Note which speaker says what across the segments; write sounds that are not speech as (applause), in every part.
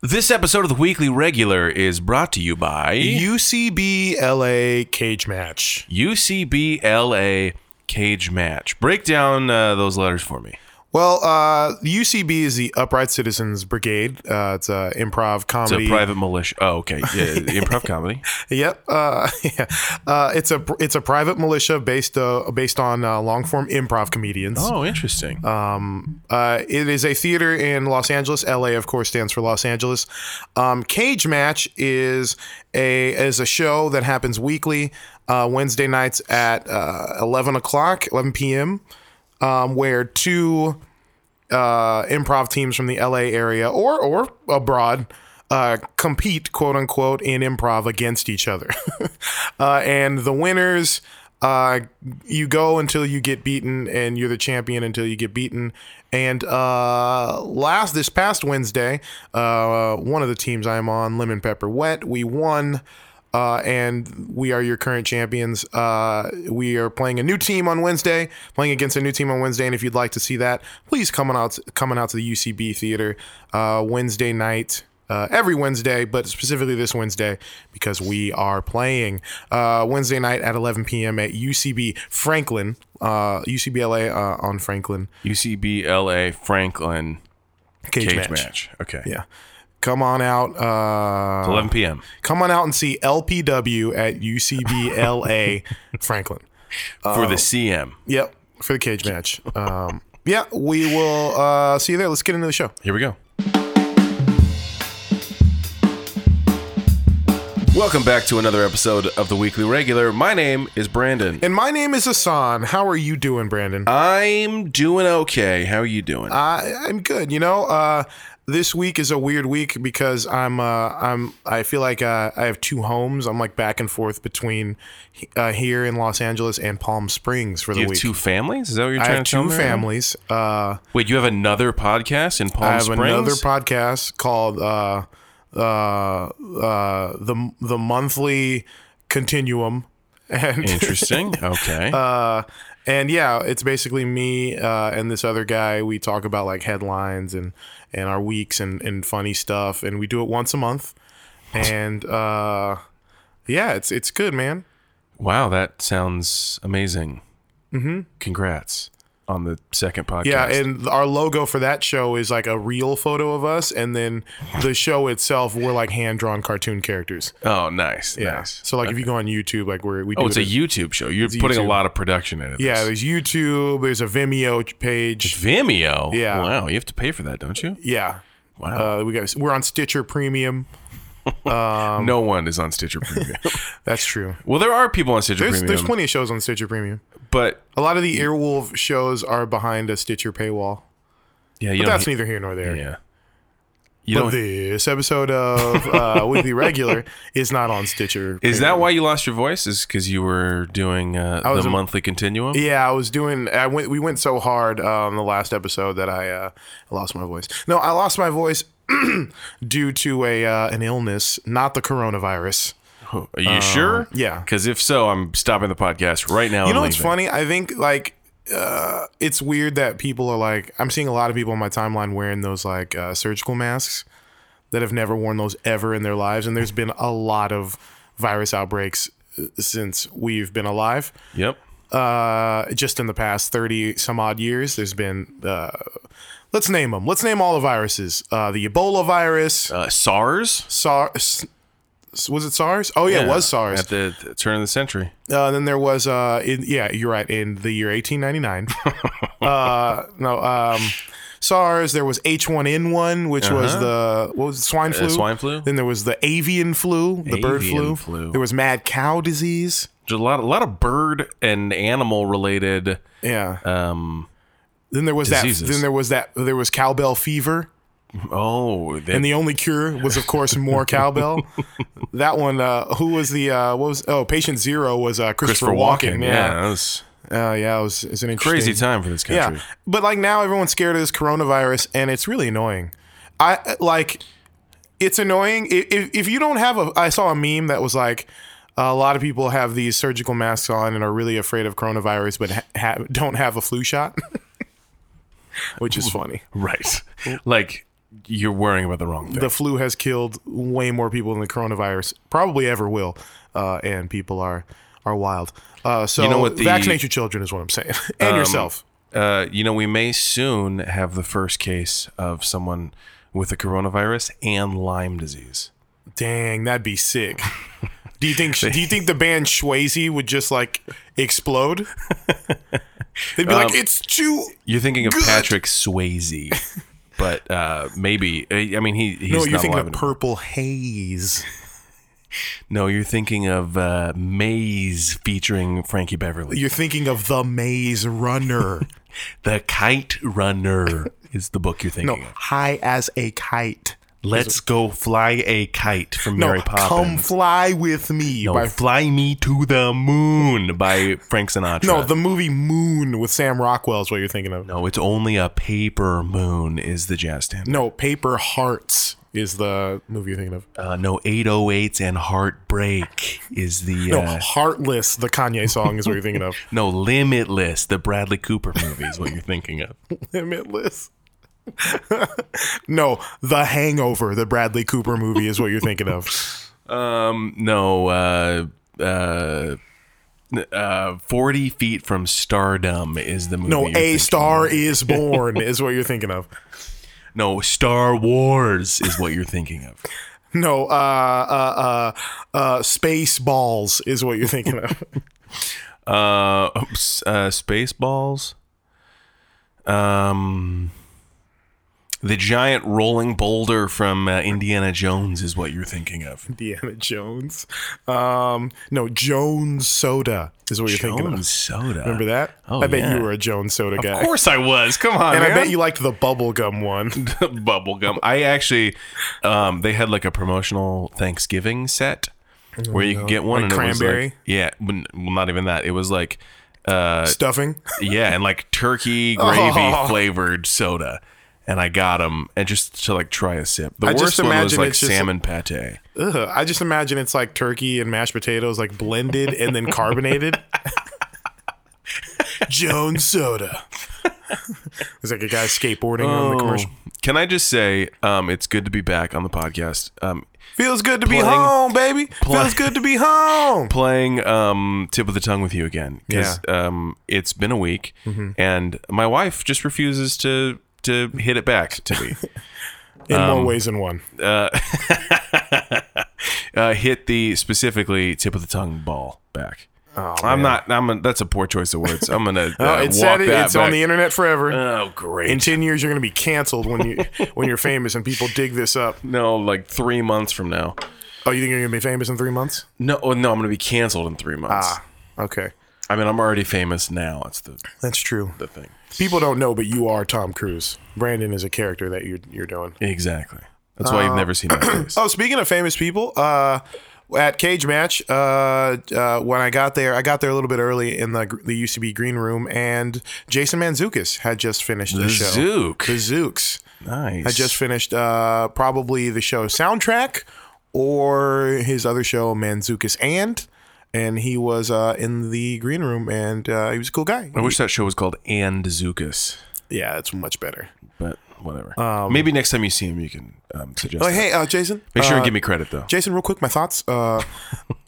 Speaker 1: This episode of the Weekly Regular is brought to you by
Speaker 2: UCB LA cage match.
Speaker 1: UCBLA Cage Match. Break down uh, those letters for me.
Speaker 2: Well, uh, the UCB is the Upright Citizens Brigade. Uh, it's an improv
Speaker 1: It's
Speaker 2: comedy.
Speaker 1: a private militia. Oh, okay. (laughs) Yeah, improv comedy.
Speaker 2: Yep. Uh, (laughs) yeah. Uh, it's a it's a private militia based uh, based on uh, long form improv comedians.
Speaker 1: Oh, interesting.
Speaker 2: Uh, it is a theater in Los Angeles. LA, of course, stands for Los Angeles. Um, Cage Match is a is a show that happens weekly, uh, Wednesday nights at uh, eleven o'clock, eleven p.m., um, where two uh, improv teams from the LA area or or abroad uh, compete, quote unquote, in improv against each other, (laughs) uh, and the winners. Uh, you go until you get beaten, and you're the champion until you get beaten. And uh, last this past Wednesday, uh, one of the teams I'm on, Lemon Pepper Wet, we won uh, and we are your current champions. Uh, we are playing a new team on Wednesday, playing against a new team on Wednesday. And if you'd like to see that, please come on out, coming out to the UCB Theater uh, Wednesday night. Uh, every Wednesday, but specifically this Wednesday because we are playing uh, Wednesday night at 11 p.m. at UCB Franklin, uh, UCBLA uh, on Franklin
Speaker 1: UCBLA Franklin
Speaker 2: Cage,
Speaker 1: Cage
Speaker 2: match.
Speaker 1: Match. Okay.
Speaker 2: Yeah, come on out. Uh,
Speaker 1: 11 p.m.
Speaker 2: come on out and see LPW
Speaker 1: (laughs)
Speaker 2: at UCBLA Franklin.
Speaker 1: for the CM.
Speaker 2: Yep, for the cage match. Um, yeah, we will uh, see you there. Let's get into the show.
Speaker 1: Here we go. Welcome back to another episode of the Weekly Regular. My name is Brandon.
Speaker 2: And my name is Asan. How are you doing, Brandon?
Speaker 1: I'm doing okay. How are you doing?
Speaker 2: I, I'm good. You know, uh, this week is a weird week because I'm uh, I'm I feel like uh, I have two homes. I'm like back and forth between uh, here in Los Angeles and Palm Springs for the
Speaker 1: you have
Speaker 2: week.
Speaker 1: two families? Is that what you're
Speaker 2: I
Speaker 1: trying
Speaker 2: have
Speaker 1: to tell
Speaker 2: two
Speaker 1: me?
Speaker 2: families. Uh,
Speaker 1: Wait, you have another podcast in Palm
Speaker 2: I have
Speaker 1: Springs?
Speaker 2: another podcast called uh, uh, uh, the the monthly continuum, (laughs) and
Speaker 1: (laughs) Interesting. Okay.
Speaker 2: (laughs) uh, and yeah, it's basically me uh, and this other guy. We talk about like headlines and and our weeks and and funny stuff, and we do it once a month. And uh, yeah, it's it's good, man.
Speaker 1: wow, that sounds amazing. Mm-hmm. Congrats on the second podcast.
Speaker 2: Yeah, and our logo for that show is like a real photo of us, and then the show itself, we're like hand drawn cartoon characters.
Speaker 1: oh, nice.
Speaker 2: Yeah.
Speaker 1: Nice.
Speaker 2: So like if you go on YouTube, like we're we do
Speaker 1: Oh, it's
Speaker 2: it
Speaker 1: a
Speaker 2: as-
Speaker 1: YouTube show. You're putting a
Speaker 2: YouTube.
Speaker 1: lot of production into this.
Speaker 2: yeah. There's YouTube. There's a Vimeo page.
Speaker 1: Vimeo.
Speaker 2: Yeah.
Speaker 1: Wow, you have to pay for that, don't you?
Speaker 2: Yeah.
Speaker 1: Wow.
Speaker 2: Uh, we got we're on Stitcher Premium. Um,
Speaker 1: no one is on
Speaker 2: (laughs)
Speaker 1: Stitcher Premium.
Speaker 2: That's true.
Speaker 1: well, there are people on Stitcher
Speaker 2: There's
Speaker 1: Premium,
Speaker 2: there's plenty of shows on Stitcher Premium.
Speaker 1: but
Speaker 2: A lot of the Earwolf shows are behind a Stitcher paywall.
Speaker 1: yeah, you
Speaker 2: But
Speaker 1: don't.
Speaker 2: that's neither here nor there.
Speaker 1: yeah. You
Speaker 2: But
Speaker 1: don't.
Speaker 2: this episode
Speaker 1: (laughs)
Speaker 2: of uh, Weekly Regular is not on Stitcher.
Speaker 1: is
Speaker 2: Premium.
Speaker 1: that why you lost your voice? Is because you were doing uh,
Speaker 2: was
Speaker 1: the
Speaker 2: a-
Speaker 1: monthly continuum?
Speaker 2: Yeah, I was doing. I went. We went so hard on the last episode that I uh, lost my voice. No, I lost my voice (clears throat) due to a uh, an illness, not the coronavirus.
Speaker 1: Are you sure?
Speaker 2: Uh, yeah.
Speaker 1: Because if so, I'm stopping the podcast right now.
Speaker 2: You
Speaker 1: and
Speaker 2: know what's
Speaker 1: leaving.
Speaker 2: funny? I think like uh, it's weird that people are like. I'm seeing a lot of people on my timeline wearing those like uh, surgical masks that have never worn those ever in their lives, and there's been a lot of virus outbreaks uh, since we've been alive.
Speaker 1: Yep.
Speaker 2: uh, just in the past 30 some odd years, there's been, uh, let's name them. Let's name all the viruses. Uh, the Ebola virus,
Speaker 1: Uh, SARS.
Speaker 2: SARS. Was it SARS? Oh, yeah, it was SARS.
Speaker 1: at the, the turn of the century.
Speaker 2: Uh, then there was, uh, in, yeah, you're right, in the year
Speaker 1: (laughs)
Speaker 2: 1899. uh, no, um, SARS. There was H1N1, which was the what was it, swine flu.
Speaker 1: Uh-huh. Uh, swine flu?
Speaker 2: Then there was the avian flu, the bird
Speaker 1: Avian
Speaker 2: flu.
Speaker 1: flu.
Speaker 2: There was mad cow disease.
Speaker 1: There's a lot, a lot of bird and animal related.
Speaker 2: Yeah.
Speaker 1: Um,
Speaker 2: then there was
Speaker 1: diseases.
Speaker 2: that. Then there was that. There was cowbell fever.
Speaker 1: oh, that,
Speaker 2: and the only cure was of course
Speaker 1: (laughs)
Speaker 2: more cowbell that one uh who was the uh what was oh patient zero was uh christopher,
Speaker 1: Christopher
Speaker 2: walken,
Speaker 1: Walken. Yeah,
Speaker 2: yeah
Speaker 1: that was
Speaker 2: yeah, uh, yeah it was it's an interesting
Speaker 1: crazy time for this
Speaker 2: yeah
Speaker 1: country.
Speaker 2: but like now everyone's scared of this coronavirus and it's really annoying i like it's annoying I- if, if you don't have a i saw a meme that was like a lot of people have these surgical masks on and are really afraid of coronavirus but ha- ha- don't have a flu shot (laughs) which is funny
Speaker 1: Right. (laughs) like you're worrying about the wrong thing.
Speaker 2: The flu has killed way more people than the coronavirus probably ever will, uh, and people are are wild. Uh, so
Speaker 1: You know what the- Um,
Speaker 2: vaccinate your children is what I'm saying, (laughs) and yourself.
Speaker 1: uh, you know, we may soon have the first case of someone with the coronavirus and Lyme disease.
Speaker 2: Dang, that'd be sick.
Speaker 1: (laughs)
Speaker 2: Do you think? Do you think the band Swayze would just like explode? They'd be
Speaker 1: Um,
Speaker 2: like, "It's too."
Speaker 1: You're thinking of
Speaker 2: Good.
Speaker 1: Patrick Swayze,
Speaker 2: (laughs)
Speaker 1: but uh, maybe I I mean he. He's
Speaker 2: No, you're
Speaker 1: not
Speaker 2: thinking
Speaker 1: alive
Speaker 2: of
Speaker 1: anymore.
Speaker 2: Purple Haze.
Speaker 1: No, you're thinking of uh, Maze featuring Frankie Beverly.
Speaker 2: You're thinking of The
Speaker 1: (laughs)
Speaker 2: Maze Runner.
Speaker 1: the Kite Runner is the book you're
Speaker 2: No,
Speaker 1: thinking of.
Speaker 2: high as a kite.
Speaker 1: Let's go fly a kite from
Speaker 2: No,
Speaker 1: Mary Poppins.
Speaker 2: come fly with me.
Speaker 1: no,
Speaker 2: by-
Speaker 1: fly me to the moon by Frank Sinatra.
Speaker 2: no, the movie Moon with Sam Rockwell is what you're thinking of.
Speaker 1: No, it's only a paper moon is the jazz standard.
Speaker 2: No, Paper Hearts is the movie you're thinking of.
Speaker 1: Uh, no, 808s and Heartbreak is the
Speaker 2: No,
Speaker 1: uh,
Speaker 2: Heartless, the Kanye song is what you're thinking of.
Speaker 1: no Limitless, the Bradley Cooper movie is what you're thinking of.
Speaker 2: Limitless. no, The Hangover, the Bradley Cooper movie is what you're thinking of.
Speaker 1: (laughs) Um, no, uh, uh, uh, 40 feet from stardom is the movie.
Speaker 2: No,
Speaker 1: you're
Speaker 2: A
Speaker 1: thinking- (laughs)
Speaker 2: Star is Born is what you're thinking of.
Speaker 1: no, Star Wars is what you're thinking
Speaker 2: (laughs)
Speaker 1: of.
Speaker 2: No, uh, uh, uh, uh, Space Balls is what you're thinking
Speaker 1: (laughs)
Speaker 2: of.
Speaker 1: Uh, oops, uh Spaceballs. Um, the giant rolling boulder from uh, Indiana Jones is what you're thinking of.
Speaker 2: Indiana Jones. Um, no, Jones Soda is what you're thinking of.
Speaker 1: Jones soda.
Speaker 2: Remember that?
Speaker 1: Oh,
Speaker 2: I bet
Speaker 1: yeah.
Speaker 2: you were a Jones Soda guy.
Speaker 1: Of course I was. Come on,
Speaker 2: And I
Speaker 1: man.
Speaker 2: bet you liked the bubblegum
Speaker 1: (laughs)
Speaker 2: one.
Speaker 1: bubblegum. I actually, um, they had like a promotional Thanksgiving set where you could get one and
Speaker 2: Like
Speaker 1: it was, like-
Speaker 2: cranberry?
Speaker 1: yeah, when- well, not even that. It was like, uh,
Speaker 2: Stuffing.
Speaker 1: yeah, and like
Speaker 2: (laughs)
Speaker 1: turkey gravy
Speaker 2: Oh.
Speaker 1: flavored soda. And I got them, and just to like try a sip. The
Speaker 2: I just
Speaker 1: worst one was
Speaker 2: imagine
Speaker 1: like
Speaker 2: it's just-
Speaker 1: salmon pate.
Speaker 2: Ugh, I just imagine it's like turkey and mashed potatoes, like blended and then
Speaker 1: (laughs)
Speaker 2: carbonated. Jones Soda. It's like a guy skateboarding on
Speaker 1: Oh.
Speaker 2: the commercial.
Speaker 1: Can I just say, um, it's good to be back on the podcast. Um,
Speaker 2: Feels good to be
Speaker 1: Playing-
Speaker 2: home, baby. Feels good to be
Speaker 1: (laughs)
Speaker 2: home.
Speaker 1: playing um, tip of the tongue with you again because um, it's been a week
Speaker 2: Mm-hmm.
Speaker 1: and my wife just refuses to to hit it back to
Speaker 2: (laughs)
Speaker 1: me
Speaker 2: In
Speaker 1: Um,
Speaker 2: more ways than one.
Speaker 1: uh, hit the specifically tip of the tongue ball back i'm not i'm a, that's a poor choice of words i'm
Speaker 2: (laughs)
Speaker 1: gonna uh,
Speaker 2: Oh, It
Speaker 1: walk
Speaker 2: said it,
Speaker 1: that
Speaker 2: it's on the internet forever.
Speaker 1: oh great
Speaker 2: In ten years, you're going to be canceled when
Speaker 1: (laughs)
Speaker 2: you when you're famous and people dig this up.
Speaker 1: no like three months from now
Speaker 2: Oh, you think you're going to be famous in three months?
Speaker 1: no oh, no i'm gonna be canceled in three months
Speaker 2: Ah, okay,
Speaker 1: i mean i'm already famous now it's the,
Speaker 2: that's true.
Speaker 1: the thing
Speaker 2: People don't know, but you are Tom Cruise. Brandon is a character that you're you're doing.
Speaker 1: exactly that's why you've never seen my face
Speaker 2: (coughs) Oh, speaking of famous people, uh, at Cage Match, uh, uh, when I got there, I got there a little bit early in the gr- the UCB green room, and Jason Manzukis had just finished the,
Speaker 1: the
Speaker 2: show.
Speaker 1: Zook.
Speaker 2: The Zooks.
Speaker 1: nice
Speaker 2: I just finished uh, probably the show soundtrack or his other show Manzukis and and he was uh, in the green room and uh, he was a cool guy.
Speaker 1: I wish that show was called And Zukas,
Speaker 2: Yeah, that's much better.
Speaker 1: but whatever. Maybe next time you see him, you can um, suggest.
Speaker 2: Like,
Speaker 1: that.
Speaker 2: Um, hey, uh, Jason.
Speaker 1: Make sure
Speaker 2: uh,
Speaker 1: and give me credit though.
Speaker 2: Jason, real quick, my thoughts. Uh,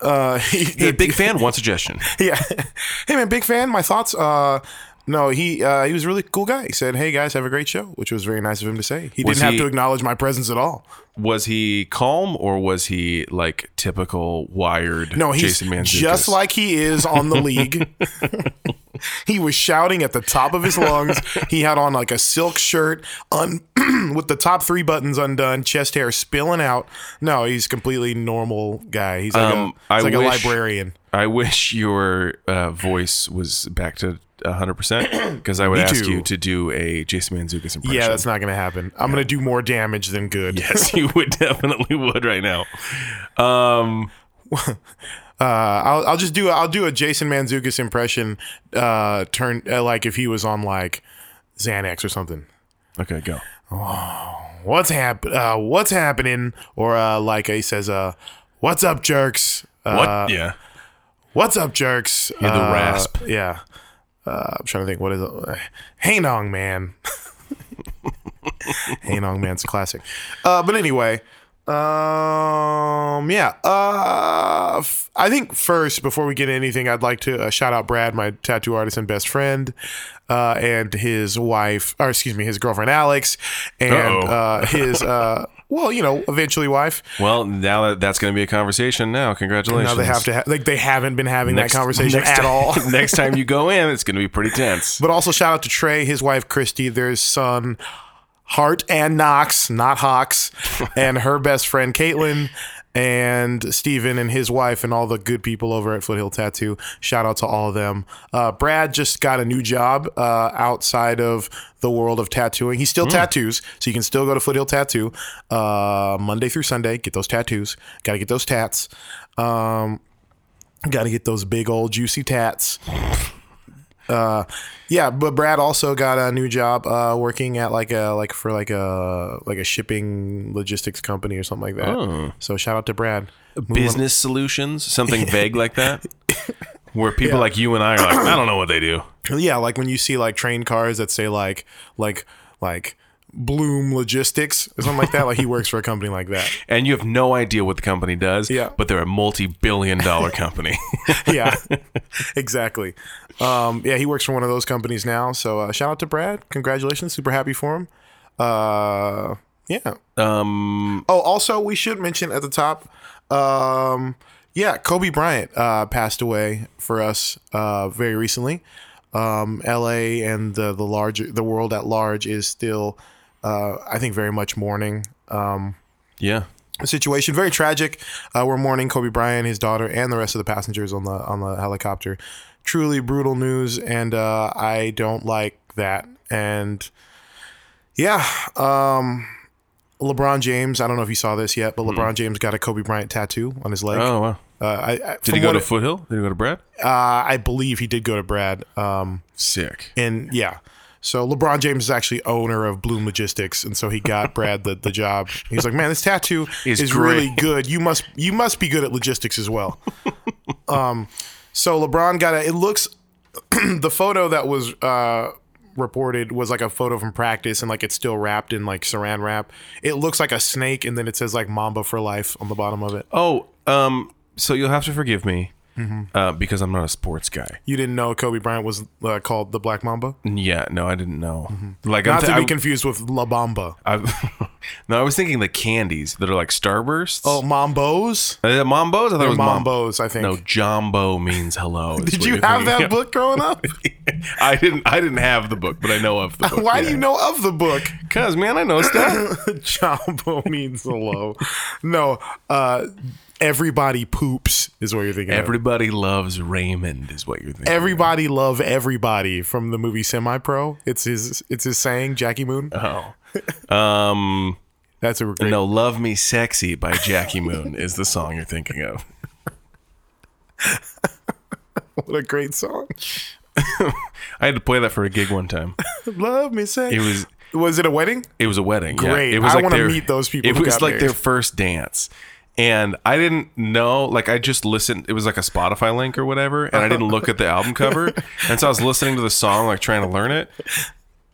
Speaker 2: uh, (laughs) he-
Speaker 1: Hey, big fan, one suggestion.
Speaker 2: (laughs) yeah. hey man, big fan. My thoughts. Uh, no, he uh, he was a really cool guy. He said, "Hey guys, have a great show," which was very nice of him to say. He
Speaker 1: Was
Speaker 2: didn't
Speaker 1: he-
Speaker 2: have to acknowledge my presence at all.
Speaker 1: Was he calm or was he like typical wired?
Speaker 2: No, he's
Speaker 1: Jason Manzukas?
Speaker 2: just like he is on
Speaker 1: (laughs)
Speaker 2: the league. he was shouting at the top of his lungs. He had on like a silk shirt un- (clears throat) with the top three buttons undone, chest hair spilling out. No, he's completely normal guy. He's like,
Speaker 1: Um,
Speaker 2: a,
Speaker 1: I
Speaker 2: he's like
Speaker 1: wish-
Speaker 2: a librarian.
Speaker 1: I wish your uh, voice was back to hundred
Speaker 2: (clears throat)
Speaker 1: percent because I would ask
Speaker 2: too.
Speaker 1: you to do a Jason Manzukas impression.
Speaker 2: Yeah, that's not going to happen. I'm going to do more damage than
Speaker 1: (laughs)
Speaker 2: good.
Speaker 1: yes, you would definitely would right now. Um,
Speaker 2: Uh, I'll, I'll just do I'll do a Jason Manzukis impression. Uh, turn uh, like if he was on like Xanax or something.
Speaker 1: okay, go.
Speaker 2: What's hap- uh, What's happening? Or uh, like he says, uh, "What's up, jerks? Uh,
Speaker 1: What? yeah,
Speaker 2: What's up, jerks?"
Speaker 1: the
Speaker 2: Uh,
Speaker 1: rasp. (laughs)
Speaker 2: Yeah. Uh, I'm trying to think. What is it? Hey, Nong, man. Hanong Man's a classic. Uh, but anyway, um, yeah. Uh, f- I think first, before we get into anything, I'd like to uh, shout out Brad, my tattoo artist and best friend, uh, and his wife, or excuse me, his girlfriend Alex, and
Speaker 1: Uh-oh.
Speaker 2: uh, his, uh, well, you know, eventually wife.
Speaker 1: Well, now that that's going to be a conversation. Now, congratulations.
Speaker 2: Now they have to ha- like they haven't been having that conversation
Speaker 1: next
Speaker 2: at
Speaker 1: time,
Speaker 2: all.
Speaker 1: (laughs) next time you go in, it's going to be pretty tense.
Speaker 2: But also shout out to Trey, his wife Christy, their son Hart and Knox, not Hawks, and her best friend Caitlin, and Steven and his wife, and all the good people over at Foothill Tattoo. Shout out to all of them. Uh, Brad just got a new job uh, outside of the world of tattooing. He still tattoos, so you can still go to Foothill Tattoo uh, Monday through Sunday. Get those tattoos. Got to get those tats. Um, Got to get those big old juicy tats. Uh, yeah, but Brad also got a new job uh, working at like a like for like a like a shipping logistics company or something like that. So shout out to Brad.
Speaker 1: Business solutions, something vague like
Speaker 2: (laughs)
Speaker 1: that, where people like you and I are like, I don't know what they do.
Speaker 2: Yeah, like when you see like train cars that say like like like Bloom Logistics or something like that. like he works for a company like that.
Speaker 1: And you have no idea what the company does,
Speaker 2: Yeah.
Speaker 1: but they're a multi billion
Speaker 2: (laughs)
Speaker 1: dollar company. (laughs)
Speaker 2: yeah, exactly. Um, yeah, he works for one of those companies now. So uh, shout out to Brad. Congratulations. Super happy for him. Uh, yeah. Um, oh, also, we should mention at the top. Um, yeah, Kobe Bryant uh, passed away for us uh, very recently. Um, LA and the the larger the world at large is still, uh, I think, very much mourning
Speaker 1: yeah.
Speaker 2: situation. Very tragic. Uh, we're mourning Kobe Bryant, his daughter, and the rest of the passengers on the on the helicopter. Truly brutal news, and uh, I don't like that. And yeah, um, LeBron James. I don't know if you saw this yet, but LeBron James got a Kobe Bryant tattoo on his leg.
Speaker 1: Mm-hmm. Oh, wow.
Speaker 2: Uh, I, I,
Speaker 1: Did
Speaker 2: from
Speaker 1: he go
Speaker 2: what
Speaker 1: to
Speaker 2: it-
Speaker 1: Foothill? Did he go to Brad?
Speaker 2: uh, I believe he did go to Brad. Um,
Speaker 1: Sick.
Speaker 2: and yeah. So LeBron James is actually owner of Bloom Logistics, and so
Speaker 1: (laughs)
Speaker 2: he got Brad the, the job. He's like, man, this tattoo
Speaker 1: Is
Speaker 2: is,
Speaker 1: great."
Speaker 2: really good. You must you must be good at logistics
Speaker 1: (laughs)
Speaker 2: as well. um, so LeBron got a. It looks (clears throat) the photo that was uh, reported was like a photo from practice, and like it's still wrapped in like Saran wrap. It looks like a snake, and then it says like Mamba for life on the bottom of it.
Speaker 1: Oh, um, so you'll have to forgive me
Speaker 2: Mm-hmm.
Speaker 1: uh, because I'm not a sports guy.
Speaker 2: You didn't know Kobe Bryant was uh, called the Black Mamba,
Speaker 1: Yeah, no, I didn't know. Like,
Speaker 2: Mm-hmm. not
Speaker 1: I'm
Speaker 2: to
Speaker 1: th-
Speaker 2: be
Speaker 1: (laughs)
Speaker 2: confused with La Bamba.
Speaker 1: I, I, (laughs) no, I was thinking the candies that are like Starbursts.
Speaker 2: Oh, Mambos.
Speaker 1: Are they Mambos? I thought it was Mambo.
Speaker 2: Mambos, I think.
Speaker 1: No, Jumbo means
Speaker 2: (laughs)
Speaker 1: hello. is
Speaker 2: Did
Speaker 1: what
Speaker 2: you
Speaker 1: you're
Speaker 2: have that
Speaker 1: thinking.
Speaker 2: book
Speaker 1: (laughs)
Speaker 2: growing up?
Speaker 1: I didn't. I didn't have the book, but I know of the book.
Speaker 2: (laughs) Why do you know of
Speaker 1: (laughs)
Speaker 2: the book?
Speaker 1: Because man, I know
Speaker 2: (coughs)
Speaker 1: stuff.
Speaker 2: Jumbo means hello. No, uh, everybody poops is what you're thinking. of.
Speaker 1: Everybody loves Raymond, is what you're thinking.
Speaker 2: Everybody love everybody from the movie Semi Pro. It's his. It's his saying. Jackie Moon.
Speaker 1: oh, um,
Speaker 2: That's a great.
Speaker 1: no, "Love Me Sexy" by Jackie Moon is the song you're thinking of.
Speaker 2: What a great song. (laughs)
Speaker 1: I had to play that for a gig one time.
Speaker 2: Love me say.
Speaker 1: It was
Speaker 2: was it a wedding?
Speaker 1: It was a wedding.
Speaker 2: Great.
Speaker 1: Yeah. It was
Speaker 2: I
Speaker 1: like
Speaker 2: wanna
Speaker 1: their-
Speaker 2: meet those people
Speaker 1: It
Speaker 2: who
Speaker 1: was
Speaker 2: got
Speaker 1: like their
Speaker 2: married.
Speaker 1: first dance. And I didn't know, like I just listened. It was like a Spotify link or whatever, and I didn't look
Speaker 2: (laughs)
Speaker 1: at the album cover. And so I was listening to the song, like trying to learn it,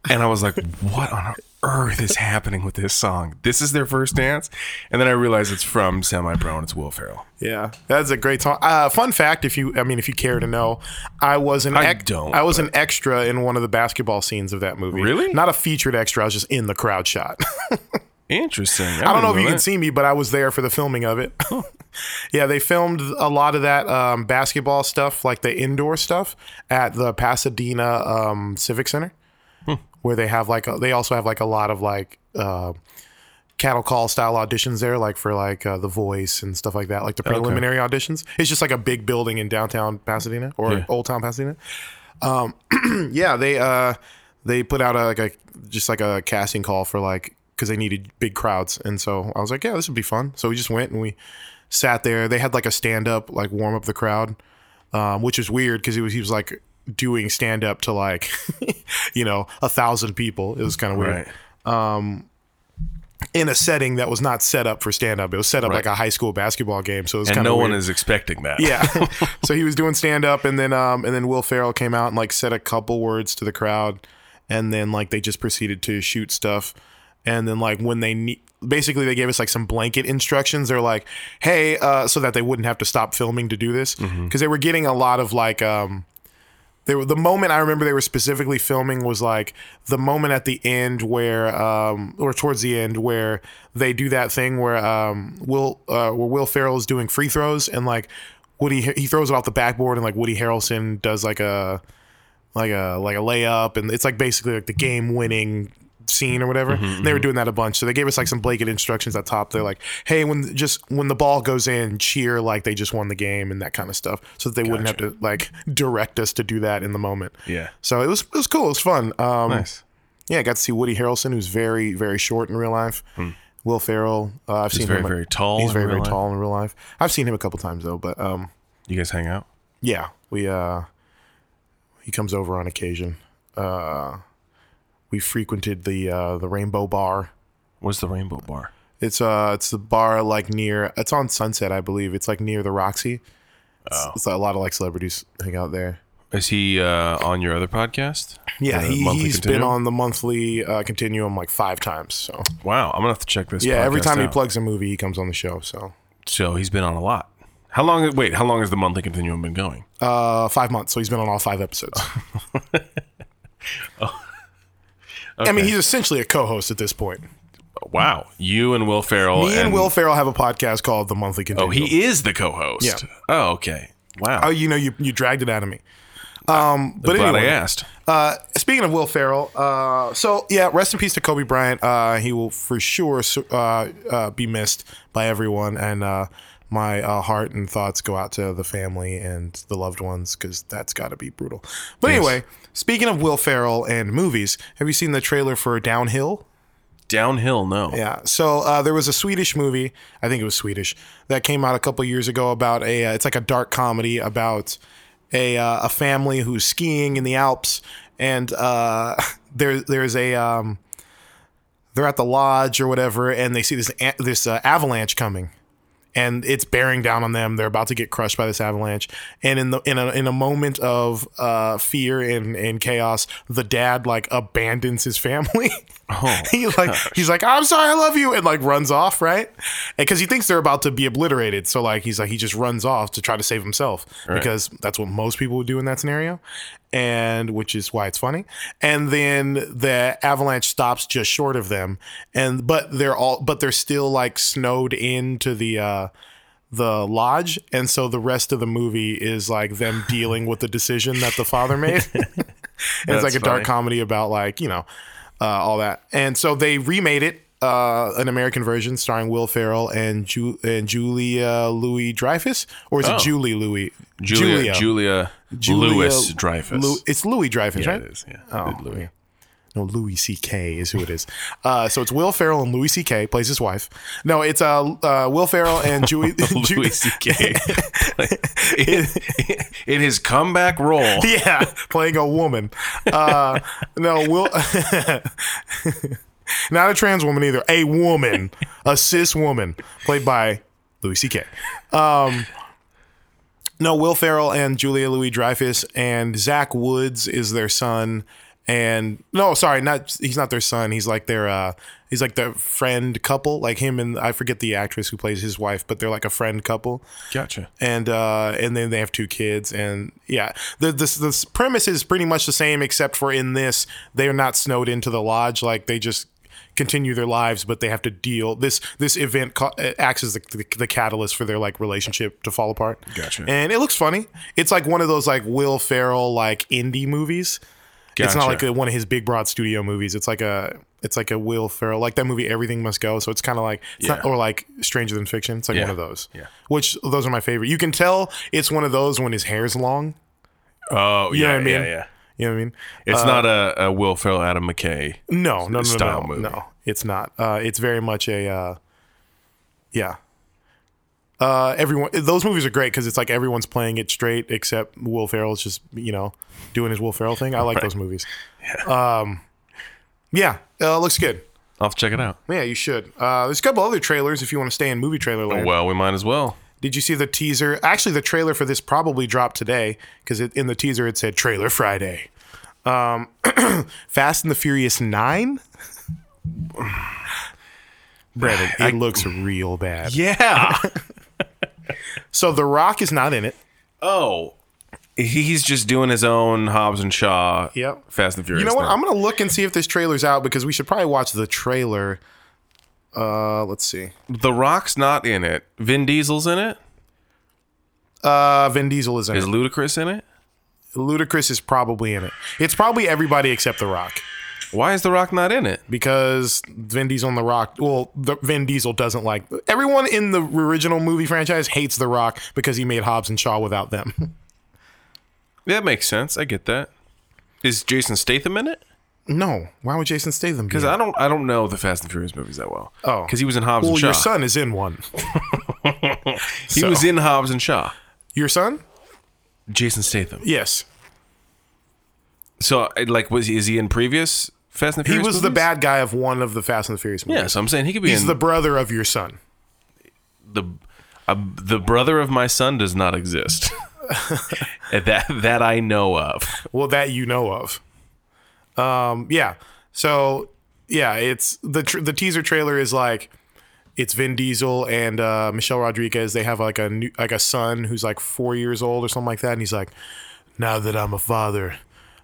Speaker 1: and I was like, "What on earth is happening with this song? This is their first dance." And then I realized it's from Semi Pro and it's Will Ferrell.
Speaker 2: Yeah, that's a great song. Uh, fun fact, if you, I mean, if you care to know, I was an
Speaker 1: I
Speaker 2: ex-
Speaker 1: don't,
Speaker 2: I was an extra in one of the basketball scenes of that movie.
Speaker 1: Really?
Speaker 2: Not a featured extra. I was just in the crowd shot. (laughs)
Speaker 1: Interesting.
Speaker 2: I don't know if you can see me, but I was there for the filming of it. (laughs) yeah, they filmed a lot of that um, basketball stuff, like the indoor stuff, at the Pasadena um, Civic Center, where they have like a, they also have like a lot of like uh, cattle call style auditions there, like for like uh, The Voice and stuff like that, like the preliminary auditions. It's just like a big building in downtown Pasadena or
Speaker 1: Yeah.
Speaker 2: Old Town Pasadena. Um, yeah, they uh, they put out a, like a just like a casting call for like because they needed big crowds, and so I was like, yeah, this would be fun. So we just went and we sat there. They had like a stand up, like warm up the crowd, um, which is weird because he was he was like doing stand up to like (laughs) you know a thousand people. It was kind of weird
Speaker 1: Right.
Speaker 2: in a setting that was not set up for stand up. It was set up like a high school basketball game, so it was
Speaker 1: And
Speaker 2: kind of
Speaker 1: no
Speaker 2: weird.
Speaker 1: one is expecting that.
Speaker 2: (laughs) yeah. so he was doing stand up, and then um, and then Will Ferrell came out and like said a couple words to the crowd, and then like they just proceeded to shoot stuff, and then like when they need basically they gave us like some blanket instructions they're like hey uh, so that they wouldn't have to stop filming to do this because they were getting a lot of like um they were the moment i remember they were specifically filming was like the moment at the end where um or towards the end where they do that thing where um will uh where will ferrell is doing free throws and like woody he throws it off the backboard and like woody harrelson does like a like a like a layup and it's like basically like the game winning scene or whatever.
Speaker 1: Mm-hmm,
Speaker 2: They were doing that a bunch. So they gave us like some blanket instructions at top. They're like, "Hey, when just when the ball goes in, cheer like they just won the game and that kind of stuff." So that they wouldn't have to like direct us to do that in the moment.
Speaker 1: Yeah.
Speaker 2: So it was it was cool. It was fun. Um
Speaker 1: Nice.
Speaker 2: yeah, I got to see Woody Harrelson who's very very short in real life. Will Ferrell, uh, I've seen
Speaker 1: Hmm. very,
Speaker 2: him
Speaker 1: very tall
Speaker 2: He's
Speaker 1: in
Speaker 2: very
Speaker 1: real
Speaker 2: very
Speaker 1: life.
Speaker 2: tall in real life. I've seen him a couple times though, but um
Speaker 1: You guys hang out?
Speaker 2: yeah, we uh he comes over on occasion. Uh we frequented the uh the Rainbow Bar.
Speaker 1: What's the Rainbow Bar?
Speaker 2: It's uh it's the bar like near it's on Sunset, I believe. It's like near the Roxy. It's, it's a lot of like celebrities hang out there.
Speaker 1: Is he uh, on your other podcast?
Speaker 2: Yeah,
Speaker 1: The
Speaker 2: he,
Speaker 1: Monthly
Speaker 2: he's been
Speaker 1: Continuum?
Speaker 2: on the monthly uh, continuum like five times. So
Speaker 1: Wow, I'm gonna have to check this.
Speaker 2: yeah, every
Speaker 1: podcast
Speaker 2: time he
Speaker 1: out.
Speaker 2: plugs a movie, he comes on the show. So
Speaker 1: so he's been on a lot. How long? Wait, how long has the monthly continuum been going?
Speaker 2: uh, five months. So he's been on all five (laughs) episodes. Oh. I mean, he's essentially a co-host at this point.
Speaker 1: Wow, you and Will Ferrell.
Speaker 2: Me and, Will Ferrell have a podcast called The Monthly
Speaker 1: Oh,
Speaker 2: Continuum.
Speaker 1: he is the co-host.
Speaker 2: Yeah.
Speaker 1: Oh, okay. Wow.
Speaker 2: Oh, you know, you you dragged it out of me. Um, but
Speaker 1: Glad
Speaker 2: anyway,
Speaker 1: I asked.
Speaker 2: Uh, speaking of Will Ferrell, uh, so yeah, rest in peace to Kobe Bryant. Uh, he will for sure uh, uh, be missed by everyone, and uh, my uh, heart and thoughts go out to the family and the loved ones because that's got to be brutal. But anyway, speaking of Will Ferrell and movies, have you seen the trailer for Downhill?
Speaker 1: Downhill, no.
Speaker 2: Yeah. So uh, there was a Swedish movie, I think it was Swedish, that came out a couple years ago about a. Uh, it's like a dark comedy about a uh, a family who's skiing in the Alps, and uh, (laughs) there there's a. Um, they're at the lodge or whatever, and they see this a- this uh, avalanche coming, and it's bearing down on them. They're about to get crushed by this avalanche, and in the in a in a moment of uh, fear and and chaos, the dad like abandons his family. (laughs)
Speaker 1: Oh,
Speaker 2: he like he's like I'm sorry, I love you, and like runs off, right? Because he thinks they're about to be obliterated, so like he's like he just runs off to try to save himself because that's what most people would do in that scenario, and which is why it's funny. And then the avalanche stops just short of them, and but they're all but they're still like snowed into the. uh the lodge and so the rest of the movie is like
Speaker 1: (laughs)
Speaker 2: them dealing with the decision that the father made (laughs) and it's
Speaker 1: That's
Speaker 2: like a
Speaker 1: funny.
Speaker 2: dark comedy about like you know uh, all that and so they remade it uh, an American version starring Will Ferrell and, Ju- and Julia Louis Dreyfus or is
Speaker 1: Oh.
Speaker 2: it Julie Louis
Speaker 1: Julia, Julia, Louis Dreyfus.
Speaker 2: Lu- it's Louis Dreyfus
Speaker 1: yeah,
Speaker 2: right
Speaker 1: it is. Yeah.
Speaker 2: Oh, yeah.
Speaker 1: (laughs)
Speaker 2: No, Louis C.K. is who it is. Uh, so it's Will Ferrell and Louis C.K. plays his wife. No, it's uh, uh, Will Ferrell
Speaker 1: (laughs)
Speaker 2: and Julie. Ju-
Speaker 1: Louis
Speaker 2: (laughs)
Speaker 1: C.K. Like, in, in his comeback (laughs)
Speaker 2: (laughs)
Speaker 1: role,
Speaker 2: yeah, playing a woman. Uh, no, Will. (laughs) not a trans woman either. A woman, a cis woman, played by Louis C.K. Um, no, Will Ferrell and Julia Louis Dreyfus and Zach Woods is their son. And no, sorry, not he's not their son. He's like their uh, he's like their friend couple, like him and I forget the actress who plays his wife, but they're like a friend couple
Speaker 1: gotcha.
Speaker 2: and uh, and then they have two kids, and yeah, the this this premise is pretty much the same, except for in this they are not snowed into the lodge, like they just continue their lives, but they have to deal this this event ca- uh, acts as the, the, the catalyst for their like relationship to fall apart.
Speaker 1: Gotcha.
Speaker 2: And it looks funny. It's like one of those like Will Ferrell like indie movies. It's not
Speaker 1: Gotcha.
Speaker 2: like a, one of his big broad studio movies. It's like a it's like a Will Ferrell like that movie Everything Must Go. So it's kind of like it's not,
Speaker 1: Yeah.
Speaker 2: or like Stranger Than Fiction. It's like
Speaker 1: Yeah.
Speaker 2: one of those.
Speaker 1: Yeah.
Speaker 2: Which those are my favorite. You can tell it's one of those when his hair's long.
Speaker 1: Oh,
Speaker 2: You
Speaker 1: yeah,
Speaker 2: know what I mean? Uh,
Speaker 1: yeah, yeah.
Speaker 2: You know what I mean?
Speaker 1: It's not a, a Will Ferrell, Adam McKay.
Speaker 2: No, no, no,
Speaker 1: style
Speaker 2: no,
Speaker 1: movie.
Speaker 2: no. It's not. Uh, it's very much a, uh, yeah. Uh, everyone, those movies are great because it's like everyone's playing it straight except Will Ferrell's just you know doing his Will Ferrell thing. I like those movies. Yeah, um, yeah, uh, looks good.
Speaker 1: I'll have to check it out.
Speaker 2: Yeah, you should. Uh, there's a couple other trailers if you want to stay in movie trailer land.
Speaker 1: Well, we might as well.
Speaker 2: Did you see the teaser? Actually, the trailer for this probably dropped today because in the teaser it (clears throat) said Trailer Friday. Um, Fast and the Furious Nine. (sighs) Brandon, it looks real bad.
Speaker 1: (laughs) Yeah.
Speaker 2: So The Rock is not in it.
Speaker 1: oh. He- He's just doing his own Hobbs and Shaw.
Speaker 2: Yep.
Speaker 1: Fast and Furious.
Speaker 2: You know what?
Speaker 1: thing.
Speaker 2: I'm gonna look and see if this trailer's out because we should probably watch the trailer. Uh, let's see.
Speaker 1: the Rock's not in it. Vin Diesel's in it.
Speaker 2: Uh, Vin Diesel is in
Speaker 1: Is
Speaker 2: it.
Speaker 1: Ludacris in it?
Speaker 2: Ludacris is probably in it. It's probably everybody except The Rock
Speaker 1: Why is The Rock not in it?
Speaker 2: because Vin Diesel and The Rock. Well, the, Vin Diesel doesn't like everyone in the original movie franchise hates The Rock because he made Hobbs and Shaw without them. (laughs)
Speaker 1: That makes sense. I get that. Is Jason Statham in it?
Speaker 2: no, why would Jason Statham? Because
Speaker 1: Because I don't, I don't know the Fast and Furious movies that well.
Speaker 2: Oh.
Speaker 1: because he was in Hobbs
Speaker 2: well,
Speaker 1: and Shaw.
Speaker 2: your son is in one.
Speaker 1: he was in Hobbs and Shaw.
Speaker 2: Your son?
Speaker 1: Jason Statham.
Speaker 2: Yes.
Speaker 1: So, I- like, was he, is he in previous Fast and
Speaker 2: He
Speaker 1: Furious?
Speaker 2: was the
Speaker 1: movies?
Speaker 2: bad guy of one of the Fast and the Furious movies.
Speaker 1: Yeah, so I'm saying he could be
Speaker 2: He's
Speaker 1: in
Speaker 2: the brother of your son.
Speaker 1: the uh, the brother of my son does not
Speaker 2: (laughs)
Speaker 1: exist. that that I know of. (laughs)
Speaker 2: Well, that you know of. Um, yeah. So yeah, it's the tr- the teaser trailer is like it's Vin Diesel and uh, Michelle Rodriguez. They have like a new, like a son who's like four years old or something like that, and he's like, now that I'm a father.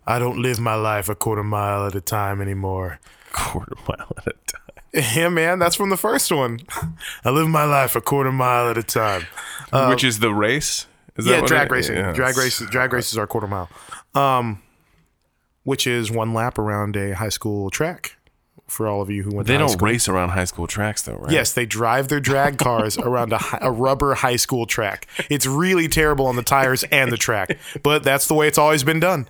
Speaker 2: I don't live my life a quarter mile at a time anymore. (laughs)
Speaker 1: Quarter mile at a time.
Speaker 2: Yeah, man, that's from the first one. (laughs) I live my life a quarter mile at a time.
Speaker 1: Which is the race? Is
Speaker 2: Uh, Yeah,
Speaker 1: what
Speaker 2: drag
Speaker 1: it-
Speaker 2: racing.
Speaker 1: yeah,
Speaker 2: drag
Speaker 1: it's-
Speaker 2: races. Drag races are quarter mile, um, which is one lap around a high school track. For all of you who went,
Speaker 1: They
Speaker 2: to high
Speaker 1: don't (laughs)
Speaker 2: School.
Speaker 1: race around high school tracks though, right?
Speaker 2: Yes, they drive their drag cars around a, hi- a rubber high school track. It's really terrible on the tires and the track, but that's the way it's always been done.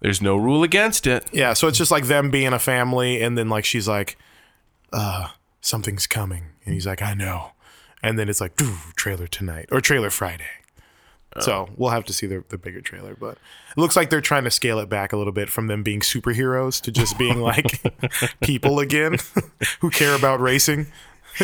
Speaker 1: There's no rule against it.
Speaker 2: Yeah, so it's just like them being a family, and then like she's like, uh, something's coming, and he's like, I know, and then it's like, "Ooh, trailer tonight or trailer Friday. So
Speaker 1: Oh.
Speaker 2: we'll have to see the, the bigger trailer, but it looks like they're trying to scale it back a little bit from them being superheroes to just
Speaker 1: (laughs)
Speaker 2: being like people again (laughs) who care about racing.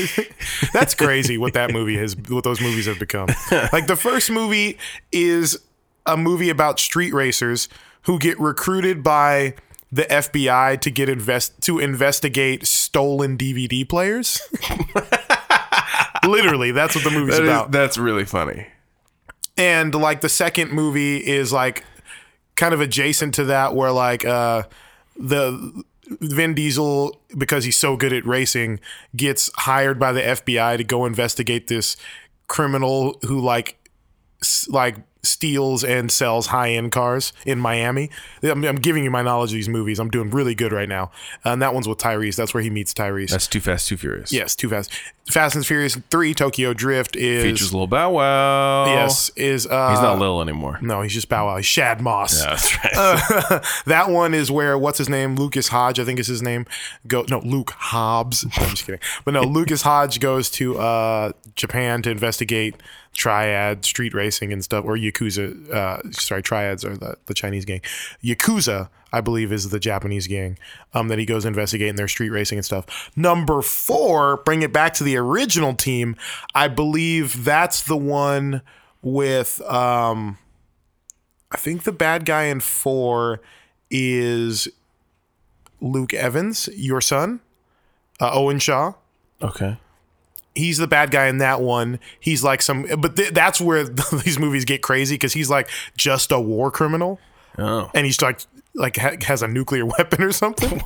Speaker 2: (laughs) That's crazy what that movie has, what those movies have become.
Speaker 1: (laughs)
Speaker 2: Like the first movie is a movie about street racers who get recruited by the FBI to get invest to investigate stolen
Speaker 1: (laughs)
Speaker 2: DVD players. Literally, that's what the movie's
Speaker 1: That is-
Speaker 2: about.
Speaker 1: that's really funny.
Speaker 2: and like the second movie is like kind of adjacent to that where like uh the Vin Diesel because he's so good at racing gets hired by the FBI to go investigate this criminal who like s- like steals and sells high-end cars in Miami. I'm, I'm giving you my knowledge of these movies. I'm doing really good right now. And that one's with Tyrese. That's where he meets Tyrese.
Speaker 1: That's too fast, too furious.
Speaker 2: yes, too fast. Fast and Furious 3 Tokyo Drift is
Speaker 1: Features Lil Bow Wow.
Speaker 2: yes, is uh
Speaker 1: He's not Lil
Speaker 2: (laughs)
Speaker 1: anymore.
Speaker 2: no, he's just Bow Wow. He's Shad Moss.
Speaker 1: That's right.
Speaker 2: (laughs) That one is where what's his name? Lucas Hodge, I think is his name. Go no, Luke Hobbs. (laughs) No, I'm just kidding. But no, Lucas Hodge goes to uh, Japan to investigate triad street racing and stuff, or yakuza. Uh, sorry, triads are the, the Chinese gang. Yakuza, I believe, is the Japanese gang um, that he goes investigating their street racing and stuff. Number four, bring it back to the original team. I believe that's the one with. Um, I think the bad guy in four is Luke Evans, your son, uh, Owen Shaw.
Speaker 1: okay.
Speaker 2: He's the bad guy in that one. He's like some, but th- that's where (laughs) these movies get crazy because he's like just a war criminal,
Speaker 1: Oh.
Speaker 2: and he's like like ha- has a nuclear (laughs) weapon
Speaker 1: (laughs)
Speaker 2: or something,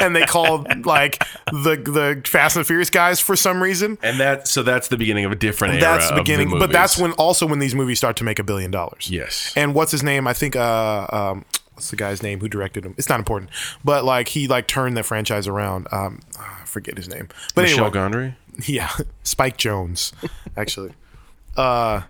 Speaker 2: and they call like the the Fast and Furious guys for some reason.
Speaker 1: And that so that's the beginning of a different era.
Speaker 2: That's the
Speaker 1: of
Speaker 2: beginning, but
Speaker 1: movies.
Speaker 2: that's when also when these movies start to make a billion dollars.
Speaker 1: Yes.
Speaker 2: And what's his name? I think uh um what's the guy's name who directed him? It's not important. But like he like turned the franchise around. Um I forget his name. But
Speaker 1: Michelle
Speaker 2: anyway,
Speaker 1: Gondry.
Speaker 2: (laughs) yeah. Spike Jones actually. uh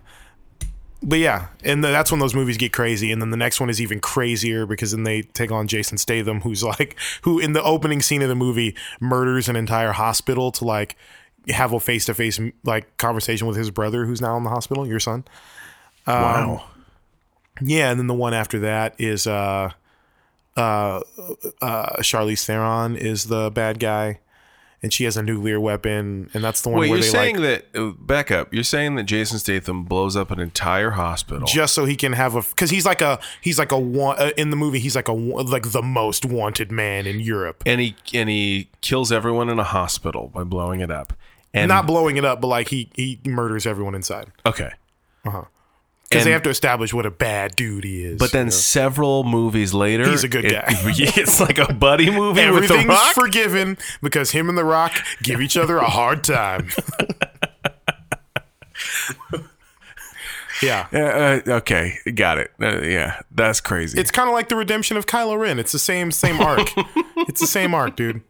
Speaker 2: but yeah, and th- that's when those movies get crazy, and then the next one is even crazier because then they take on Jason Statham, who's like, who in the opening scene of the movie murders an entire hospital to like have a face to face like conversation with his brother, who's now in the hospital, your son. Um,
Speaker 1: wow.
Speaker 2: Yeah, and then the one after that is uh uh uh Charlize Theron is the bad guy. and she has a nuclear weapon, and that's the one
Speaker 1: Wait,
Speaker 2: where
Speaker 1: you're
Speaker 2: they like
Speaker 1: saying that? uh, Back up. You're saying that Jason Statham blows up an entire hospital.
Speaker 2: just so he can have a because he's like a he's like a wa- uh, in the movie he's like a wa- like the most wanted man in Europe.
Speaker 1: and he and he kills everyone in a hospital by blowing it up. And
Speaker 2: Not blowing it up, but like he he murders everyone inside
Speaker 1: okay,
Speaker 2: because they
Speaker 1: And-
Speaker 2: have to establish what a bad dude he is.
Speaker 1: but then several movies later,
Speaker 2: He's a good guy.
Speaker 1: (laughs) It's like a buddy movie with the
Speaker 2: everything's
Speaker 1: Rock.
Speaker 2: forgiven because him and the Rock give each other a
Speaker 1: (laughs)
Speaker 2: hard time. yeah.
Speaker 1: Uh, uh, okay, got it. Uh, yeah, that's crazy.
Speaker 2: It's kind of like the redemption of Kylo Ren. It's the same same arc. it's the same arc, dude.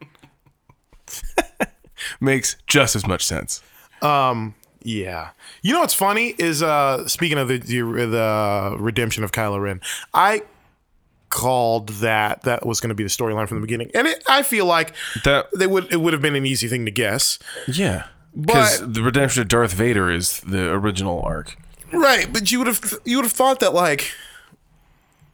Speaker 1: makes just as much sense.
Speaker 2: Yeah. You know what's funny is uh speaking of the the, the redemption of Kylo Ren, I called that that was going to be the storyline from the beginning. And it, I feel like
Speaker 1: That
Speaker 2: they would it would have been an easy thing to guess.
Speaker 1: yeah, because the redemption of Darth Vader is the original arc.
Speaker 2: Right, but you would have you would have thought that like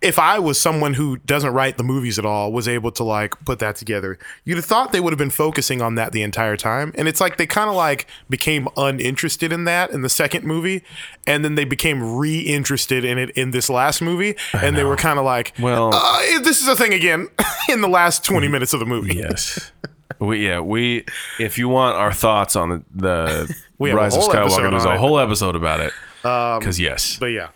Speaker 2: if I was someone who doesn't write the movies at all, was able to like put that together, you'd have thought they would have been focusing on that the entire time. And it's like they kind of like became uninterested in that in the second movie, and then they became reinterested in it in this last movie, and they were kind of like,
Speaker 1: Well-
Speaker 2: uh, this is a thing again (laughs) in the last twenty minutes of the movie.
Speaker 1: Yes. (laughs) we yeah we if you want our thoughts on the, the
Speaker 2: (laughs) We have a
Speaker 1: Rise of
Speaker 2: whole episode
Speaker 1: Skywalker, there's a
Speaker 2: on it. Um,
Speaker 1: whole episode about it. Because yes,
Speaker 2: But yeah.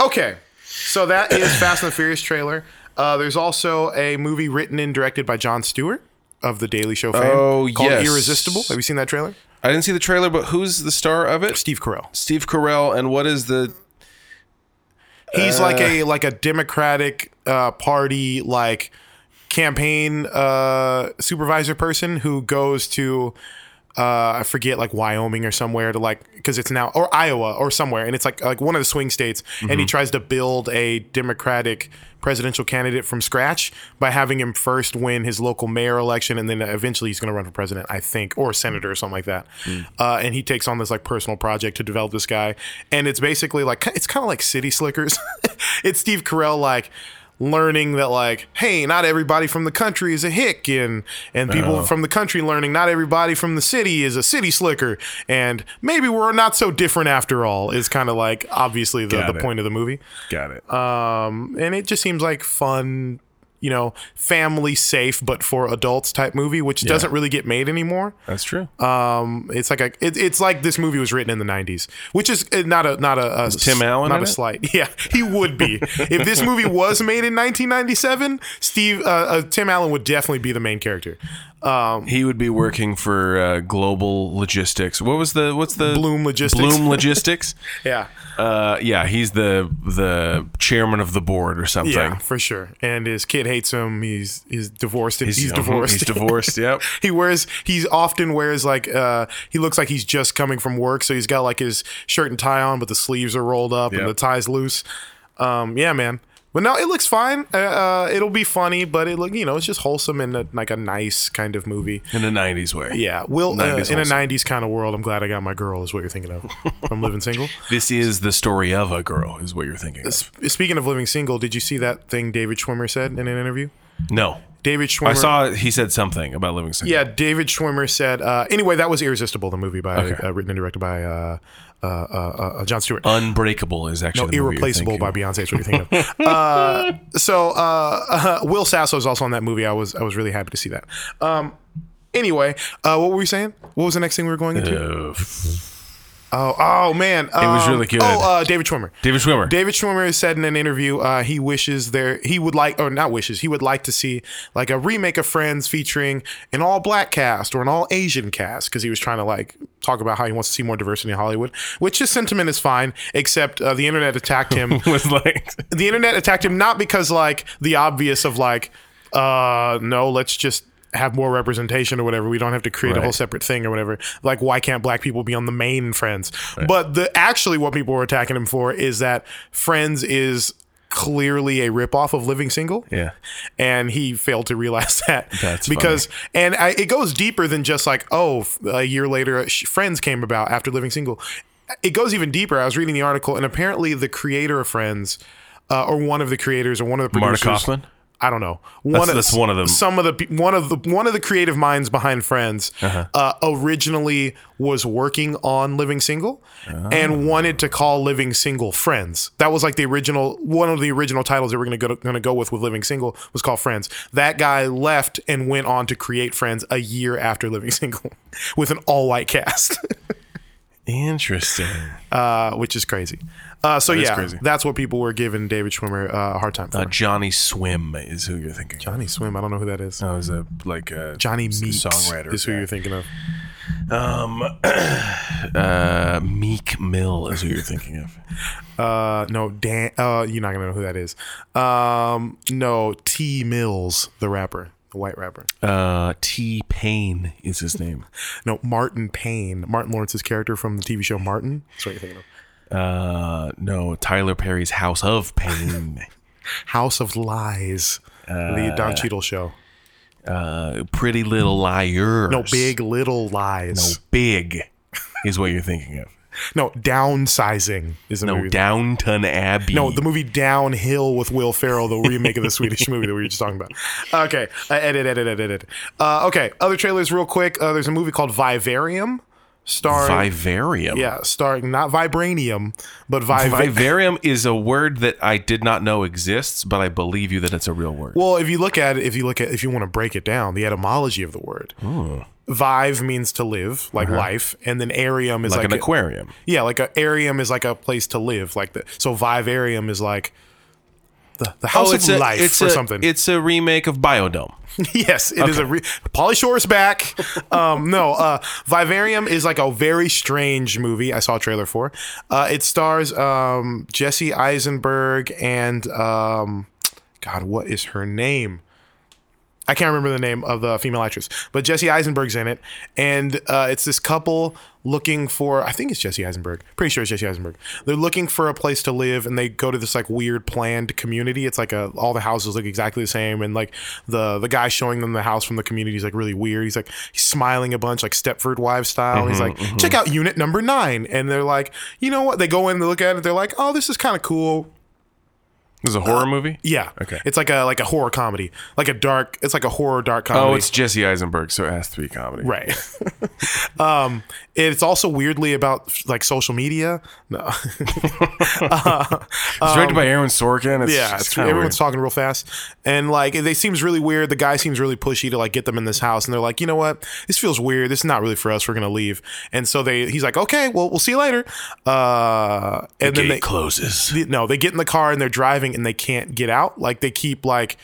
Speaker 2: Okay. So that is (coughs) Fast and the Furious trailer. Uh, there's also a movie written and directed by John Stewart of The Daily Show fame
Speaker 1: Oh,
Speaker 2: called
Speaker 1: yes.
Speaker 2: Irresistible. Have you seen that trailer?
Speaker 1: I didn't see the trailer, but who's the star of it?
Speaker 2: Steve Carell.
Speaker 1: Steve Carell, and what is the?
Speaker 2: He's like
Speaker 1: Uh,
Speaker 2: a like a Democratic uh, party like campaign uh, supervisor person who goes to uh, I forget like Wyoming or somewhere to like because it's now or Iowa or somewhere and it's like like one of the swing states and he tries to build a Democratic presidential candidate from scratch by having him first win his local mayor election and then eventually he's going to run for president I think or senator or something like that uh, and he takes on this like personal project to develop this guy and it's basically like it's kind of like City Slickers (laughs) it's Steve Carell like learning that like hey not everybody from the country is a hick and and people
Speaker 1: Uh-huh.
Speaker 2: from the country learning not everybody from the city is a city slicker and maybe we're not so different after all is kind of like obviously the,
Speaker 1: Got
Speaker 2: the
Speaker 1: it.
Speaker 2: point of the movie
Speaker 1: Got it.
Speaker 2: um and it just seems like fun you know family safe but for adults type movie which doesn't really get made anymore
Speaker 1: That's true.
Speaker 2: um it's like a it, it's like this movie was written in the 90s which is uh, not a not a, a
Speaker 1: Tim Allen
Speaker 2: not
Speaker 1: in
Speaker 2: a
Speaker 1: it?
Speaker 2: slight (laughs) yeah he would be if this movie was made in 1997 steve uh, uh, tim allen would definitely be the main character um
Speaker 1: he would be working for uh, Global Logistics. What was the? What's the
Speaker 2: Bloom Logistics.
Speaker 1: Bloom
Speaker 2: (laughs)
Speaker 1: Logistics.
Speaker 2: yeah
Speaker 1: uh, yeah, he's the the chairman of the board or something.
Speaker 2: yeah for sure and his kid hates him he's he's divorced and he's,
Speaker 1: Mhm,
Speaker 2: divorced
Speaker 1: He's divorced.
Speaker 2: (laughs)
Speaker 1: Yep.
Speaker 2: he wears he often wears like uh he looks like he's just coming from work so he's got like his shirt and tie on but the sleeves are rolled up
Speaker 1: Yep.
Speaker 2: and the tie's loose um yeah man but no it looks fine uh, uh it'll be funny but it look you know it's just wholesome and a, like a nice kind of movie
Speaker 1: In the '90s way.
Speaker 2: yeah will uh,
Speaker 1: 90s
Speaker 2: in a
Speaker 1: wholesome.
Speaker 2: 90s kind of world i'm glad i got my girl is what you're thinking of from
Speaker 1: (laughs)
Speaker 2: living single
Speaker 1: This is the story of a girl, is what you're thinking. Of.
Speaker 2: speaking of living single did you see that thing david schwimmer said in an interview
Speaker 1: No,
Speaker 2: david schwimmer
Speaker 1: I saw he said something about living single.
Speaker 2: Yeah, David Schwimmer said. Uh, anyway, that was irresistible. The movie by uh, written and directed by uh, uh, uh, uh, John Stewart.
Speaker 1: Unbreakable is actually Oh, the movie you're
Speaker 2: Irreplaceable by
Speaker 1: thinking.
Speaker 2: Beyonce is what you're thinking of.
Speaker 1: (laughs)
Speaker 2: Uh, so uh, Will Sasso is also on that movie. I was I was really happy to see that. Um, anyway, uh, what were we saying? What was the next thing we were going into?
Speaker 1: Uh,
Speaker 2: oh, oh man, it
Speaker 1: was really good.
Speaker 2: Oh, uh, David Schwimmer.
Speaker 1: David Schwimmer.
Speaker 2: David Schwimmer said in an interview uh, he wishes there he would like or not wishes he would like to see like a remake of Friends featuring an all black cast or an all Asian cast because he was trying to like talk about how he wants to see more diversity in Hollywood, which his sentiment is fine. Except uh, the internet attacked him
Speaker 1: (laughs) was like
Speaker 2: the internet attacked him not because like the obvious of like uh no let's just have more representation or whatever we don't have to create a
Speaker 1: Right.
Speaker 2: whole separate thing or whatever like why can't black people be on the main friends but the actually what people were attacking him for is that friends is clearly a ripoff of living single
Speaker 1: Yeah.
Speaker 2: and he failed to realize (laughs) that
Speaker 1: That's
Speaker 2: because and I, it goes deeper than just like oh f- a year later uh, Sh- friends came about after living single it goes even deeper i was reading the article and apparently the creator of friends uh, or one of the creators or one of the
Speaker 1: Marta
Speaker 2: producers
Speaker 1: Kaufman?
Speaker 2: I don't know. One
Speaker 1: That's- that's one of them.
Speaker 2: Some of the pe- one of the one of the creative minds behind Friends uh originally was working on Living Single and wanted to call Living Single Friends. That was like the original one of the original titles they were going to go going to go with with Living Single was called Friends. That guy left and went on to create Friends a year after Living (laughs) Single with an all white cast. (laughs)
Speaker 1: Interesting.
Speaker 2: uh, which is crazy. Uh, so
Speaker 1: is
Speaker 2: yeah,
Speaker 1: crazy.
Speaker 2: that's what people were giving David Schwimmer uh, a hard time for.
Speaker 1: Uh, Johnny Swim is who you're thinking.
Speaker 2: Johnny Swim, I don't know who that is.
Speaker 1: That was a like a
Speaker 2: Johnny
Speaker 1: s-
Speaker 2: Meeks
Speaker 1: songwriter
Speaker 2: is who
Speaker 1: guy.
Speaker 2: you're thinking of.
Speaker 1: um, (clears throat) Uh, Meek Mill is who you're thinking of.
Speaker 2: Uh, no, Dan. Uh, you're not gonna know who that is. Um, no, T. Mills, the rapper, the white rapper.
Speaker 1: Uh, T Pain is his name.
Speaker 2: No, Martin Payne, Martin Lawrence's character from the TV show Martin. That's what you're thinking of.
Speaker 1: Uh, no, Tyler Perry's House of
Speaker 2: (laughs)
Speaker 1: Pain.
Speaker 2: House of Lies, the Don Cheadle show.
Speaker 1: Uh, Pretty Little Liars.
Speaker 2: No, Big Little Lies.
Speaker 1: Big is what you're thinking of.
Speaker 2: No, Downsizing is the
Speaker 1: No,
Speaker 2: movie.
Speaker 1: Downton Abbey.
Speaker 2: No, the movie Downhill with Will Ferrell, the remake of
Speaker 1: (laughs)
Speaker 2: the Swedish movie that we were just talking about. Okay, uh, edit, edit, edit, edit. Uh, okay, other trailers real quick. Uh, there's a movie called Vivarium, starring
Speaker 1: Vivarium.
Speaker 2: yeah, starring not Vibranium, but Vivarium.
Speaker 1: Vivarium is a word that I did not know exists, but I believe you that it's a real word.
Speaker 2: well, if you look at it, if you look at if you want to break it down, the etymology of the word.
Speaker 1: Oh.
Speaker 2: Vive means to live, like life, and then arium is
Speaker 1: Uh-huh. like,
Speaker 2: like,
Speaker 1: an
Speaker 2: a-
Speaker 1: aquarium.
Speaker 2: yeah, like a arium is like a place to live, like the so vivarium is like the, the house of life or
Speaker 1: Oh, a,
Speaker 2: something.
Speaker 1: It's a remake of Biodome.
Speaker 2: (laughs) Yes, it is a re- Polly Shore's back. Um, no, uh, Vivarium is like a very strange movie. I saw a trailer for. Uh, it stars um, Jesse Eisenberg and um, God, what is her name? I can't remember the name of the female actress, but Jesse Eisenberg's in it, and uh, it's this couple looking for. I think it's Jesse Eisenberg. Pretty sure it's Jesse Eisenberg. They're looking for a place to live, and they go to this like weird planned community. It's like a, all the houses look exactly the same, and like the the guy showing them the house from the community is like really weird. He's like he's smiling a bunch, like Stepford Wives style. he's
Speaker 1: Mm-hmm,
Speaker 2: like, check out unit number nine, and they're like, you know what? They go in, they look at it, they're like, oh, this is kind of cool.
Speaker 1: This is a horror movie?
Speaker 2: Yeah.
Speaker 1: Okay.
Speaker 2: It's like a like a horror comedy, like a dark. It's like a horror dark comedy.
Speaker 1: Oh, it's Jesse Eisenberg, so it has to be comedy.
Speaker 2: right. (laughs) um, it's also weirdly about like social media. No. (laughs)
Speaker 1: It's directed by Aaron Sorkin. It's,
Speaker 2: Um, yeah,
Speaker 1: it's
Speaker 2: it's-
Speaker 1: kinda
Speaker 2: everyone's
Speaker 1: weird.
Speaker 2: talking real fast, and like they seems really weird. The guy seems really pushy to like get them in this house, and they're like, you know what, this feels weird. This is not really for us. We're gonna leave. And so they, he's like, okay, well, we'll see you later. Uh, and then
Speaker 1: Gate
Speaker 2: they
Speaker 1: closes.
Speaker 2: the- no, they get in the car and they're driving and they can't get out. Like they keep like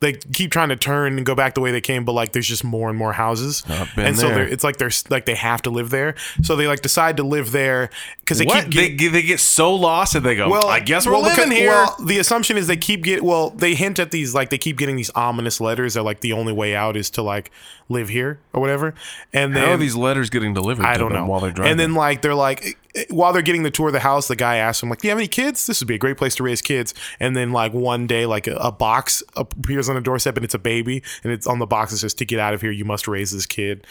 Speaker 2: they keep trying to turn and go back the way they came, but like there's just more and more houses,
Speaker 1: I've been
Speaker 2: and so
Speaker 1: there.
Speaker 2: they're, it's like they're like they have to live there. So they like decide to live there because they
Speaker 1: What?
Speaker 2: keep getting.
Speaker 1: They, get- they get so lost that they go, well, I guess we're
Speaker 2: well,
Speaker 1: living
Speaker 2: because-
Speaker 1: here.
Speaker 2: Well, the assumption is they keep get. Well, they hint at these like they keep getting these ominous letters that like the only way out is to like live here or whatever. And then
Speaker 1: How are these letters getting delivered
Speaker 2: I
Speaker 1: to
Speaker 2: don't
Speaker 1: them
Speaker 2: know.
Speaker 1: while they're driving?
Speaker 2: And then like they're like while they're getting the tour of the house, the guy asks him like, "Do you have any kids? This would be a great place to raise kids." And then like one day, like a, a box appears on the doorstep and it's a baby, and it's on the box it says, "To get out of here, you must raise this kid."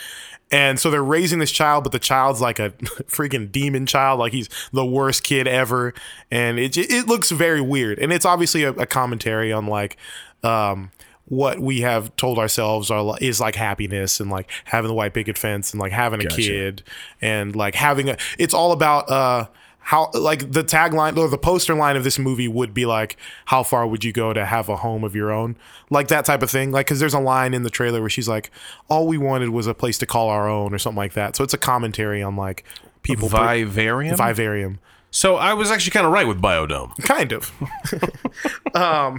Speaker 2: And so they're raising this child, but the child's like a (laughs) freaking demon child. Like he's the worst kid ever, and it it looks very weird. And it's obviously a, a commentary on like. Um, what we have told ourselves are li- is like happiness and like having the white picket fence and like having a kid and like having a it's all about uh how like the tagline or the poster line of this movie would be like how far would you go to have a home of your own like that type of thing like because there's a line in the trailer where she's like all we wanted was a place to call our own or something like that so it's a commentary on like people
Speaker 1: Vivarium?
Speaker 2: vivarium
Speaker 1: so I was actually kind of right with Biodome.
Speaker 2: kind of
Speaker 1: Like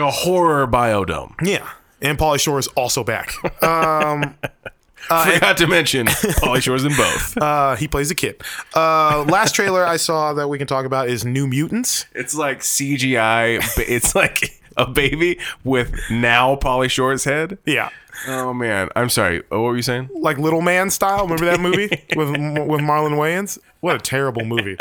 Speaker 1: a horror Biodome.
Speaker 2: yeah and Polly Shore is also back
Speaker 1: (laughs) Forgot to mention Polly Shore's in both.
Speaker 2: Uh, he plays a kid. Uh, last trailer I saw that we can talk about is New Mutants.
Speaker 1: It's like CGI. but It's like a baby with now Polly Shore's head.
Speaker 2: Yeah,
Speaker 1: Oh man, I'm sorry. Oh, what were you saying?
Speaker 2: like Little Man style. Remember
Speaker 1: (laughs)
Speaker 2: that movie with with Marlon Wayans? What a terrible movie.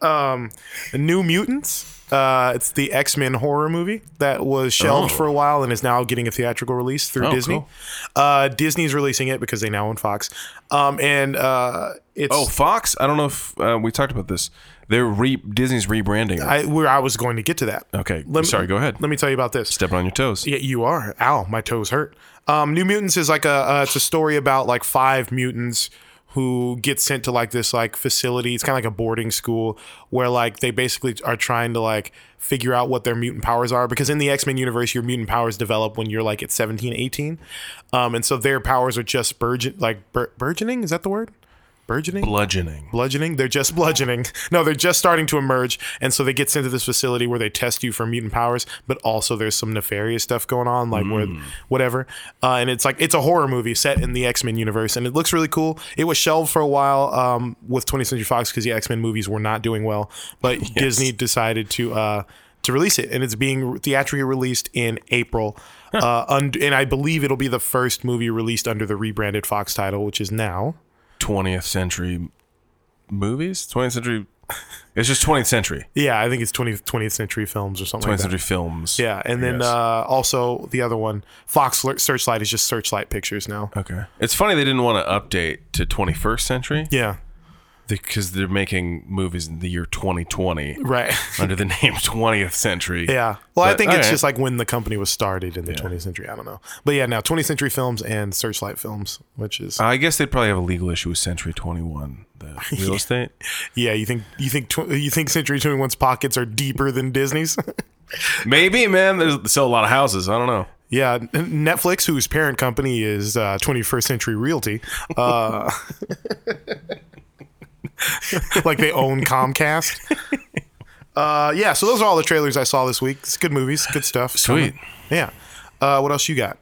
Speaker 2: Um, New Mutants. Uh, it's the X Men horror movie that was shelved
Speaker 1: Oh.
Speaker 2: for a while and is now getting a theatrical release through
Speaker 1: Oh,
Speaker 2: Disney.
Speaker 1: cool.
Speaker 2: Uh, Disney's releasing it because they now own Fox. Um, and uh, it's
Speaker 1: Oh, Fox. I don't know if uh, we talked about this. They're re- Disney's rebranding. it.
Speaker 2: I, where I was going to get to that.
Speaker 1: okay,
Speaker 2: Lem-
Speaker 1: sorry. Go ahead.
Speaker 2: Let me tell you about this.
Speaker 1: Stepping on your toes.
Speaker 2: Yeah, you are. Ow, my toes hurt. Um, New Mutants is like a uh, it's a story about like five mutants who get sent to like this like facility. It's kind of like a boarding school where like they basically are trying to like figure out what their mutant powers are because in the X-Men universe your mutant powers develop when you're like at 17, 18. Um, and so their powers are just burgeon like bur- burgeoning, is that the word? Burgeoning?
Speaker 1: Bludgeoning.
Speaker 2: bludgeoning they're just (laughs) bludgeoning no they're just starting to emerge and so they get sent to this facility where they test you for mutant powers but also there's some nefarious stuff going on like where whatever uh, and it's like it's a horror movie set in the x-men universe and it looks really cool it was shelved for a while um, with 20th century fox because the x-men movies were not doing well but disney decided to uh, to release it and it's being theatrically released in april uh, und- and i believe it'll be the first movie released under the rebranded fox title which is now
Speaker 1: 20th century movies. 20th century. It's just 20th century.
Speaker 2: Yeah, I think it's 20th, 20th century films or something
Speaker 1: 20th
Speaker 2: like that.
Speaker 1: century films.
Speaker 2: Yeah, and then
Speaker 1: Yes.
Speaker 2: uh, also the other one, Fox Lur- Searchlight is just Searchlight Pictures now.
Speaker 1: Okay. It's funny they didn't want to update to 21st century
Speaker 2: Yeah,
Speaker 1: because they're making movies in the year 2020
Speaker 2: right. (laughs)
Speaker 1: under the (laughs) name 20th century.
Speaker 2: yeah. Well, I
Speaker 1: But-
Speaker 2: think it's
Speaker 1: alright.
Speaker 2: just like when the company was started in the 20th century. I don't know, but yeah, now 20th century films and Searchlight films, which is
Speaker 1: I guess they'd probably have a legal issue with Century 21,
Speaker 2: (laughs)
Speaker 1: the real estate.
Speaker 2: yeah. You think you think tw- you think Century 21's pockets are deeper than Disney's?
Speaker 1: Maybe, man. There's still a lot of houses. I don't know.
Speaker 2: yeah, N- Netflix, whose parent company is uh, 21st Century Realty, uh, (laughs) like they own Comcast. Uh, yeah, so those are all the trailers I saw this week. It's good movies, good stuff.
Speaker 1: Sweet.
Speaker 2: Yeah. Uh, what else you got?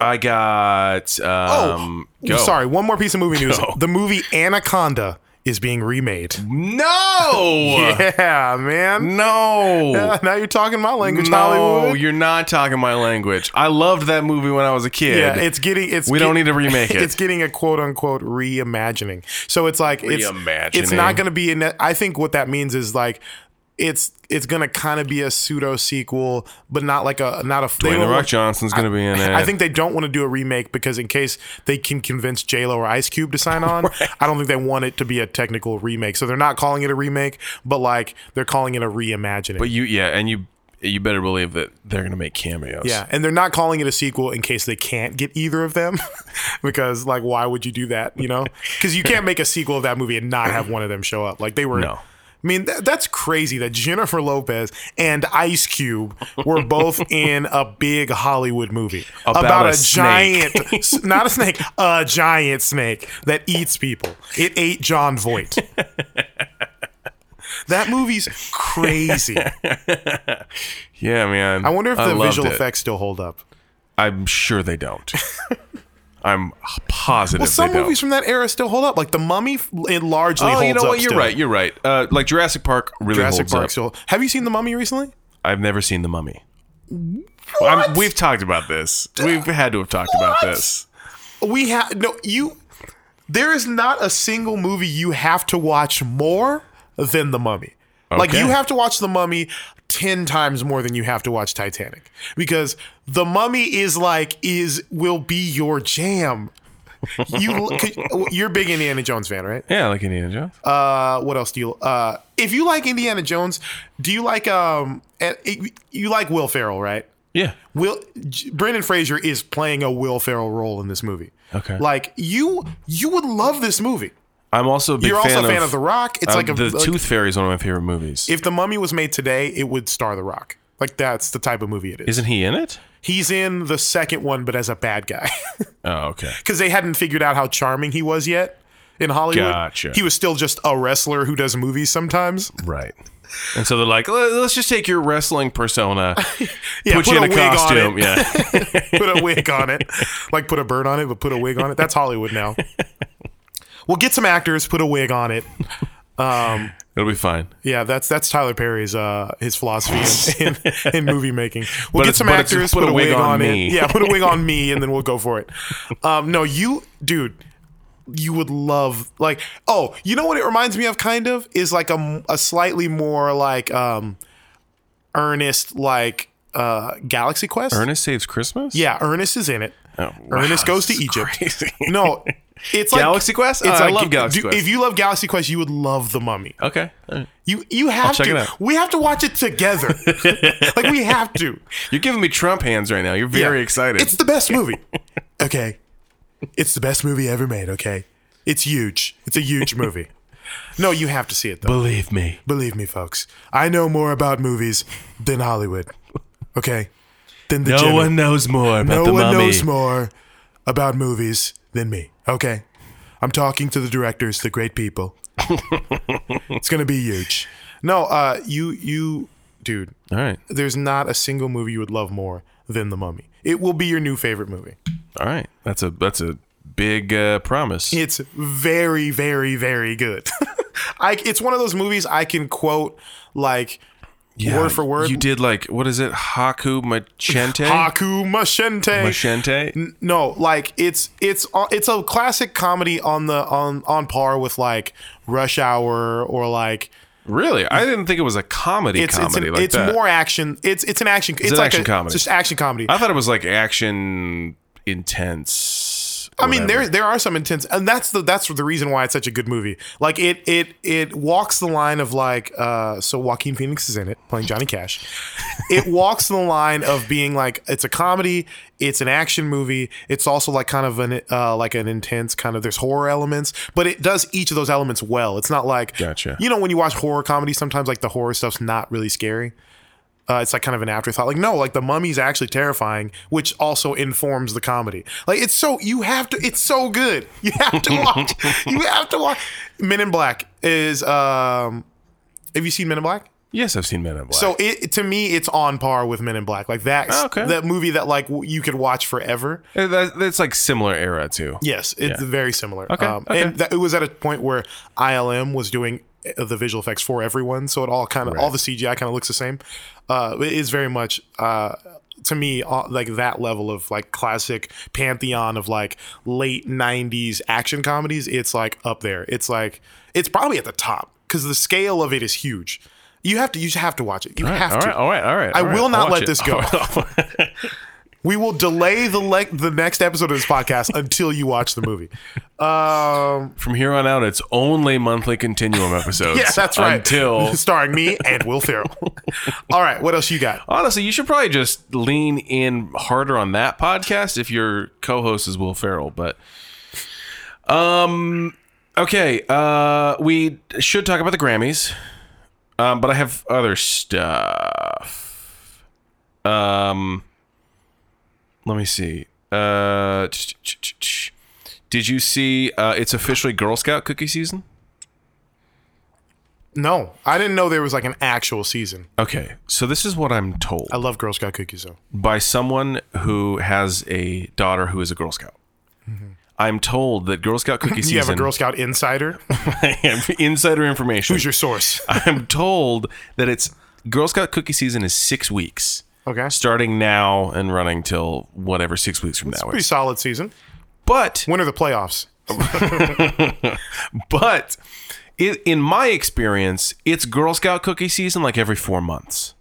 Speaker 1: I got. Um,
Speaker 2: oh,
Speaker 1: go.
Speaker 2: sorry. One more piece of movie news.
Speaker 1: Go.
Speaker 2: The movie Anaconda is being remade.
Speaker 1: No.
Speaker 2: (laughs) Yeah, man. (laughs)
Speaker 1: No.
Speaker 2: now you're talking my language,
Speaker 1: No,
Speaker 2: Hollywood.
Speaker 1: you're not talking my language. I loved that movie when I was a kid.
Speaker 2: Yeah, it's getting it's
Speaker 1: We don't need to
Speaker 2: (laughs)
Speaker 1: remake it.
Speaker 2: It's getting a quote unquote reimagining. So it's like it's it's
Speaker 1: Reimagining.
Speaker 2: not going to be in that I think what that means is like it's it's going to kind of be a pseudo sequel but not like a not a they
Speaker 1: Dwayne The
Speaker 2: don't
Speaker 1: Rock
Speaker 2: want-
Speaker 1: Johnson's going to be in it.
Speaker 2: I think they don't want to do a remake because in case they can convince J Lo or Ice Cube to sign
Speaker 1: (laughs)
Speaker 2: on, I don't think they want it to be a technical remake. So they're not calling it a remake, but like they're calling it a reimagining.
Speaker 1: But you, yeah, and you, you better believe that they're gonna make cameos.
Speaker 2: yeah, and they're not calling it a sequel in case they can't get either of them, (laughs) because like why would you do that? You know, because you can't make a sequel of that movie and not have one of them show up. Like they were.
Speaker 1: No.
Speaker 2: I mean, th- that's crazy that Jennifer Lopez and Ice Cube were both (laughs) in a big Hollywood movie
Speaker 1: About a snake.
Speaker 2: giant, (laughs) s- not a snake, a giant snake that eats people. It ate
Speaker 1: (laughs)
Speaker 2: John Voight. That movie's crazy.
Speaker 1: yeah, man.
Speaker 2: I wonder if the
Speaker 1: loved
Speaker 2: visual
Speaker 1: it.
Speaker 2: effects still hold up.
Speaker 1: I'm sure they
Speaker 2: (laughs)
Speaker 1: don't. I'm positive.
Speaker 2: Well, some
Speaker 1: they don't.
Speaker 2: movies from that era still hold up. Like The Mummy, f- it largely
Speaker 1: Oh,
Speaker 2: holds
Speaker 1: you know
Speaker 2: up
Speaker 1: what? You're
Speaker 2: still.
Speaker 1: right. You're right. Uh, like Jurassic Park really
Speaker 2: Jurassic
Speaker 1: holds
Speaker 2: Park
Speaker 1: up.
Speaker 2: still. Have you seen The Mummy recently?
Speaker 1: I've never seen The Mummy. I'm, we've talked about this. We've had to have talked about
Speaker 2: What?
Speaker 1: this.
Speaker 2: We have no you. There is not a single movie you have to watch more than The Mummy. Like
Speaker 1: Okay.
Speaker 2: you have to watch The Mummy ten times more than you have to watch Titanic because The Mummy is like is will be your jam. You (laughs) you're a big Indiana Jones fan, right?
Speaker 1: Yeah, like Indiana Jones.
Speaker 2: Uh, what else do you? Uh, if you like Indiana Jones, do you like um? and- You like Will Ferrell, right?
Speaker 1: yeah.
Speaker 2: Will J- Brendan Fraser is playing a Will Ferrell role in this movie.
Speaker 1: Okay.
Speaker 2: like you you would love this movie.
Speaker 1: I'm also a big
Speaker 2: You're
Speaker 1: fan
Speaker 2: also a
Speaker 1: of,
Speaker 2: fan of The Rock. It's
Speaker 1: uh,
Speaker 2: like a
Speaker 1: the
Speaker 2: like,
Speaker 1: Tooth Fairy is one of my favorite movies.
Speaker 2: if the Mummy was made today, it would star The Rock. Like that's the type of movie it is.
Speaker 1: Isn't he in it?
Speaker 2: He's in the second one, but as a bad guy (laughs)
Speaker 1: Oh, okay.
Speaker 2: because they hadn't figured out how charming he was yet in Hollywood.
Speaker 1: Gotcha.
Speaker 2: He was still just a wrestler who does movies sometimes.
Speaker 1: Right. And so they're like, "Let- let's just take your wrestling persona,
Speaker 2: (laughs) Yeah,
Speaker 1: put, you in a,
Speaker 2: wig on
Speaker 1: costume.
Speaker 2: it.
Speaker 1: Yeah.
Speaker 2: (laughs) put a wig on it. Like put a bird on it, but put a wig on it. That's Hollywood now. Well, get some actors, put a wig on it. Um,
Speaker 1: It'll be fine.
Speaker 2: Yeah, that's that's Tyler Perry's uh, his philosophy in, in, in movie making.
Speaker 1: But
Speaker 2: We'll get
Speaker 1: it's-
Speaker 2: some
Speaker 1: but it's
Speaker 2: actors, put, a wig, on,
Speaker 1: me.
Speaker 2: it. Yeah, put a wig on me, and then we'll go for it. Um, no, you, dude, you would love like oh, you know what it reminds me of? Kind of is like a, m- a slightly more like um, Ernest like uh, Galaxy Quest.
Speaker 1: Ernest Saves Christmas?
Speaker 2: Yeah, Ernest is in it.
Speaker 1: Oh,
Speaker 2: Ernest
Speaker 1: wow,
Speaker 2: goes to
Speaker 1: this is
Speaker 2: Egypt.
Speaker 1: crazy. (laughs)
Speaker 2: (laughs) No, it's like
Speaker 1: Galaxy Quest?
Speaker 2: It's
Speaker 1: Oh, I
Speaker 2: like-
Speaker 1: love Galaxy
Speaker 2: do-
Speaker 1: Quest.
Speaker 2: If you love Galaxy Quest, you would love The Mummy.
Speaker 1: Okay. All right.
Speaker 2: You you have
Speaker 1: check
Speaker 2: to.
Speaker 1: it out.
Speaker 2: We have to watch
Speaker 1: (laughs)
Speaker 2: it together. like we have to.
Speaker 1: You're giving me Trump hands right now. You're (laughs) very
Speaker 2: Yeah.
Speaker 1: excited.
Speaker 2: It's the best movie. Okay. It's the best movie ever made, okay? It's huge. It's a huge movie. No, you have to see it though.
Speaker 1: Believe me.
Speaker 2: Believe me, folks. I know more about movies than Hollywood. Okay? Than the
Speaker 1: No
Speaker 2: general-
Speaker 1: one knows more about
Speaker 2: no
Speaker 1: the
Speaker 2: one
Speaker 1: mummy.
Speaker 2: knows more about movies than me. Okay? I'm talking to the directors, the
Speaker 1: (laughs)
Speaker 2: great people. it's gonna be huge. No, uh you you dude,
Speaker 1: All right.
Speaker 2: there's not a single movie you would love more than The Mummy. It will be your new favorite movie.
Speaker 1: All right. That's a that's a big uh, promise.
Speaker 2: It's very, very, very good. (laughs) I, it's one of those movies I can quote like word for word.
Speaker 1: You did like what is it? Haku Machente?
Speaker 2: Haku Machente.
Speaker 1: Machente?
Speaker 2: no, like it's it's uh, it's a classic comedy on the on on par with like Rush Hour or like
Speaker 1: Really? I didn't think it was a comedy
Speaker 2: it's
Speaker 1: comedy
Speaker 2: it's an,
Speaker 1: like
Speaker 2: it's
Speaker 1: that.
Speaker 2: more action. It's it's an action. It's,
Speaker 1: an
Speaker 2: like
Speaker 1: action
Speaker 2: a,
Speaker 1: comedy.
Speaker 2: Just action comedy.
Speaker 1: I thought it was like action intense.
Speaker 2: I mean,
Speaker 1: whatever.
Speaker 2: there there are some intense, and that's the that's the reason why it's such a good movie. Like it it it walks the line of like uh, so Joaquin Phoenix is in it playing Johnny Cash. it walks the line of being like it's a comedy, it's an action movie, it's also like kind of an uh, like an intense kind of there's horror elements, but it does each of those elements well. It's not like
Speaker 1: Gotcha.
Speaker 2: You know when you watch horror comedy, sometimes like the horror stuff's not really scary. Uh, it's like kind of an afterthought. Like no, like the mummy's actually terrifying, which also informs the comedy. Like it's so you have to. It's so good. (laughs) You have to watch. you have to watch. Men in Black is. um Have you seen Men in Black?
Speaker 1: Yes, I've seen Men in Black.
Speaker 2: So it to me, it's on par with Men in Black. Like that.
Speaker 1: Oh, okay.
Speaker 2: That movie that like w- you could watch forever.
Speaker 1: Uh, that, that's like similar era too.
Speaker 2: Yes, it's very similar. Um,
Speaker 1: Okay, okay.
Speaker 2: And that, it was at a point where ILM was doing uh, the visual effects for everyone, so it all kind of all the CGI kind of looks the same. Uh, it is very much uh, to me uh, like that level of like classic pantheon of like late '90s action comedies. It's like up there. It's like it's probably at the top because the scale of it is huge. You have to. You just have to watch it. You have
Speaker 1: all
Speaker 2: to.
Speaker 1: right, all right, all right.
Speaker 2: I
Speaker 1: all right.
Speaker 2: will not
Speaker 1: (laughs) I'll watch
Speaker 2: let this go. We will delay the le- the next episode of this podcast until you watch the
Speaker 1: (laughs)
Speaker 2: movie. Um,
Speaker 1: From here on out, it's only monthly
Speaker 2: (laughs)
Speaker 1: continuum episodes.
Speaker 2: Yeah, that's right. (laughs)
Speaker 1: Until
Speaker 2: starring me and
Speaker 1: (laughs)
Speaker 2: Will Ferrell. All right, what else you got?
Speaker 1: honestly, you should probably just lean in harder on that podcast if your co-host is Will Ferrell. But um, okay, uh, we should talk about the Grammys. Um, but I have other stuff. Um, let me see. Uh, ch- ch- ch- ch- did you see? Uh, it's officially Girl Scout cookie season.
Speaker 2: No, I didn't know there was like an actual season.
Speaker 1: Okay, so this is what I'm told.
Speaker 2: I love Girl Scout cookies though.
Speaker 1: by someone who has a daughter who is a Girl Scout. I'm told that Girl
Speaker 2: (laughs)
Speaker 1: Scout cookie season.
Speaker 2: Mm-hmm. You have a Girl Scout
Speaker 1: (laughs)
Speaker 2: insider.
Speaker 1: insider information.
Speaker 2: Who's your (laughs) source?
Speaker 1: I'm told that it's Girl Scout cookie season is six weeks,
Speaker 2: Okay,
Speaker 1: starting now and running till whatever six weeks from now
Speaker 2: pretty
Speaker 1: is.
Speaker 2: solid season.
Speaker 1: But
Speaker 2: When are the playoffs?
Speaker 1: but it, in my experience, it's Girl Scout cookie season like every four months.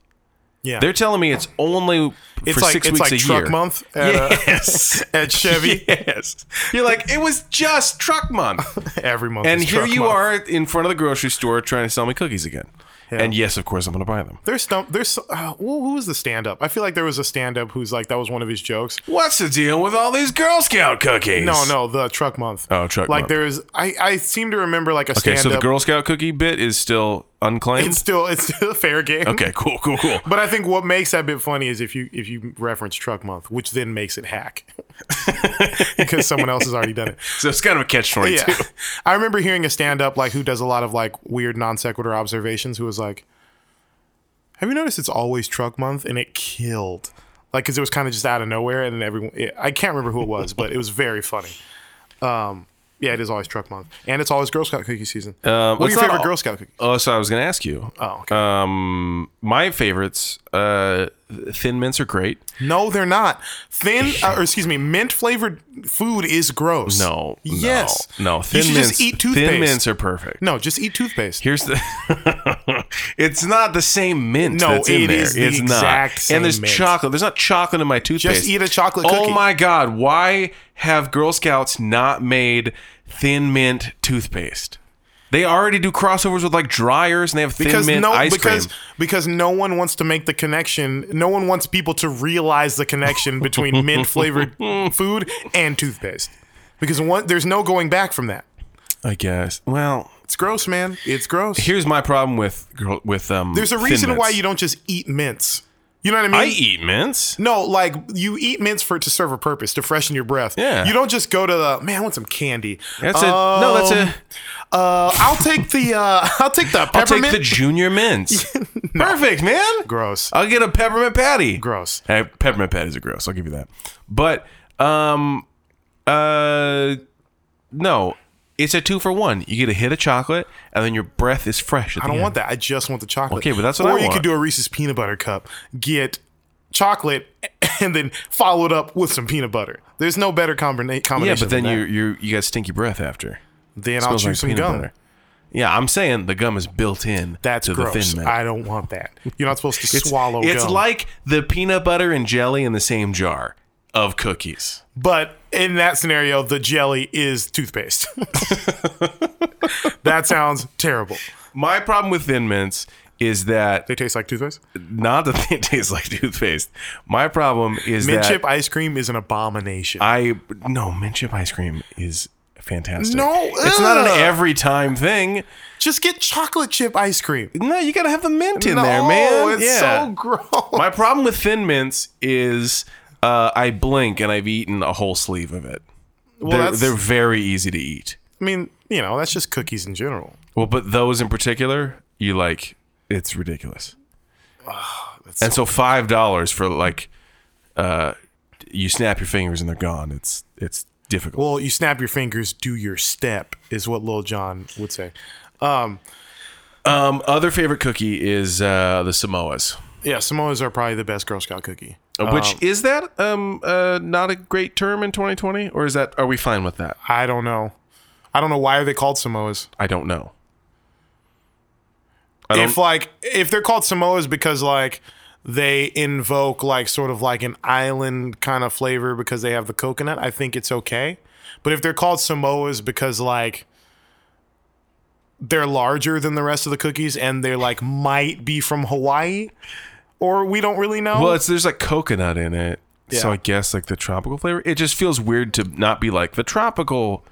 Speaker 2: Yeah,
Speaker 1: They're telling me it's only
Speaker 2: it's
Speaker 1: for
Speaker 2: like
Speaker 1: six
Speaker 2: it's
Speaker 1: weeks
Speaker 2: like
Speaker 1: a
Speaker 2: truck
Speaker 1: year.
Speaker 2: month at, uh,
Speaker 1: (laughs) yes.
Speaker 2: (laughs) at Chevy
Speaker 1: (laughs) yes. You're like, it was just truck (laughs) month.
Speaker 2: every month.
Speaker 1: And
Speaker 2: is
Speaker 1: here
Speaker 2: truck
Speaker 1: you
Speaker 2: month.
Speaker 1: are in front of the grocery store trying to sell me cookies again. And yes, of course, I'm going to buy them.
Speaker 2: There's some, there's uh, who who was the stand up? I feel like there was a stand up who's like that was one of his jokes.
Speaker 1: What's the deal with all these Girl Scout cookies?
Speaker 2: No, no, the truck month.
Speaker 1: Oh, truck
Speaker 2: like
Speaker 1: month.
Speaker 2: there's I I seem to remember like a
Speaker 1: Okay,
Speaker 2: stand
Speaker 1: so the
Speaker 2: up.
Speaker 1: Girl Scout cookie bit is still unclaimed.
Speaker 2: it's still it's still a fair game.
Speaker 1: (laughs) okay, cool, cool, cool.
Speaker 2: But I think what makes that bit funny is if you if you reference Truck Month, which then makes it hack (laughs) because someone else has already done it.
Speaker 1: So it's kind of a catch 22.
Speaker 2: Yeah, I remember hearing a stand up like who does a lot of like weird non sequitur observations who was like, "Have you noticed it's always Truck Month?" and it killed. Like, because it was kind of just out of nowhere, and then everyone. It, I can't remember who it was, but it was very funny. Um, yeah, it is always Truck Month, and it's always Girl Scout cookie season.
Speaker 1: Um,
Speaker 2: what are
Speaker 1: it's
Speaker 2: your
Speaker 1: not
Speaker 2: favorite
Speaker 1: all-
Speaker 2: Girl Scout cookies?
Speaker 1: Oh, so I was going to ask you.
Speaker 2: Oh, okay.
Speaker 1: Um, my favorites, uh, thin mints are great.
Speaker 2: No, they're not. Thin, uh, or excuse me, mint flavored food is gross.
Speaker 1: No.
Speaker 2: Yes.
Speaker 1: No. no. Thin
Speaker 2: should
Speaker 1: mints.
Speaker 2: just eat
Speaker 1: thin
Speaker 2: toothpaste.
Speaker 1: mints are perfect.
Speaker 2: No, just eat toothpaste.
Speaker 1: Here's the. (laughs) it's not the same mint.
Speaker 2: No,
Speaker 1: that's in
Speaker 2: it
Speaker 1: there.
Speaker 2: is the
Speaker 1: it's
Speaker 2: exact
Speaker 1: not.
Speaker 2: same
Speaker 1: And there's
Speaker 2: mint.
Speaker 1: chocolate. There's not chocolate in my toothpaste.
Speaker 2: eat a chocolate
Speaker 1: Oh
Speaker 2: cookie.
Speaker 1: my god! Why have Girl Scouts not made thin mint toothpaste? They already do crossovers with like dryers, and they have thin
Speaker 2: Because
Speaker 1: mint
Speaker 2: no,
Speaker 1: ice
Speaker 2: because
Speaker 1: cream.
Speaker 2: because no one wants to make the connection. No one wants people to realize the
Speaker 1: (laughs)
Speaker 2: connection between mint flavored food and toothpaste. Because one, there's no going back from that.
Speaker 1: I guess. Well,
Speaker 2: It's gross, man. It's gross.
Speaker 1: here's my problem with girl- with um.
Speaker 2: There's a
Speaker 1: Thin
Speaker 2: reason why
Speaker 1: Mints.
Speaker 2: you don't just eat mints. You know what I mean?
Speaker 1: I eat mints.
Speaker 2: No, like you eat mints for to serve a purpose, to freshen your breath.
Speaker 1: Yeah.
Speaker 2: You don't just go to the man. I want some candy.
Speaker 1: That's a no. That's
Speaker 2: Um,
Speaker 1: a.
Speaker 2: Uh, I'll take the. Uh, (laughs) I'll take the
Speaker 1: I'll take
Speaker 2: peppermint.
Speaker 1: the junior
Speaker 2: (laughs)
Speaker 1: mints. Perfect, man.
Speaker 2: gross.
Speaker 1: I'll get a peppermint patty.
Speaker 2: gross.
Speaker 1: Hey, peppermint patties are gross. I'll give you that. But um, uh, no, it's a two for one. You get a hit of chocolate, and then your breath is fresh.
Speaker 2: I don't want that. I just want the chocolate.
Speaker 1: Okay, but that's what I
Speaker 2: Or you
Speaker 1: want.
Speaker 2: could do a Reese's peanut butter cup. Get chocolate (laughs) and then follow it up with some peanut butter. There's no better combina-
Speaker 1: Yeah,
Speaker 2: combination.
Speaker 1: but then
Speaker 2: than
Speaker 1: you
Speaker 2: that.
Speaker 1: you you got stinky breath after.
Speaker 2: then I'll
Speaker 1: Smells
Speaker 2: chew
Speaker 1: like
Speaker 2: some
Speaker 1: peanut
Speaker 2: gum.
Speaker 1: butter. Yeah, I'm saying the gum is built in.
Speaker 2: That's
Speaker 1: to the
Speaker 2: gross.
Speaker 1: thin mint.
Speaker 2: I don't want that. You're not supposed to swallow
Speaker 1: It's
Speaker 2: gum.
Speaker 1: like the peanut butter and jelly in the same jar of cookies.
Speaker 2: But in that scenario, the jelly is toothpaste. that sounds terrible.
Speaker 1: My problem with thin mints is that
Speaker 2: They taste like toothpaste.
Speaker 1: not that they (laughs) taste like toothpaste. My problem is
Speaker 2: Mint
Speaker 1: that
Speaker 2: chip ice cream is an abomination.
Speaker 1: I no mint chip ice cream is fantastic.
Speaker 2: No,
Speaker 1: it's not an
Speaker 2: ugh.
Speaker 1: every time thing.
Speaker 2: Just get chocolate chip ice cream.
Speaker 1: No, you gotta have the mint in
Speaker 2: no,
Speaker 1: there, man.
Speaker 2: It's
Speaker 1: yeah.
Speaker 2: so gross.
Speaker 1: My problem with thin mints is uh, I blink and I've eaten a whole sleeve of it.
Speaker 2: well,
Speaker 1: they're,
Speaker 2: that's,
Speaker 1: they're very easy to eat.
Speaker 2: I mean, you know, that's just cookies in general.
Speaker 1: Well, but those in particular, you like it's ridiculous. and so five dollars for like, uh, you snap your fingers and they're gone. It's it's difficult.
Speaker 2: Well, you snap your fingers, do your step, is what Lil John would say.
Speaker 1: Um, other favorite cookie is uh, the Samoas.
Speaker 2: Yeah, Samoas are probably the best Girl Scout cookie.
Speaker 1: Which is that um uh not a great term in 2020 or is that are we fine with that?
Speaker 2: I don't know. I don't know why are they called Samoas.
Speaker 1: I don't know. I don't,
Speaker 2: if like if they're called Samoas because like they invoke like sort of like an island kind of flavor because they have the coconut, I think it's okay. But if they're called Samoas because like they're larger than the rest of the cookies and they're like might be from Hawaii or we don't really know.
Speaker 1: well, it's there's like coconut in it, so
Speaker 2: Oh. Yeah.
Speaker 1: I guess like the tropical flavor. It just feels weird to not be like the tropical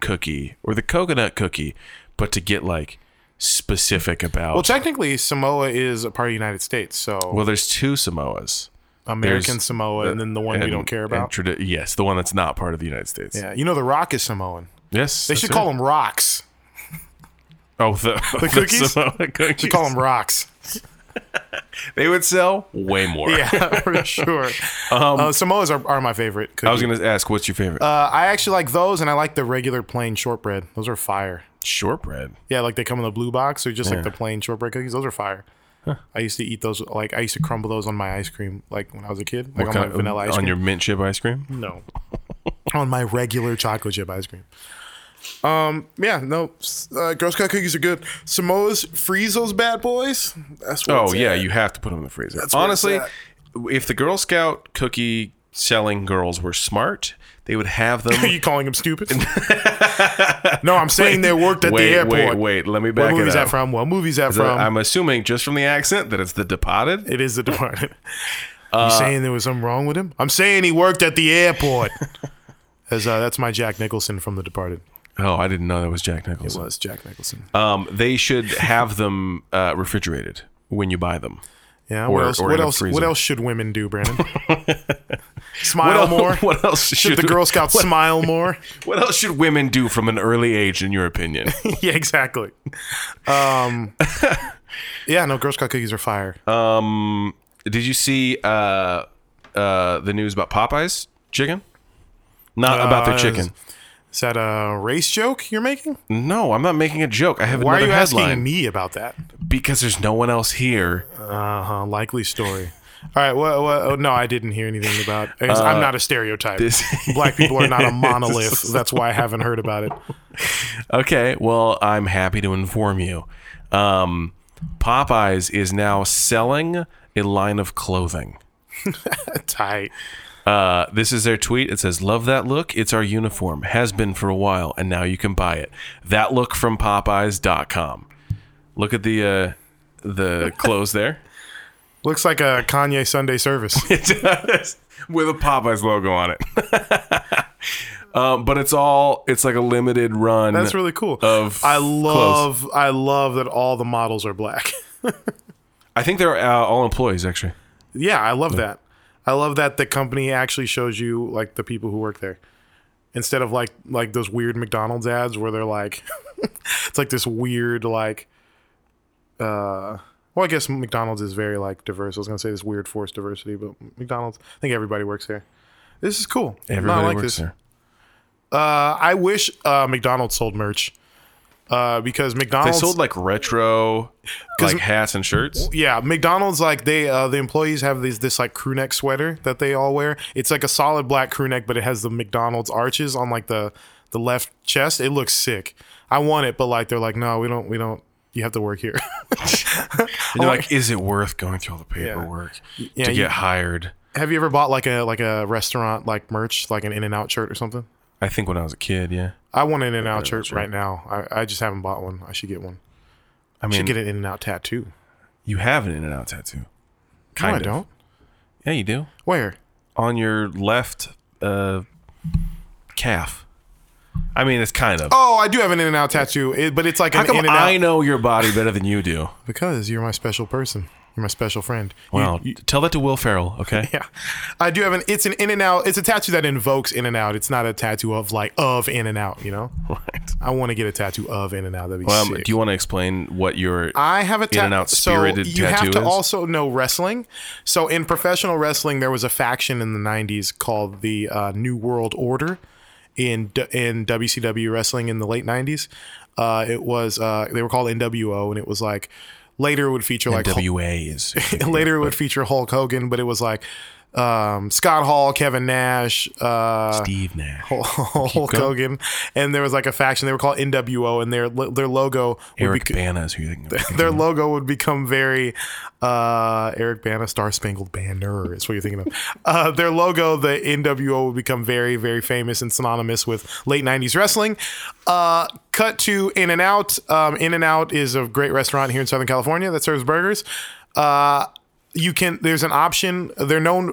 Speaker 1: cookie or the coconut cookie, but to get like specific about.
Speaker 2: well,
Speaker 1: Well,
Speaker 2: technically Samoa is a part of the United States, so
Speaker 1: there's two Samoas.
Speaker 2: American
Speaker 1: there's
Speaker 2: Samoa and then the one
Speaker 1: and-
Speaker 2: we don't care
Speaker 1: and
Speaker 2: about.
Speaker 1: tradi- yes, the one that's not part of the United States.
Speaker 2: yeah, you know the rock is Samoan.
Speaker 1: Yes,
Speaker 2: They should call them rocks.
Speaker 1: oh the, (laughs) the
Speaker 2: cookies?
Speaker 1: Samoa cookies.
Speaker 2: Should call them rocks.
Speaker 1: They would sell way more.
Speaker 2: (laughs) Yeah, for sure. uh, Samoas are, are my favorite. Cookie.
Speaker 1: Um, I was gonna ask, what's your favorite?
Speaker 2: uh, I actually like those, and I like the regular plain shortbread. Those are fire.
Speaker 1: Shortbread.
Speaker 2: Yeah, like they come in the blue box, or just like the plain shortbread cookies. Those are fire. I used to eat those. Like I used to crumble those on my ice cream, like when I was a kid, like on my
Speaker 1: Kind of-
Speaker 2: vanilla ice
Speaker 1: on
Speaker 2: cream.
Speaker 1: your mint chip ice cream.
Speaker 2: no, on my regular chocolate chip ice cream. Um. Yeah. No. s- Uh, Girl Scout cookies are good. Samoa's freeze those bad boys. That's what.
Speaker 1: Oh
Speaker 2: it's
Speaker 1: yeah,
Speaker 2: at.
Speaker 1: you have to put them in the freezer.
Speaker 2: where
Speaker 1: Honestly,
Speaker 2: it's
Speaker 1: if the Girl Scout cookie selling girls were smart, they would have
Speaker 2: (laughs) Are
Speaker 1: them.
Speaker 2: (laughs) you calling
Speaker 1: (laughs)
Speaker 2: him stupid? no, I'm saying they worked at the
Speaker 1: wait,
Speaker 2: airport.
Speaker 1: wait, wait. Let me back
Speaker 2: What movie's
Speaker 1: it
Speaker 2: that
Speaker 1: up.
Speaker 2: from? What movie's that from?
Speaker 1: I'm assuming just from the accent that it's the Departed.
Speaker 2: it is
Speaker 1: (laughs)
Speaker 2: The Departed.
Speaker 1: Uh,
Speaker 2: you saying there was something wrong with him? I'm saying he worked at the airport.
Speaker 1: (laughs)
Speaker 2: As, uh, that's my Jack Nicholson from The Departed.
Speaker 1: Oh, I didn't know that was Jack Nicholson.
Speaker 2: Was Jack Nicholson?
Speaker 1: Um, they should have them uh, refrigerated when you buy them.
Speaker 2: yeah.
Speaker 1: or-
Speaker 2: What else?
Speaker 1: or
Speaker 2: What
Speaker 1: in a
Speaker 2: else? What
Speaker 1: freezer.
Speaker 2: else should women
Speaker 1: (laughs)
Speaker 2: do, Brandon? smile
Speaker 1: what (laughs)
Speaker 2: more.
Speaker 1: Else, what else
Speaker 2: Should
Speaker 1: should
Speaker 2: the Girl
Speaker 1: (laughs)
Speaker 2: Scouts smile more?
Speaker 1: What else should women do from an early age, in your opinion?
Speaker 2: yeah, exactly.
Speaker 1: (laughs)
Speaker 2: Um, yeah, no, Girl Scout cookies are fire.
Speaker 1: Um, did you see uh, uh, the news about Popeyes chicken? Not about their
Speaker 2: Uh,
Speaker 1: chicken.
Speaker 2: Is that a race joke you're making?
Speaker 1: No, I'm not making a joke. I have
Speaker 2: Why are
Speaker 1: another
Speaker 2: you
Speaker 1: headline
Speaker 2: asking me about that?
Speaker 1: because there's no one else here.
Speaker 2: Uh huh. Uh-huh, Likely story. All right. Well, well oh, no, I didn't hear anything about. I'm not a stereotype.
Speaker 1: this-
Speaker 2: Black people are not a monolith. That's why I haven't heard about it.
Speaker 1: Okay, well, I'm happy to inform you. Um, Popeyes is now selling a line of clothing.
Speaker 2: Tight.
Speaker 1: Uh, this is their tweet. It says, Love that look. It's our uniform. Has been for a while, and now you can buy it. That look from Popeyes.com. Look at the uh, the clothes there.
Speaker 2: Looks like a Kanye Sunday service.
Speaker 1: It does. With a Popeyes logo on it. (laughs) um, but it's all, it's like a limited run.
Speaker 2: That's really cool.
Speaker 1: Of
Speaker 2: I
Speaker 1: clothes.
Speaker 2: love I love that all the models are black. (laughs)
Speaker 1: I think they're uh, all employees, actually.
Speaker 2: yeah, I love that. I love that the company actually shows you like the people who work there. Instead of like like those weird McDonald's ads where they're like (laughs) it's like this weird like uh well, I guess McDonald's is very like diverse. I was gonna say this weird forced diversity, but McDonald's, I think everybody works there. This is cool. No,
Speaker 1: Everybody
Speaker 2: I like
Speaker 1: works
Speaker 2: this.
Speaker 1: there.
Speaker 2: Uh, I wish uh, McDonald's sold merch uh, because
Speaker 1: They
Speaker 2: McDonald's
Speaker 1: sold like retro, like hats and shirts.
Speaker 2: Yeah, McDonald's like they uh, the employees have these this like crew neck sweater that they all wear. It's like a solid black crew neck, but it has the McDonald's arches on like the the left chest. It looks sick. I want it, but like they're like, no, we don't, we don't. You have to work here. (laughs)
Speaker 1: And you're like, is it worth going through all the paperwork
Speaker 2: yeah,
Speaker 1: to
Speaker 2: you-
Speaker 1: get hired?
Speaker 2: have you ever bought like a like a restaurant like merch, like an In and Out shirt or something?
Speaker 1: I think when I was a kid, yeah.
Speaker 2: I want an In and Out shirt right now. I, I just haven't bought one. I should get one.
Speaker 1: I
Speaker 2: I should
Speaker 1: mean,
Speaker 2: get an In and Out tattoo.
Speaker 1: you have an in and out tattoo.
Speaker 2: No,
Speaker 1: Kind
Speaker 2: I
Speaker 1: of.
Speaker 2: don't.
Speaker 1: Yeah, you do.
Speaker 2: Where?
Speaker 1: On your left uh, calf. I mean, it's kind of.
Speaker 2: Oh, I do have an In and Out tattoo, it, but it's like
Speaker 1: How
Speaker 2: an In
Speaker 1: come
Speaker 2: and
Speaker 1: I
Speaker 2: Out
Speaker 1: know your body better than you do?
Speaker 2: because you're my special person. You're my special friend. You-
Speaker 1: Wow. Tell that to Will Ferrell,
Speaker 2: (laughs)
Speaker 1: okay?
Speaker 2: Yeah, I do have an. It's an in and out. It's a tattoo that invokes in and out. It's not a tattoo of like of in and out. You know,
Speaker 1: Right.
Speaker 2: I want to get a tattoo of in and out. That'd be
Speaker 1: Um, do
Speaker 2: sick.
Speaker 1: you want to explain what your
Speaker 2: I have a tattoo.
Speaker 1: In-N-Out spirited
Speaker 2: so you have
Speaker 1: tattoo
Speaker 2: to
Speaker 1: is?
Speaker 2: also know wrestling. So in professional wrestling, there was a faction in the '90s called the uh, New World Order in D- in WCW wrestling in the late '90s. Uh, it was uh, they were called NWO, and it was like later it would feature like Hulk-
Speaker 1: WA
Speaker 2: (laughs)
Speaker 1: is?
Speaker 2: later it would feature Hulk Hogan, but it was like um, Scott Hall, Kevin Nash, uh,
Speaker 1: Steve Nash.
Speaker 2: (laughs) Hulk
Speaker 1: going.
Speaker 2: Hogan, and there was like a faction. They were called NWO, and their their logo would
Speaker 1: Eric
Speaker 2: be,
Speaker 1: Bana is who you think.
Speaker 2: (laughs)
Speaker 1: of.
Speaker 2: their logo would become very uh, Eric Bana, Star Spangled Banner. Is what you're thinking of. Uh, their logo, the NWO, would become very very famous and synonymous with late '90s wrestling. Uh, cut to In and Out. Um, in and Out is a great restaurant here in Southern California that serves burgers. Uh, you can there's an option. They're known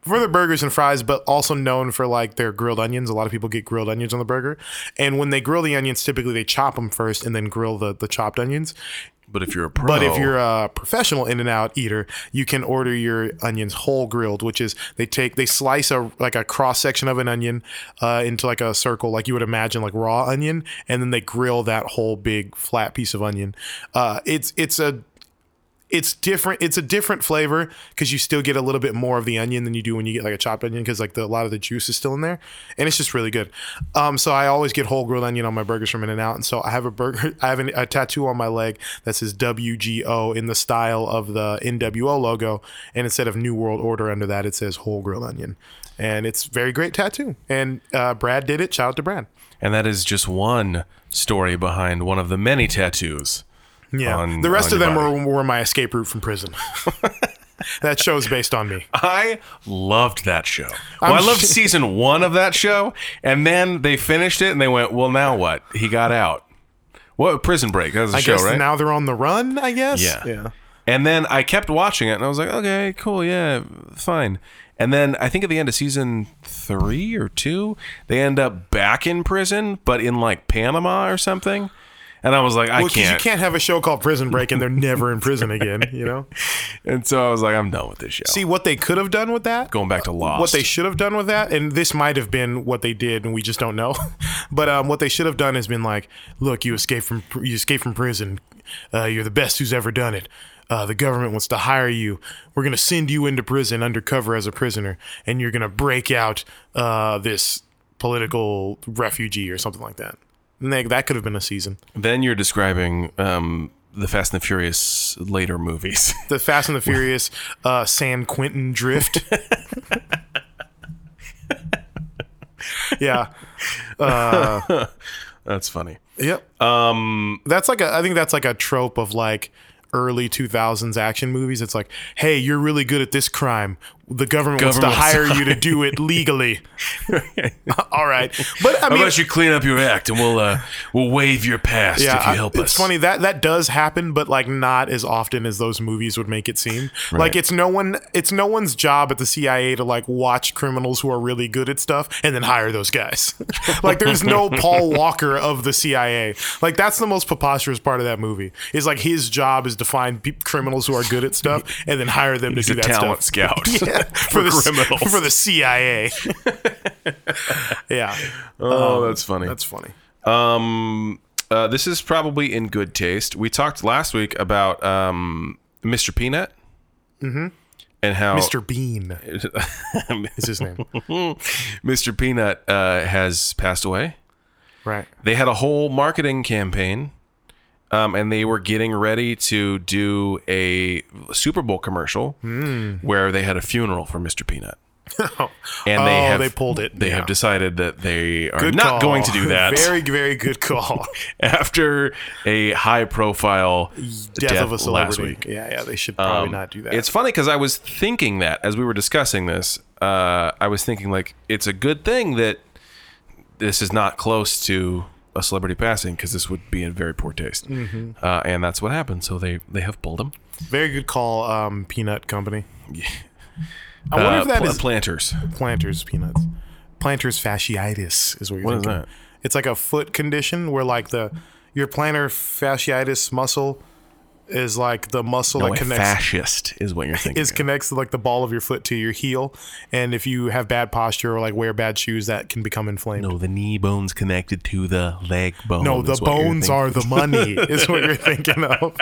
Speaker 2: for their burgers and fries, but also known for like their grilled onions. A lot of people get grilled onions on the burger, and when they grill the onions, typically they chop them first and then grill the the chopped onions.
Speaker 1: But if you're a pro,
Speaker 2: But if you're a professional in and out eater, you can order your onions whole grilled, which is they take they slice a like a cross section of an onion uh, into like a circle, like you would imagine like raw onion, and then they grill that whole big flat piece of onion. Uh, it's it's a it's different. It's a different flavor because you still get a little bit more of the onion than you do when you get like a chopped onion because like the, a lot of the juice is still in there, and it's just really good. Um, so I always get whole grilled onion on my burgers from In and Out, and so I have a burger. (laughs) I have an, a tattoo on my leg that says WGO in the style of the NWO logo, and instead of New World Order under that, it says whole grilled onion, and it's a very great tattoo. And uh, Brad did it. Shout out to Brad.
Speaker 1: and that is just one story behind one of the many tattoos.
Speaker 2: Yeah,
Speaker 1: on-
Speaker 2: the
Speaker 1: on
Speaker 2: rest of
Speaker 1: your
Speaker 2: them
Speaker 1: body.
Speaker 2: were, were my escape route from prison. (laughs) that show's based on me.
Speaker 1: I loved that show. Well, I
Speaker 2: I'm
Speaker 1: loved
Speaker 2: sh-
Speaker 1: season one of that show, and then they finished it, and they went, "Well, now what? He got out. What prison break? That was the
Speaker 2: I
Speaker 1: show,
Speaker 2: guess
Speaker 1: right?
Speaker 2: now they're on the run, I guess.
Speaker 1: yeah, And then I kept watching it, and I was like, "Okay, cool, yeah, fine." And then I think at the end of season three or two, they end up back in prison, but in like Panama or something. And I was like, "I
Speaker 2: Well, 'cause you
Speaker 1: can't.
Speaker 2: can't have a show called Prison Break and they're never in
Speaker 1: (laughs)
Speaker 2: prison again, you know?
Speaker 1: And so I was like, "I'm done with this show.
Speaker 2: See what they could have done with that?
Speaker 1: Going back to Lost.
Speaker 2: What they should have done with that, and this might have been what they did, and we just don't know. (laughs) but um, what they should have done has been like, look, you escaped from pr- you escaped from prison. Uh, you're the best who's ever done it. Uh, the government wants to hire you. We're gonna send you into prison undercover as a prisoner, and you're gonna break out uh, this political refugee or something like that. And they, that could have been a season.
Speaker 1: Then you're describing um, the Fast and the Furious later movies. (laughs)
Speaker 2: The Fast and the Furious uh, San Quentin drift. (laughs) yeah.
Speaker 1: That's funny.
Speaker 2: Yep. Um, that's like a. I think that's like a trope of like early 2000s action movies. It's like, hey, you're really good at this crime. The government, wants
Speaker 1: Government
Speaker 2: to
Speaker 1: wants to
Speaker 2: hire you to do
Speaker 1: (laughs)
Speaker 2: it legally. (laughs) All right, but I
Speaker 1: How
Speaker 2: mean,
Speaker 1: about you clean up your act and we'll uh, we'll waive your past if you
Speaker 2: I-
Speaker 1: help
Speaker 2: it's
Speaker 1: us.
Speaker 2: funny that that does happen, but like not as often as those movies would make it seem. Like it's no one, it's no one's job at the CIA to like watch criminals who are really good at stuff and then hire those guys. (laughs) like
Speaker 1: (laughs)
Speaker 2: there's no Paul Walker of the CIA. Like that's the most preposterous part of that movie. Is like his job is to find pe- criminals who are good at stuff and then hire them
Speaker 1: He's a
Speaker 2: to do that
Speaker 1: talent
Speaker 2: stuff.
Speaker 1: scout
Speaker 2: (laughs) Yeah,
Speaker 1: (laughs) for,
Speaker 2: the
Speaker 1: criminals.
Speaker 2: for
Speaker 1: (laughs)
Speaker 2: the CIA. yeah,
Speaker 1: oh, that's funny.
Speaker 2: that's funny.
Speaker 1: Um, uh, this is probably in good taste. We talked last week about um, Mr. Peanut. Mm-hmm. And how
Speaker 2: Mr.
Speaker 1: (laughs)
Speaker 2: Bean is his name,
Speaker 1: Mr. Peanut uh, has passed away.
Speaker 2: (laughs) right?
Speaker 1: They had a whole marketing campaign, um, and they were getting ready to do a Super Bowl commercial
Speaker 2: Hmm.
Speaker 1: where they had a funeral for Mr. Peanut. And they
Speaker 2: oh,
Speaker 1: have
Speaker 2: they pulled it.
Speaker 1: they
Speaker 2: Yeah.
Speaker 1: have decided that they are
Speaker 2: Good
Speaker 1: not
Speaker 2: call.
Speaker 1: going to do that
Speaker 2: (laughs) Very, very
Speaker 1: (laughs)
Speaker 2: good call.
Speaker 1: after a high profile death,
Speaker 2: Death, of a
Speaker 1: last
Speaker 2: celebrity.
Speaker 1: week.
Speaker 2: Yeah, yeah. They should probably
Speaker 1: Um,
Speaker 2: not do that.
Speaker 1: It's funny because I was thinking that as we were discussing this, uh, I was thinking like it's a good thing that this is not close to a celebrity passing because this would be in very poor taste,
Speaker 2: Mm-hmm.
Speaker 1: uh, and that's what happened. So they they have pulled him.
Speaker 2: very good call, um, Peanut Company. I wonder
Speaker 1: Uh,
Speaker 2: if that
Speaker 1: pl-
Speaker 2: is
Speaker 1: planters.
Speaker 2: planters peanuts. Planters fasciitis is what you're
Speaker 1: What is
Speaker 2: thinking.
Speaker 1: that?
Speaker 2: It's like a foot condition where like the your plantar fasciitis muscle is like the muscle
Speaker 1: No,
Speaker 2: that
Speaker 1: a
Speaker 2: connects
Speaker 1: fascist is what
Speaker 2: (laughs)
Speaker 1: you're thinking.
Speaker 2: is connects like the ball of your foot to your heel, and if you have bad posture or like wear bad shoes, that can become inflamed.
Speaker 1: no, the knee bone's connected to the leg bone.
Speaker 2: No, the
Speaker 1: is Oh, what you're
Speaker 2: bones
Speaker 1: thinking.
Speaker 2: are the
Speaker 1: (laughs)
Speaker 2: money, is what you're thinking of.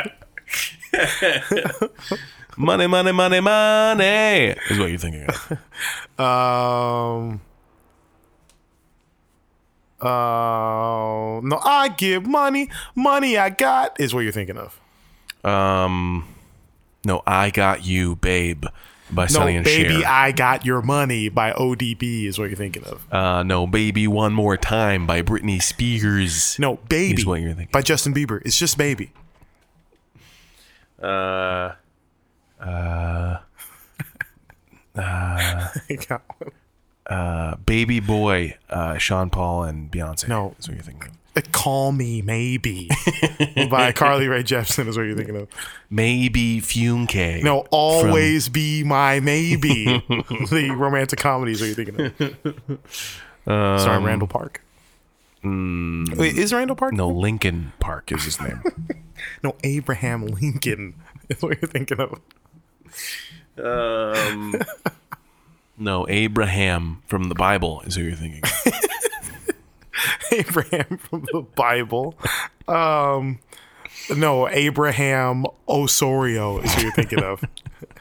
Speaker 1: money, money, money, money. Is what you're thinking
Speaker 2: (laughs)
Speaker 1: of.
Speaker 2: Um. Uh, no, I give money, money I got, is what you're thinking of.
Speaker 1: Um, no, I got you, babe, by
Speaker 2: No,
Speaker 1: Sonny and
Speaker 2: baby,
Speaker 1: Cher.
Speaker 2: I got your money by ODB, is what you're thinking of.
Speaker 1: uh, no, baby, one more time by Britney Spears.
Speaker 2: No, baby,
Speaker 1: what you're thinking.
Speaker 2: by Justin Bieber. It's
Speaker 1: (laughs)
Speaker 2: just baby. Uh, uh,
Speaker 1: Uh, baby boy, uh, Sean Paul and Beyonce.
Speaker 2: No. uh,
Speaker 1: is what you're thinking. of.
Speaker 2: call
Speaker 1: (laughs)
Speaker 2: me maybe by Carly Rae Jepsen, is what you're thinking of.
Speaker 1: Maybe Fume K.
Speaker 2: No, always be
Speaker 1: (laughs)
Speaker 2: my maybe. the romantic comedies are you thinking of?
Speaker 1: Um,
Speaker 2: Sorry, Randall Park. Wait, is Randall Park?
Speaker 1: mm. no, Lincoln Park is his name.
Speaker 2: no, Abraham Lincoln (laughs) is what you're thinking of. (laughs)
Speaker 1: (laughs) no, Abraham from the Bible is who you're thinking. of.
Speaker 2: Abraham from the Bible. Um, no, Abraham Osorio is what you're thinking of.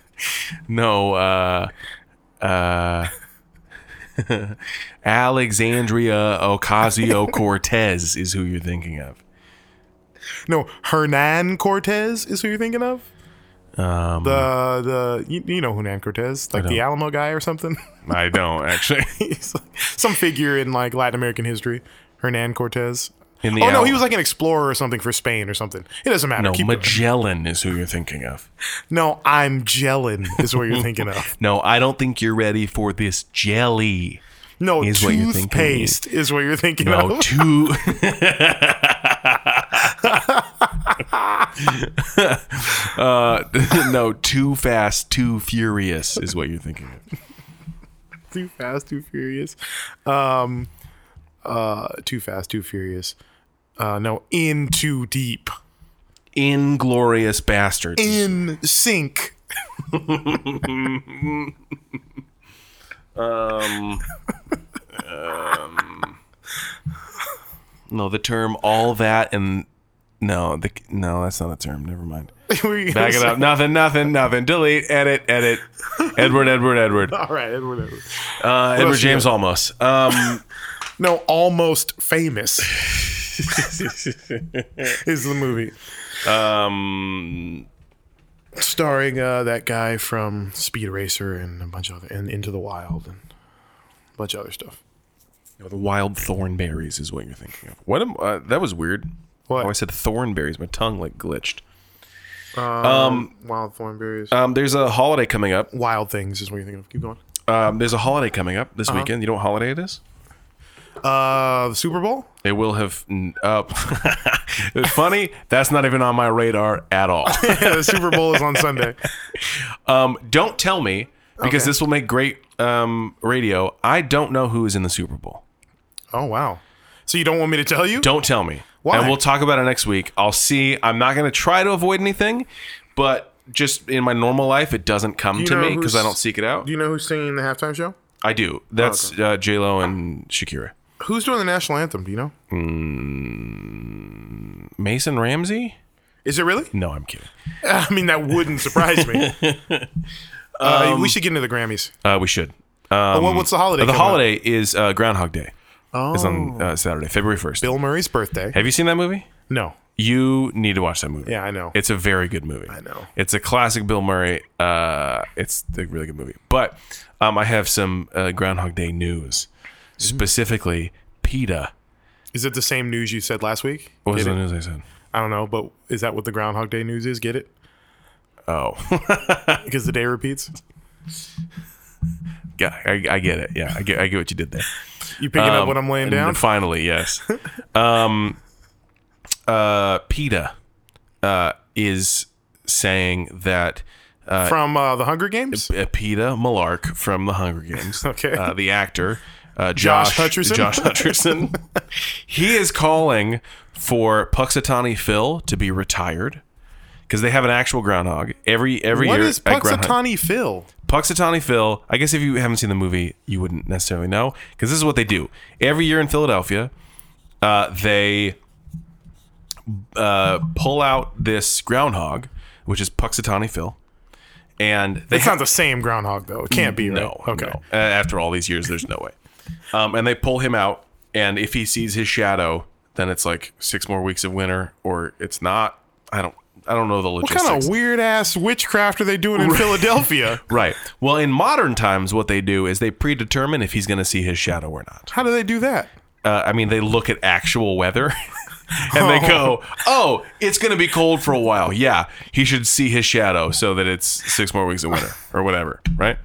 Speaker 1: (laughs) No, uh, uh, (laughs) Alexandria Ocasio Cortez is who you're thinking of.
Speaker 2: No, Hernan Cortez is who you're thinking of.
Speaker 1: Um,
Speaker 2: The the you, you know Hernan Cortez, like the Alamo guy or something. (laughs)
Speaker 1: I don't actually.
Speaker 2: He's like (laughs) some figure in like Latin American history. Hernan Cortez.
Speaker 1: In the
Speaker 2: oh no,
Speaker 1: Al-
Speaker 2: he was like an explorer or something for Spain or something. It doesn't matter.
Speaker 1: No,
Speaker 2: Keep going.
Speaker 1: Magellan is who you're thinking of.
Speaker 2: no, I'm gelling is what you're
Speaker 1: (laughs)
Speaker 2: thinking of.
Speaker 1: No, I don't think you're ready for this jelly.
Speaker 2: No,
Speaker 1: Is what you're thinking.
Speaker 2: toothpaste is what you're thinking
Speaker 1: No,
Speaker 2: of.
Speaker 1: two. uh, (laughs) no, too fast, too furious is what you're thinking of.
Speaker 2: (laughs) too fast, too furious. Um, uh, too fast, too furious. Uh, no, in too deep.
Speaker 1: Inglorious bastards.
Speaker 2: In sync. (laughs)
Speaker 1: no, the term all that and no, the no, that's not a term. Never mind.
Speaker 2: Were you gonna
Speaker 1: Back it
Speaker 2: say- (laughs)
Speaker 1: up. Nothing, nothing, nothing. Delete, edit, edit. Edward, Edward, Edward.
Speaker 2: All right, whatever.
Speaker 1: Uh, Edward
Speaker 2: else you
Speaker 1: James almost. Um, (laughs)
Speaker 2: No, almost famous. is the movie
Speaker 1: Um,
Speaker 2: starring uh, that guy from Speed Racer and a bunch of other and Into the Wild and a bunch of other stuff.
Speaker 1: you know, the wild thorn berries is what you're thinking of. What am uh, that was weird.
Speaker 2: What?
Speaker 1: Oh, I said thorn berries. My tongue like glitched.
Speaker 2: Wild Thornberries.
Speaker 1: Um, there's a holiday coming up.
Speaker 2: Wild Things is what you're thinking of. Keep going.
Speaker 1: Um, there's a holiday coming up this weekend. You know what holiday it is?
Speaker 2: Uh, the Super Bowl. (laughs)
Speaker 1: It will have. n- Uh, it's (laughs) funny. That's not even on my radar at (laughs) all.
Speaker 2: Yeah, the Super Bowl is
Speaker 1: (laughs)
Speaker 2: on Sunday.
Speaker 1: Um, don't tell me because
Speaker 2: Okay.
Speaker 1: this will make great um, radio. I don't know who is in the Super Bowl.
Speaker 2: Oh wow. So you don't want me to tell you?
Speaker 1: Don't tell me.
Speaker 2: Why?
Speaker 1: And we'll talk about it next week. I'll see. I'm not going to try to avoid anything, but just in my normal life, it doesn't come
Speaker 2: you
Speaker 1: to
Speaker 2: know
Speaker 1: me because I
Speaker 2: who's-
Speaker 1: don't seek it out.
Speaker 2: Do you know who's singing the halftime show?
Speaker 1: I do. That's uh, J Lo and Shakira.
Speaker 2: Who's doing the national anthem? Do you know?
Speaker 1: Mason Ramsey?
Speaker 2: Is it really?
Speaker 1: No, I'm kidding.
Speaker 2: I mean, that wouldn't surprise
Speaker 1: (laughs)
Speaker 2: me. uh, we should get into the Grammys.
Speaker 1: Uh, we should. Um,
Speaker 2: what- what's the holiday
Speaker 1: The
Speaker 2: coming up?
Speaker 1: holiday is uh, Groundhog Day. Oh. It's on uh, Saturday, February 1st.
Speaker 2: Bill Murray's birthday.
Speaker 1: Have you seen that movie?
Speaker 2: No,
Speaker 1: You need to watch that movie.
Speaker 2: Yeah, I know.
Speaker 1: It's a very good movie. I
Speaker 2: know.
Speaker 1: It's a classic Bill Murray. Uh, it's a really good movie. But um, I have some uh, Groundhog Day news,
Speaker 2: Mm.
Speaker 1: specifically PETA.
Speaker 2: is it the same news you said last week?
Speaker 1: What was
Speaker 2: Get
Speaker 1: the
Speaker 2: it?
Speaker 1: news I said?
Speaker 2: I don't know, but is that what the Groundhog Day news is? Get it?
Speaker 1: Oh, (laughs)
Speaker 2: Because the day repeats.
Speaker 1: yeah, I, I get it. Yeah, I get, I get what you did
Speaker 2: (laughs)
Speaker 1: there.
Speaker 2: You picking up
Speaker 1: Um,
Speaker 2: what I'm laying
Speaker 1: and
Speaker 2: down?
Speaker 1: Finally, yes. um, uh, PETA uh, is saying that
Speaker 2: From uh, the Hunger Games?
Speaker 1: uh, PETA Malark from The Hunger Games,
Speaker 2: (laughs) Okay.
Speaker 1: uh, the actor uh, Josh,
Speaker 2: Josh Hutcherson?
Speaker 1: Josh Hutcherson.
Speaker 2: (laughs)
Speaker 1: he is calling for Puxatani Phil to be retired because they have an actual groundhog every every
Speaker 2: What
Speaker 1: year.
Speaker 2: is
Speaker 1: at Groundhog-
Speaker 2: Puxatani Phil?
Speaker 1: Puxatawny Phil. I guess if you haven't seen the movie, you wouldn't necessarily know because this is what they do every year in Philadelphia. Uh, they uh, pull out this groundhog, which is Puxatawny Phil, and they
Speaker 2: It's
Speaker 1: ha-
Speaker 2: not the same groundhog, though. It can't be, right?
Speaker 1: no,
Speaker 2: Okay.
Speaker 1: no. Uh, after all these years, there's no way. Um, and they pull him out, and if he sees his shadow, then it's like six more weeks of winter, or it's not. I don't. I don't know the
Speaker 2: What
Speaker 1: logistics.
Speaker 2: kind of weird ass witchcraft are they doing in
Speaker 1: (laughs)
Speaker 2: Philadelphia?
Speaker 1: Right. Well, in modern times, what they do is they predetermine if he's going to see his shadow or not.
Speaker 2: How do they do that?
Speaker 1: Uh, I mean, they look at actual weather (laughs) and they go, oh, it's going to be cold for a while. Yeah, he should see his shadow so that it's six more weeks of winter or whatever. Right.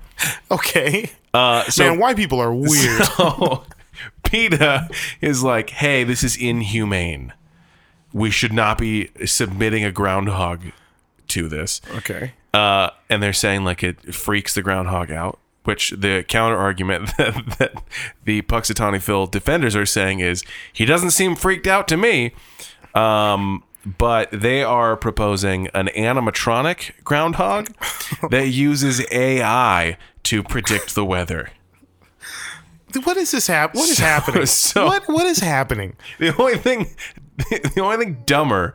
Speaker 2: Okay.
Speaker 1: Uh, (laughs) so,
Speaker 2: Man, white people are weird.
Speaker 1: so (laughs) PETA is like, hey, this is inhumane. We should not be submitting a groundhog to this.
Speaker 2: okay.
Speaker 1: uh, and they're saying like it freaks the groundhog out. Which the counter argument (laughs) that, that the Puxatawny Phil defenders are saying is he doesn't seem freaked out to me. Um, but they are proposing an animatronic groundhog that uses AI to predict the weather. (laughs)
Speaker 2: What is this hap- What is happening?
Speaker 1: so-
Speaker 2: what what is happening?
Speaker 1: (laughs) The only thing, the only thing dumber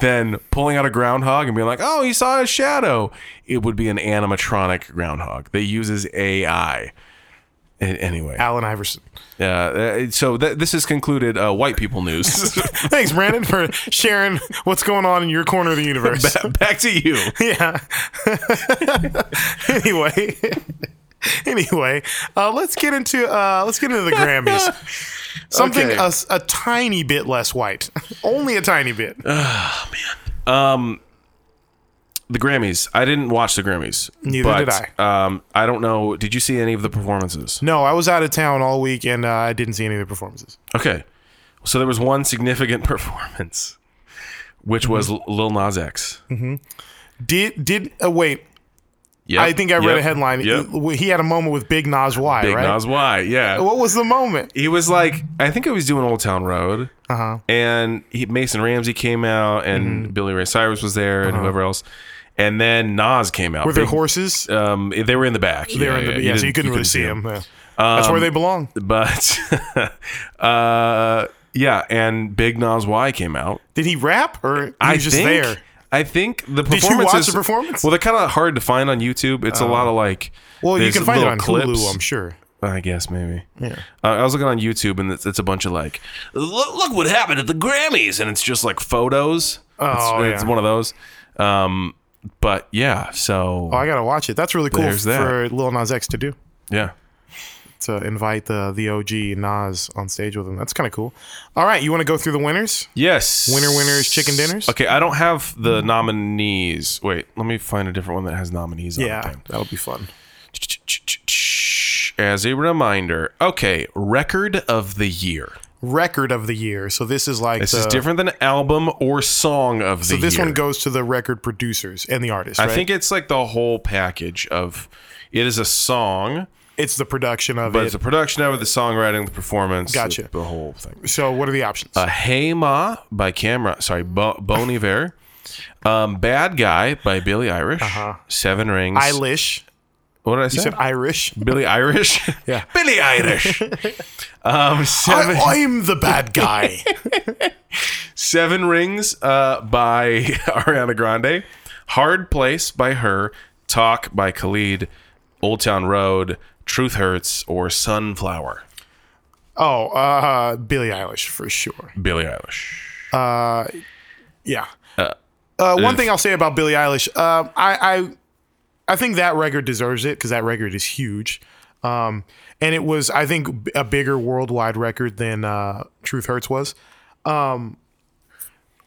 Speaker 1: than pulling out a groundhog and being like, "Oh, he saw a shadow," it would be an animatronic groundhog that uses AI. A- Anyway,
Speaker 2: Alan Iverson. (laughs)
Speaker 1: uh, uh, so th- this is concluded uh, white people
Speaker 2: (laughs)
Speaker 1: news. (laughs)
Speaker 2: Thanks, Brandon, for sharing what's going on in your corner of
Speaker 1: (laughs)
Speaker 2: the universe.
Speaker 1: Ba- Back to you.
Speaker 2: yeah. (laughs) anyway. Anyway, uh, let's get into uh, let's get into
Speaker 1: (laughs)
Speaker 2: the Grammys. Something
Speaker 1: Okay.
Speaker 2: a, s- a tiny bit less white, (laughs) only a tiny bit.
Speaker 1: The Grammys. I didn't watch the Grammys.
Speaker 2: Neither
Speaker 1: but,
Speaker 2: did
Speaker 1: Um, I don't know. Did you see any of the performances?
Speaker 2: No, I was out of town all week and uh, I didn't see any of the performances.
Speaker 1: Okay, so there was one significant (laughs) performance, which was L-
Speaker 2: Mm-hmm.
Speaker 1: Lil Nas X.
Speaker 2: Did did uh, wait?
Speaker 1: Yep,
Speaker 2: I think I read
Speaker 1: yep,
Speaker 2: a headline.
Speaker 1: Yep.
Speaker 2: He, he had a moment with Big Nas Y,
Speaker 1: Big
Speaker 2: right?
Speaker 1: Nas Y. Yeah.
Speaker 2: What was the moment?
Speaker 1: he was like I think he was doing Old Town Road, uh-huh. and he, Mason Ramsey came out, and
Speaker 2: Mm-hmm.
Speaker 1: Billy Ray Cyrus was there, and whoever else, and then Nas came out.
Speaker 2: Uh-huh. Were there
Speaker 1: Big-
Speaker 2: horses?
Speaker 1: um, they were in the back.
Speaker 2: they were in the, yeah, so you couldn't really see them. That's
Speaker 1: Um,
Speaker 2: where they belong.
Speaker 1: But (laughs) uh, yeah, and Big Nas Y came out.
Speaker 2: Did he rap or he
Speaker 1: I
Speaker 2: was just
Speaker 1: think,
Speaker 2: there?
Speaker 1: I think the
Speaker 2: you watch
Speaker 1: performances.
Speaker 2: the performance? Oh.
Speaker 1: Well, they're kind of hard to find on YouTube. It's a lot of like.
Speaker 2: Well, you
Speaker 1: there's
Speaker 2: can find it
Speaker 1: little
Speaker 2: on
Speaker 1: clips.
Speaker 2: Hulu, I'm sure.
Speaker 1: I guess maybe.
Speaker 2: Yeah.
Speaker 1: Uh, I was looking on YouTube and it's, it's a bunch of like, look, look what happened at the Grammys, and it's just like photos.
Speaker 2: Oh,
Speaker 1: it's, it's
Speaker 2: yeah.
Speaker 1: one of those. Um, but yeah, so
Speaker 2: Oh, I gotta watch it. That's really cool
Speaker 1: There's that.
Speaker 2: for Lil Nas X to do
Speaker 1: yeah,
Speaker 2: to invite the the OG Nas on stage with him. That's kind of cool. All right, you want to go through the winners?
Speaker 1: yes,
Speaker 2: Winner, winners, chicken dinners?
Speaker 1: Okay, I don't have the nominees. Wait, let me find a different one that has nominees. on it
Speaker 2: Yeah,
Speaker 1: then.
Speaker 2: that'll be fun.
Speaker 1: As a reminder, okay, record of the year.
Speaker 2: Record of the year. So this is like
Speaker 1: This
Speaker 2: the,
Speaker 1: is different than album or song of the
Speaker 2: So
Speaker 1: year.
Speaker 2: this one goes to the record producers and the artists.
Speaker 1: I
Speaker 2: right?
Speaker 1: think it's like the whole package of it is a song,
Speaker 2: it's the production of
Speaker 1: but
Speaker 2: it.
Speaker 1: it's the production of it, the songwriting, the performance,
Speaker 2: Gotcha.
Speaker 1: the, the whole thing.
Speaker 2: so what are the options?
Speaker 1: Uh, hey Ma by Camera, sorry, Bo, Bon Iver. Um, Bad Guy by Billy Irish. Seven Rings.
Speaker 2: Eilish.
Speaker 1: what did I
Speaker 2: Uh-huh. You
Speaker 1: say?
Speaker 2: said Irish.
Speaker 1: Billy Irish?
Speaker 2: (laughs) Yeah.
Speaker 1: Billy Irish.
Speaker 2: (laughs)
Speaker 1: um, seven,
Speaker 2: I, am the
Speaker 1: (laughs)
Speaker 2: bad guy.
Speaker 1: seven Rings uh, by (laughs) Ariana Grande. Hard Place by her. Talk by Khalid. Old Town Road. Truth Hurts or Sunflower.
Speaker 2: oh, uh, Billie Eilish for sure.
Speaker 1: Billie Eilish.
Speaker 2: Yeah. Uh, one thing I'll say about Billie Eilish, uh, I, I, I think that record deserves it because that record is huge, um, and it was I think b- a bigger worldwide record than uh, Truth Hurts was. Um,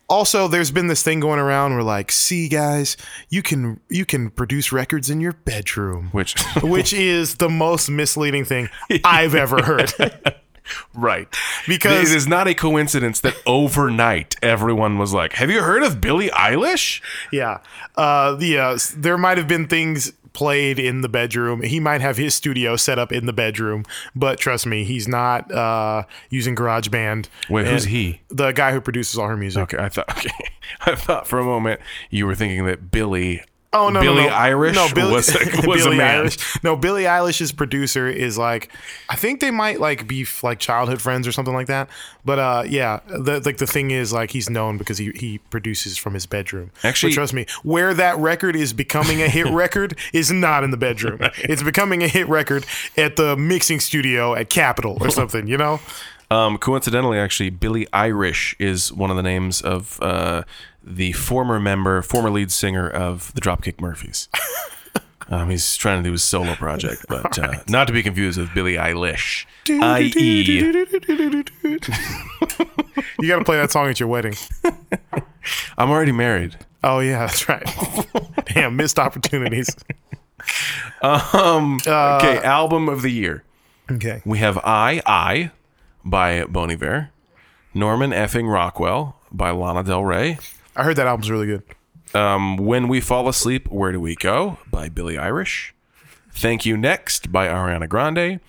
Speaker 2: also, there's been this thing going around where like, see guys, you can you can produce records in your bedroom,
Speaker 1: Which (laughs)
Speaker 2: which is the most misleading thing I've ever heard.
Speaker 1: right. It
Speaker 2: because
Speaker 1: is not a coincidence that overnight everyone was like, "Have you heard of Billie Eilish?"
Speaker 2: Yeah. Uh, the, uh, s- there might have been things played in the bedroom. He might have his studio set up in the bedroom, but trust me, he's not uh, using GarageBand.
Speaker 1: Wait, who's
Speaker 2: And
Speaker 1: he?
Speaker 2: The guy who produces all her music.
Speaker 1: Okay, I thought. (laughs) Okay, I thought for a moment you were thinking that Billy.
Speaker 2: Oh no,
Speaker 1: Billie
Speaker 2: no, no.
Speaker 1: Irish
Speaker 2: No, Billie, (laughs)
Speaker 1: was (laughs) a, was
Speaker 2: Billie
Speaker 1: a man.
Speaker 2: Eilish. No, Billie Eilish's producer is like, I think they might like be f- like childhood friends or something like that. But uh, yeah, the, like the thing is like he's known because he he produces from his bedroom.
Speaker 1: Actually-
Speaker 2: but trust me, where that record is becoming
Speaker 1: (laughs)
Speaker 2: a hit record is not in the bedroom. It's becoming a hit record at the mixing studio at Capitol or something. You know,
Speaker 1: Um, coincidentally, actually, Billy Irish is one of the names of uh, the former member, former lead singer of the Dropkick Murphys. um, he's trying to do his solo project, but uh, not to be confused with Billy Eilish. I E.
Speaker 2: you got to play that song at your wedding.
Speaker 1: I'm already married.
Speaker 2: Oh yeah, that's
Speaker 1: (laughs)
Speaker 2: right. Damn, missed opportunities.
Speaker 1: Um, okay, album of the year.
Speaker 2: Okay.
Speaker 1: We have I I by Bon Iver, Norman Effing Rockwell by Lana Del Rey,
Speaker 2: I heard that album's really good.
Speaker 1: um, When We Fall Asleep, Where Do We Go by Billie Irish, Thank You Next by Ariana Grande,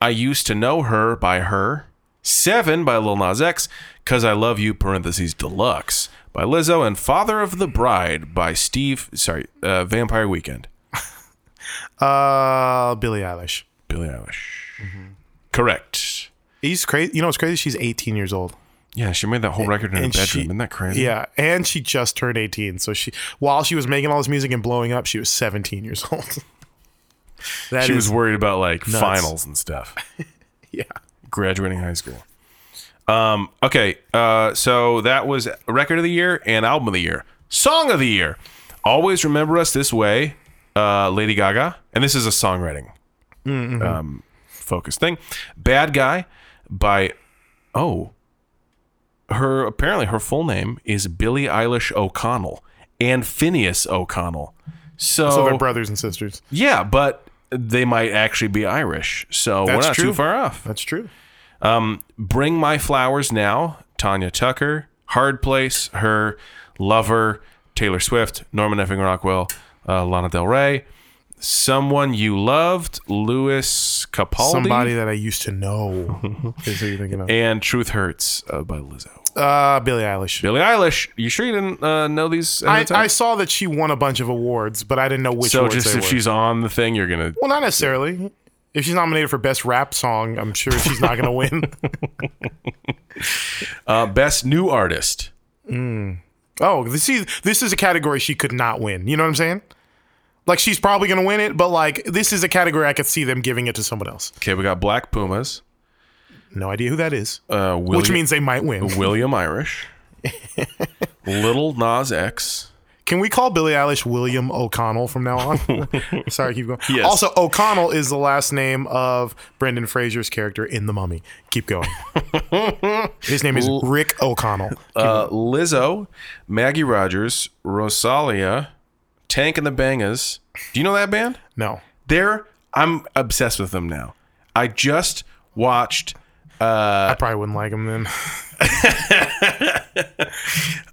Speaker 1: I Used to Know Her by Her, Seven by Lil Nas X, Cause I Love You parentheses deluxe by Lizzo, and Father of the Bride by Steve, sorry, uh, Vampire Weekend,
Speaker 2: Uh, Billie Eilish.
Speaker 1: Billie Eilish.
Speaker 2: Mm-hmm.
Speaker 1: Correct.
Speaker 2: He's crazy. You know what's crazy? She's 18 years old.
Speaker 1: Yeah, she made that whole record in her
Speaker 2: and
Speaker 1: bedroom.
Speaker 2: she-
Speaker 1: Isn't that crazy?
Speaker 2: Yeah, and she just turned 18. So she, while she was making all this music and blowing up, she was 17 years old. (laughs) That
Speaker 1: she
Speaker 2: is-
Speaker 1: was worried about like finals and
Speaker 2: (laughs)
Speaker 1: stuff,
Speaker 2: yeah.
Speaker 1: graduating high school. Um, okay, uh, so that was record of the year and album of the year, song of the year. Always remember us this way, uh, Lady Gaga, and this is a songwriting um,
Speaker 2: Mm-hmm.
Speaker 1: focused thing. Bad guy by oh, her apparently her full name is Billie Eilish O'Connell and Phineas O'Connell. So,
Speaker 2: So they're brothers and sisters.
Speaker 1: yeah, but they might actually be Irish, so we're
Speaker 2: That's
Speaker 1: not too
Speaker 2: true.
Speaker 1: far off.
Speaker 2: That's true.
Speaker 1: Bring My Flowers Now, Tanya Tucker, Hard Place, Her, Lover, Taylor Swift, Norman Effing Rockwell, uh, Lana Del Rey, Someone You Loved, Louis Capaldi,
Speaker 2: Somebody that I used to know is who you're (laughs) thinking of.
Speaker 1: and Truth Hurts uh, by Lizzo.
Speaker 2: Uh, Billie Eilish.
Speaker 1: Billie Eilish, you sure you didn't uh, know these?
Speaker 2: I,
Speaker 1: ahead of time?
Speaker 2: I saw that she won a bunch of awards, but I didn't know which
Speaker 1: so
Speaker 2: awards
Speaker 1: just
Speaker 2: they
Speaker 1: if
Speaker 2: were.
Speaker 1: she's on the thing, you're gonna
Speaker 2: well, not necessarily. If she's nominated for best rap song, I'm sure she's not going to (laughs) win.
Speaker 1: uh, best new artist.
Speaker 2: Oh, this is this is a category she could not win. You know what I'm saying? Like she's probably gonna win it, but like this is a category I could see them giving it to someone else.
Speaker 1: Okay, we got Black Pumas,
Speaker 2: No idea who that is.
Speaker 1: uh, William,
Speaker 2: Which means they
Speaker 1: (laughs)
Speaker 2: might win.
Speaker 1: William Irish, Little Nas X.
Speaker 2: Can we call Billie Eilish William O'Connell from now on? Sorry, keep going.
Speaker 1: Yes.
Speaker 2: Also, O'Connell is the last name of Brendan Fraser's character in The Mummy. Keep going. His name is Rick O'Connell.
Speaker 1: Uh, Lizzo, Maggie Rogers, Rosalia, Tank and the Bangas. Do you know that band?
Speaker 2: No.
Speaker 1: They're I'm obsessed with them now. I just watched
Speaker 2: I probably wouldn't like him then.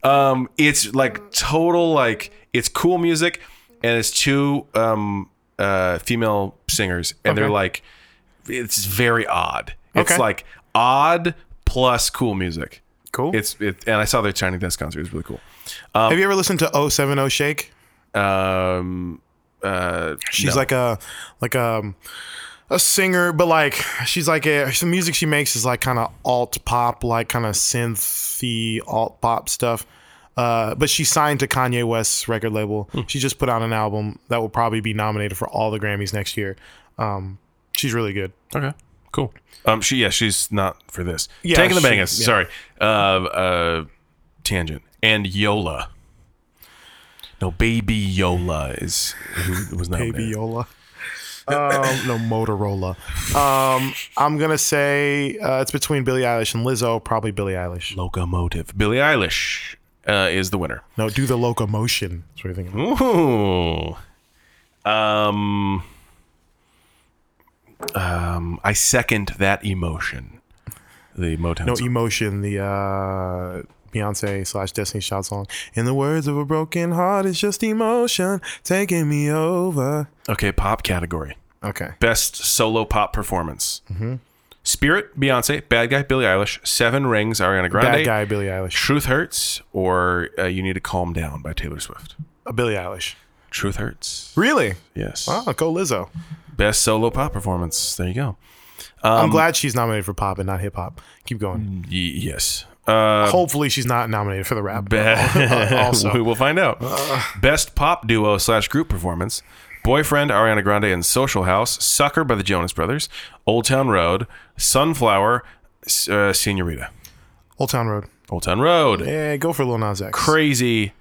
Speaker 1: um it's like total like it's cool music and it's two um uh female singers and they're
Speaker 2: Okay.
Speaker 1: like it's very odd. It's
Speaker 2: Okay.
Speaker 1: like odd plus cool music.
Speaker 2: Cool.
Speaker 1: It's it and I saw their Chinese Death concert. It was really cool.
Speaker 2: Have you ever listened to 070 Shake?
Speaker 1: Um uh
Speaker 2: She's like a like a a singer, but like she's like a the music she makes is like kind of alt pop, like kind of synthy alt pop stuff. Uh, but she signed to Kanye West's record label. She just put out an album that will probably be nominated for all the Grammys next year. Um, she's really good.
Speaker 1: Okay. Cool. Um, she yeah, she's not for this.
Speaker 2: Yeah,
Speaker 1: Tank and the
Speaker 2: she-
Speaker 1: Bangas.
Speaker 2: yeah.
Speaker 1: Sorry. Uh, uh, tangent and Yola. No, baby Yola is who was nominated.
Speaker 2: Baby Yola. Um, (laughs) no Motorola. Um, I'm gonna say uh, it's between Billie Eilish and Lizzo. Probably Billie Eilish.
Speaker 1: Locomotive. Billie Eilish uh, is the winner.
Speaker 2: No, do the locomotion. That's what you're thinking.
Speaker 1: Ooh. Um. Um. I second that emotion. The Motown.
Speaker 2: No
Speaker 1: song.
Speaker 2: emotion. The uh, Beyonce slash Destiny's Child song. In the words of a broken heart, it's just emotion taking me over.
Speaker 1: okay. Pop category.
Speaker 2: Okay.
Speaker 1: Best solo pop performance.
Speaker 2: Mm-hmm.
Speaker 1: Spirit, Beyonce. Bad Guy, Billie Eilish. Seven Rings, Ariana Grande.
Speaker 2: Bad guy, Billie Eilish.
Speaker 1: Truth Hurts, or uh, You Need to Calm Down by Taylor Swift.
Speaker 2: Uh, Billie Eilish.
Speaker 1: Truth Hurts.
Speaker 2: Really?
Speaker 1: Yes.
Speaker 2: Oh, go Lizzo.
Speaker 1: Best solo pop performance. There you go. Um,
Speaker 2: I'm glad she's nominated for pop and not hip hop. Keep going.
Speaker 1: Y- yes. Uh,
Speaker 2: Hopefully, she's not nominated for the rap. (laughs)
Speaker 1: be-
Speaker 2: also.
Speaker 1: we will find out.
Speaker 2: Uh.
Speaker 1: Best pop duo slash group performance. Boyfriend, Ariana Grande and Social House. Sucker by the Jonas Brothers. Old Town Road. Sunflower. S- Uh, Senorita.
Speaker 2: Old Town Road.
Speaker 1: Old Town Road.
Speaker 2: Yeah, go for Lil Nas X.
Speaker 1: crazy.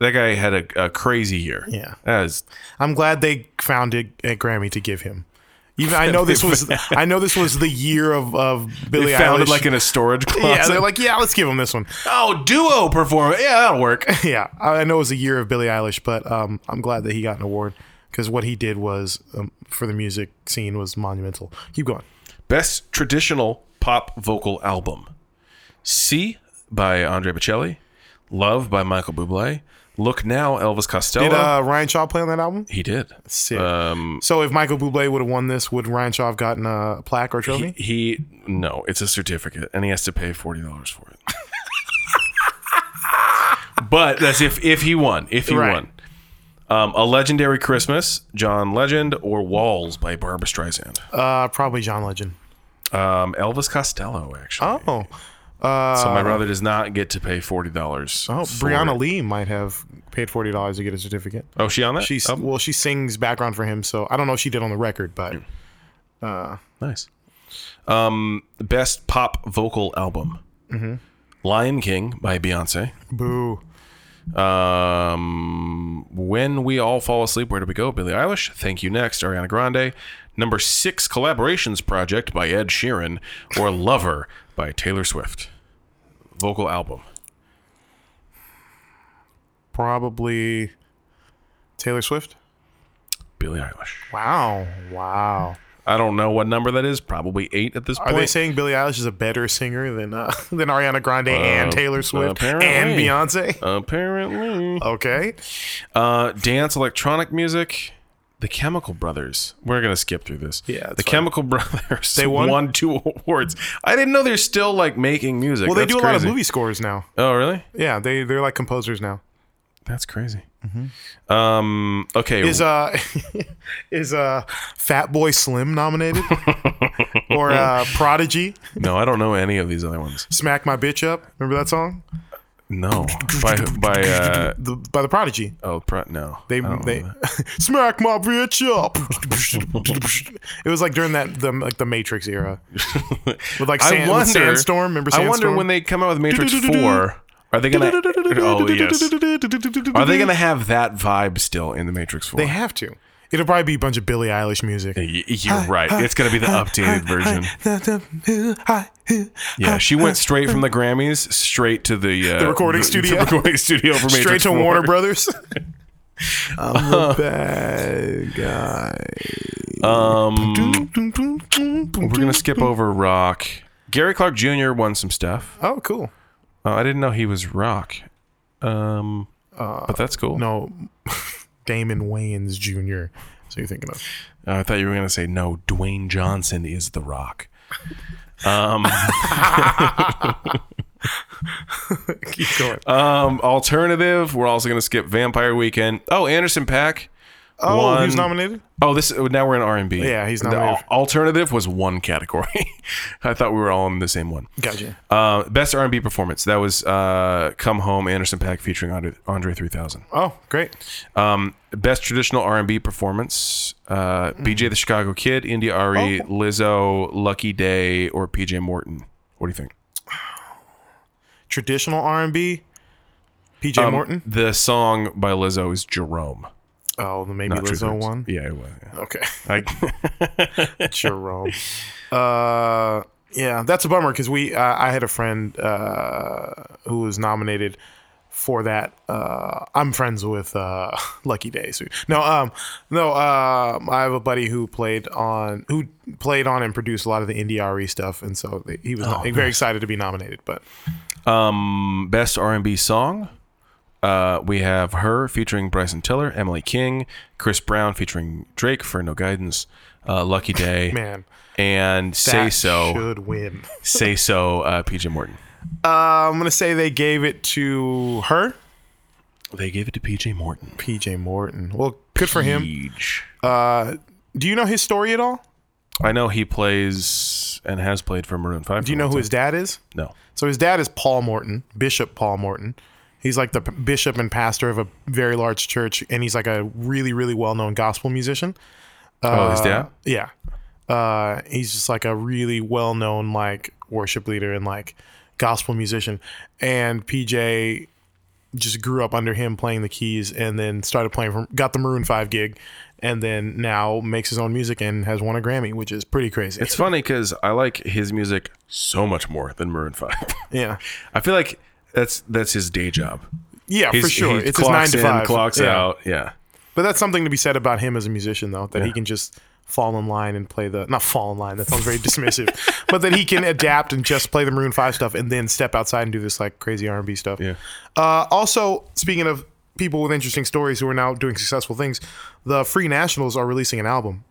Speaker 1: That guy had a, a crazy year.
Speaker 2: Yeah.
Speaker 1: That is,
Speaker 2: I'm glad they found it at Grammy to give him.
Speaker 1: (laughs)
Speaker 2: Even I know this was I know this was the year of of Billie
Speaker 1: it founded
Speaker 2: Eilish.
Speaker 1: like in a storage
Speaker 2: (laughs) yeah,
Speaker 1: closet.
Speaker 2: they're like yeah, let's give him this one.
Speaker 1: oh, duo performance. Yeah, that'll work.
Speaker 2: yeah, I I know it was a year of Billie Eilish, but um, I'm glad that he got an award because what he did was um, for the music scene was monumental. Keep going.
Speaker 1: Best traditional pop vocal album. C by Andre Bocelli. Love by Michael Bublé. Look Now, Elvis Costello.
Speaker 2: Did uh, Ryan Shaw play on Mm. that album?
Speaker 1: he did.
Speaker 2: Sick.
Speaker 1: Um,
Speaker 2: so if Michael Bublé would have won this, would Ryan Shaw have gotten a plaque or trophy?
Speaker 1: he no, it's a certificate, and he has to pay forty dollars for it. (laughs) but that's if if he won, if he
Speaker 2: Right.
Speaker 1: won. Um, a legendary Christmas, John Legend, or Walls by Barbara Streisand.
Speaker 2: uh, probably John Legend.
Speaker 1: Um, Elvis Costello, actually.
Speaker 2: Oh,
Speaker 1: so my brother does not get to pay forty dollars.
Speaker 2: Uh, oh, Brianna Lee might have paid forty dollars to get a certificate.
Speaker 1: Oh, she on that?
Speaker 2: She's
Speaker 1: oh,
Speaker 2: well, she sings background for him, so I don't know if she did on the record, but
Speaker 1: nice. Um, best pop vocal album.
Speaker 2: Mm-hmm.
Speaker 1: Lion King by Beyonce.
Speaker 2: boo.
Speaker 1: Um, when we all fall asleep, where do we go? Billie Eilish. Thank you. Next, Ariana Grande. Number six collaborations project by Ed Sheeran
Speaker 2: (laughs)
Speaker 1: or Lover by Taylor Swift. Vocal album.
Speaker 2: Probably Taylor Swift.
Speaker 1: Billie Eilish.
Speaker 2: Wow, wow.
Speaker 1: I don't know what number that is. Probably eight at this
Speaker 2: Are
Speaker 1: point.
Speaker 2: they saying Billie Eilish is a better singer than uh, (laughs) than Ariana Grande and Taylor Swift
Speaker 1: apparently.
Speaker 2: and Beyonce? (laughs)
Speaker 1: Apparently.
Speaker 2: Okay,
Speaker 1: Uh, dance, electronic music. The Chemical Brothers. We're gonna skip through this.
Speaker 2: Yeah,
Speaker 1: the
Speaker 2: that's fine.
Speaker 1: Chemical (laughs) Brothers. They
Speaker 2: won?
Speaker 1: two awards. I didn't know they're still like making music.
Speaker 2: well they
Speaker 1: That's
Speaker 2: do a lot of
Speaker 1: crazy.
Speaker 2: movie scores now.
Speaker 1: Oh, really?
Speaker 2: Yeah, they they're like composers now.
Speaker 1: That's crazy. Um. Okay.
Speaker 2: Mm-hmm. Is uh (laughs) is uh Fat Boy Slim (laughs) nominated or uh, Prodigy?
Speaker 1: no, I don't know any of these other ones.
Speaker 2: Smack my bitch up. Remember that song?
Speaker 1: No, by by uh
Speaker 2: The, by the Prodigy.
Speaker 1: oh pro- no.
Speaker 2: They
Speaker 1: I don't
Speaker 2: they
Speaker 1: remember.
Speaker 2: (laughs) smack my bitch up. (laughs) it was like during that the like the Matrix era (laughs) with like sand, with Sandstorm. Remember Sandstorm?
Speaker 1: I wonder when they come out with Matrix Four, are they gonna? oh yes. Are they gonna have that vibe still in the Matrix Four?
Speaker 2: They have to. It'll probably be a bunch of Billie Eilish music.
Speaker 1: Y- You're right. It's gonna be the updated version. Yeah, she went straight from the Grammys straight to the uh, the
Speaker 2: recording studio?
Speaker 1: The (laughs) recording studio for
Speaker 2: Straight
Speaker 1: Matrix
Speaker 2: to
Speaker 1: 4.
Speaker 2: Warner
Speaker 1: (laughs)
Speaker 2: Brothers. I'm
Speaker 1: Uh-huh.
Speaker 2: the bad guy.
Speaker 1: Um, we're gonna skip over rock. Gary Clark Jr. won some stuff.
Speaker 2: Oh, cool.
Speaker 1: Oh, I didn't know he was rock. Um, but that's cool.
Speaker 2: Uh, No, (laughs) Damon Wayans Jr. So you're thinking of?
Speaker 1: Uh, I thought you were gonna say no. Dwayne Johnson is the rock.
Speaker 2: Keep going.
Speaker 1: Um, alternative. We're also gonna skip Vampire Weekend. Oh, Anderson Pack.
Speaker 2: oh, he was
Speaker 1: one-
Speaker 2: nominated.
Speaker 1: Oh, this now we're in R and B.
Speaker 2: Yeah, he's nominated.
Speaker 1: alternative was one category. (laughs) I thought we were all in the same one.
Speaker 2: Gotcha.
Speaker 1: Uh, best R and B performance. That was uh, "Come Home" Anderson Pack featuring Andre, Andre 3000.
Speaker 2: Oh, great.
Speaker 1: Um, best traditional R and B performance. Uh,
Speaker 2: Mm-hmm.
Speaker 1: BJ the Chicago Kid, India Ari,
Speaker 2: Oh.
Speaker 1: Lizzo, Lucky Day, or PJ Morton. What do you think?
Speaker 2: Traditional R&B. PJ
Speaker 1: Um,
Speaker 2: Morton.
Speaker 1: The song by Lizzo is Jerome.
Speaker 2: Oh, the maybe
Speaker 1: Not Truth
Speaker 2: Lizzo
Speaker 1: Hurts.
Speaker 2: one.
Speaker 1: Yeah, it was. yeah.
Speaker 2: Okay. (laughs)
Speaker 1: (laughs) I,
Speaker 2: Jerome. Uh, yeah, that's a bummer because we uh, I had a friend uh, who was nominated for that. Uh, I'm friends with uh, (laughs) Lucky Day. So, no, um, no, um, I have a buddy who played on who played on and produced a lot of the indie RE stuff, and so they- he was
Speaker 1: Oh,
Speaker 2: not- very excited to be nominated. But
Speaker 1: Um, best R&B song. Uh, we have her featuring Bryson Tiller, Emily King, Chris Brown featuring Drake for No Guidance, uh, Lucky Day,
Speaker 2: man,
Speaker 1: and Say
Speaker 2: that
Speaker 1: So,
Speaker 2: should win.
Speaker 1: Say So, uh, PJ Morton.
Speaker 2: Uh, I'm gonna say they gave it to her,
Speaker 1: They gave it to PJ Morton.
Speaker 2: PJ Morton. Well, good for him.
Speaker 1: Peach.
Speaker 2: Uh, do you know his story at all?
Speaker 1: I know he plays and has played for Maroon Five.
Speaker 2: Do you know who his dad is?
Speaker 1: No.
Speaker 2: So his dad is Paul Morton, Bishop Paul Morton. He's like the p- bishop and pastor of a very large church, and he's like a really, really well-known gospel musician.
Speaker 1: oh, his dad.
Speaker 2: Yeah, uh, he's just like a really well-known like worship leader and like gospel musician. And PJ just grew up under him playing the keys, and then started playing from got the Maroon Five gig, and then now makes his own music and has won a Grammy, which is pretty crazy.
Speaker 1: It's funny because I like his music so much more than Maroon Five. (laughs)
Speaker 2: yeah,
Speaker 1: I feel like that's that's his day job.
Speaker 2: yeah, for
Speaker 1: He's-
Speaker 2: sure.
Speaker 1: he
Speaker 2: It's his nine to
Speaker 1: in,
Speaker 2: five.
Speaker 1: clocks
Speaker 2: Yeah.
Speaker 1: out. Yeah.
Speaker 2: But that's something to be said about him as a musician, though, that he can just fall in line and play the not fall in line. That sounds very dismissive, (laughs) but that he can adapt and just play the Maroon Five stuff, and then step outside and do this like crazy R and B stuff.
Speaker 1: Yeah.
Speaker 2: Uh, also, speaking of people with interesting stories who are now doing successful things, the Free Nationals are releasing an album.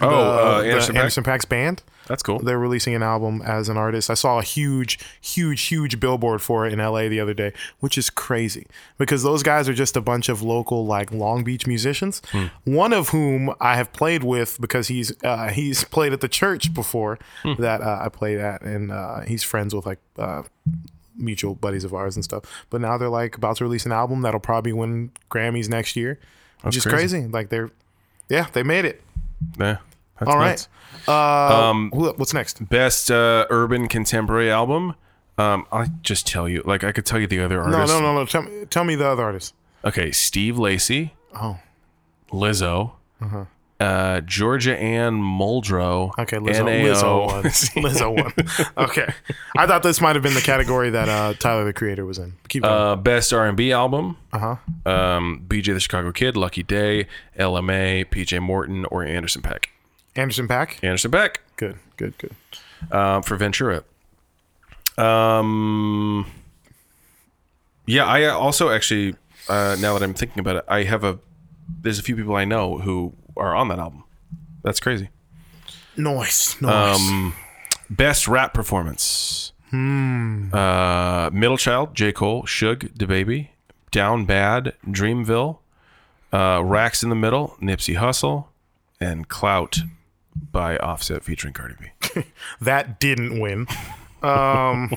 Speaker 1: Oh, uh,
Speaker 2: the
Speaker 1: Anderson, Paak?
Speaker 2: Anderson Paak's band.
Speaker 1: That's cool.
Speaker 2: They're releasing an album as an artist. I saw a huge, huge, huge billboard for it in LA the other day, which is crazy because those guys are just a bunch of local, like Long Beach musicians.
Speaker 1: Hmm.
Speaker 2: One of whom I have played with because he's uh, he's played at the church before
Speaker 1: Hmm.
Speaker 2: that uh, I played at, and uh, he's friends with like uh, mutual buddies of ours and stuff. But now they're like about to release an album that'll probably win Grammys next year, which is
Speaker 1: crazy.
Speaker 2: crazy. Like they're, yeah, they made it.
Speaker 1: Yeah. That's
Speaker 2: All right.
Speaker 1: nuts. Um,
Speaker 2: Uh, who- what's next?
Speaker 1: Best uh, urban contemporary album. Um, I'll just tell you. Like, I could tell you the other
Speaker 2: No,
Speaker 1: artists.
Speaker 2: no, no, no. Tell me, tell me the other artist.
Speaker 1: Okay, Steve Lacy.
Speaker 2: Oh.
Speaker 1: Lizzo. Uh, Georgia Ann Muldrow.
Speaker 2: Okay, Lizzo.
Speaker 1: NAO.
Speaker 2: (laughs) Lizzo won. Lizzo won. Okay, I thought this might have been the category that uh, Tyler the Creator was in. Keep going.
Speaker 1: Uh, best R&B album.
Speaker 2: Uh huh.
Speaker 1: Um, BJ the Chicago Kid, Lucky Day, LMA, PJ Morton, or Anderson Peck.
Speaker 2: Anderson Pack.
Speaker 1: Anderson Peck
Speaker 2: Good, good, good.
Speaker 1: uh, for Ventura. Um, yeah, I also actually uh, now that I'm thinking about it, I have a there's a few people I know who are on that album. That's crazy.
Speaker 2: Noise, noise.
Speaker 1: Best rap performance. Uh, Middle Child, J. Cole, Suge, DaBaby, Down Bad, Dreamville, uh, Racks in the Middle, Nipsey Hussle, and Clout by Offset featuring Cardi B.
Speaker 2: that didn't win. Um,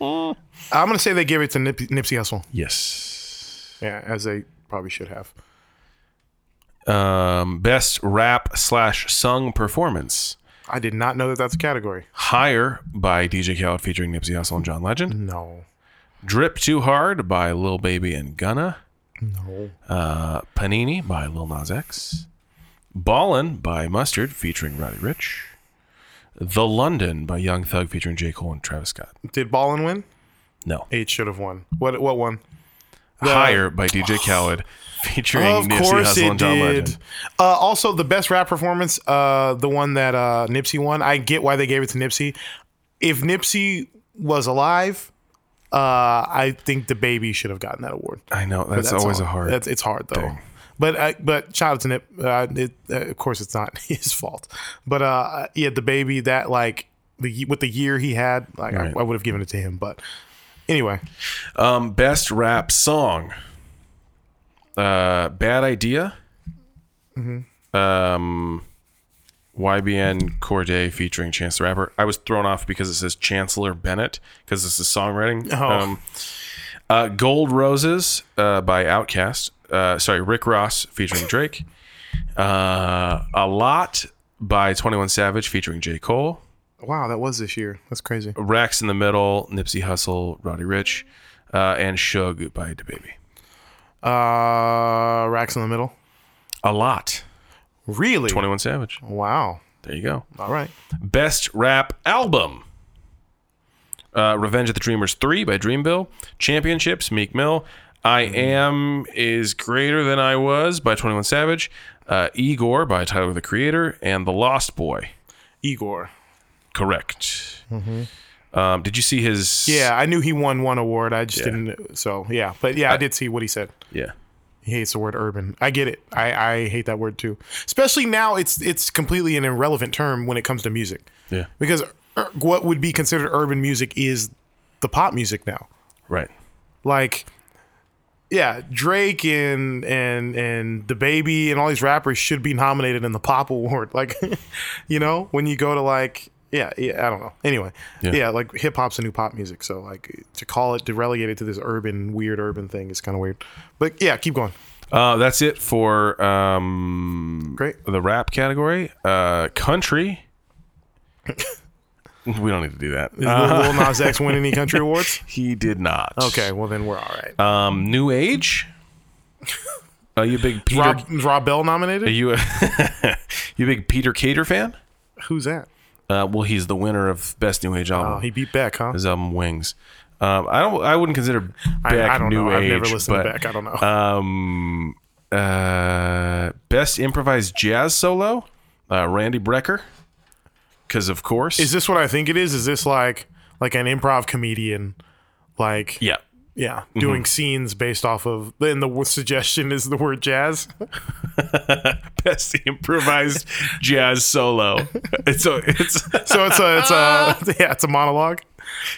Speaker 2: I'm gonna say they gave it to Nip- Nipsey Hussle.
Speaker 1: Yes.
Speaker 2: Yeah, as they probably should have.
Speaker 1: Um, best rap slash sung performance.
Speaker 2: I did not know that that's a category.
Speaker 1: Higher by DJ Khaled featuring Nipsey Hussle and John Legend.
Speaker 2: No,
Speaker 1: Drip Too Hard by Lil Baby and Gunna.
Speaker 2: no.
Speaker 1: Uh, Panini by Lil Nas X. Ballin' by Mustard featuring Roddy Rich. The London by Young Thug featuring J. Cole and Travis Scott.
Speaker 2: Did Ballin win?
Speaker 1: No.
Speaker 2: Eight should have won. What? What won?
Speaker 1: Higher by DJ (sighs) Khaled featuring Nipsey Hussle and John Legend.
Speaker 2: Uh, also, the best rap performance, uh, the one that uh, Nipsey won. I get why they gave it to Nipsey. If Nipsey was alive, uh, I think the baby should have gotten that award.
Speaker 1: I know that's,
Speaker 2: That's
Speaker 1: always
Speaker 2: all.
Speaker 1: a hard.
Speaker 2: That's, it's hard though. But I, but shout out to Nip. Uh, it, uh, of course, it's not (laughs) his fault. But uh, yeah, the baby that like the ye- with the year he had, like
Speaker 1: Right.
Speaker 2: I, I would have given it to him. But anyway,
Speaker 1: Um, best rap song. Uh, Bad Idea. Um, YBN Corday featuring Chance the Rapper. I was thrown off because it says Chancellor Bennett because this is songwriting.
Speaker 2: Oh.
Speaker 1: Um, uh, Gold Roses uh, by Outkast. Uh, sorry, Rick Ross featuring Drake. Uh, A Lot by 21 Savage featuring J. Cole.
Speaker 2: wow, that was this year. That's crazy.
Speaker 1: Rex in the middle, Nipsey Hussle, Roddy Rich, uh, and Shug by DaBaby.
Speaker 2: Uh, racks in the middle.
Speaker 1: A lot.
Speaker 2: Really?
Speaker 1: 21 Savage.
Speaker 2: Wow.
Speaker 1: There you go.
Speaker 2: All right.
Speaker 1: Best rap album. Uh, Revenge of the Dreamers 3 by Dreamville. Championships, Meek Mill. I Am is Greater Than I Was by 21 Savage. Uh, Igor by Tyler the Creator. And The Lost Boy.
Speaker 2: Igor.
Speaker 1: Correct. Um, did you see his.
Speaker 2: Yeah, I knew he won one award. I just
Speaker 1: Yeah.
Speaker 2: didn't. So yeah, but yeah, I did see what he said.
Speaker 1: Yeah.
Speaker 2: He hates the word urban. I get it. I, I hate that word too. Especially now, it's it's completely an irrelevant term when it comes to music,
Speaker 1: Yeah.
Speaker 2: because ur- what would be considered urban music is the pop music now.
Speaker 1: Right.
Speaker 2: Like, yeah, Drake and and and the baby and all these rappers should be nominated in the pop award. (laughs) Like, you know, when you go to like. Yeah, yeah, I don't know. Anyway,
Speaker 1: Yeah.
Speaker 2: yeah, like hip hop's a new pop music, so like to call it to relegate it to this urban weird urban thing is kind of weird. But yeah, keep going.
Speaker 1: Uh, that's it for um,
Speaker 2: Great.
Speaker 1: the rap category. Uh,
Speaker 2: (laughs)
Speaker 1: country. we don't need to do that. Uh,
Speaker 2: Will Will
Speaker 1: (laughs)
Speaker 2: Nas X win any country awards?
Speaker 1: he did not.
Speaker 2: Okay, well then we're all right.
Speaker 1: Um, new
Speaker 2: (laughs)
Speaker 1: age. Are you a big Peter?
Speaker 2: Rob, is Rob Bell
Speaker 1: are
Speaker 2: nominated?
Speaker 1: you a you a (laughs) big Peter Cater fan?
Speaker 2: Who's that?
Speaker 1: Uh, well, he's the winner of best new age album.
Speaker 2: Oh, he beat Beck, huh?
Speaker 1: His album Wings. Um, I don't. I wouldn't consider Beck
Speaker 2: I, I don't
Speaker 1: new
Speaker 2: know.
Speaker 1: age.
Speaker 2: I've never listened
Speaker 1: but,
Speaker 2: to Beck. I don't know.
Speaker 1: Um, uh, best improvised jazz solo, uh, Randy Brecker. Because of course,
Speaker 2: is this what I think it is? Is this like like an improv comedian, like yeah,
Speaker 1: yeah, Mm-hmm.
Speaker 2: doing scenes based off of? Then the w- suggestion is the word jazz.
Speaker 1: (laughs) best improvised jazz solo. It's a, it's
Speaker 2: So it's a
Speaker 1: (laughs)
Speaker 2: it's a (laughs) yeah, it's a monologue.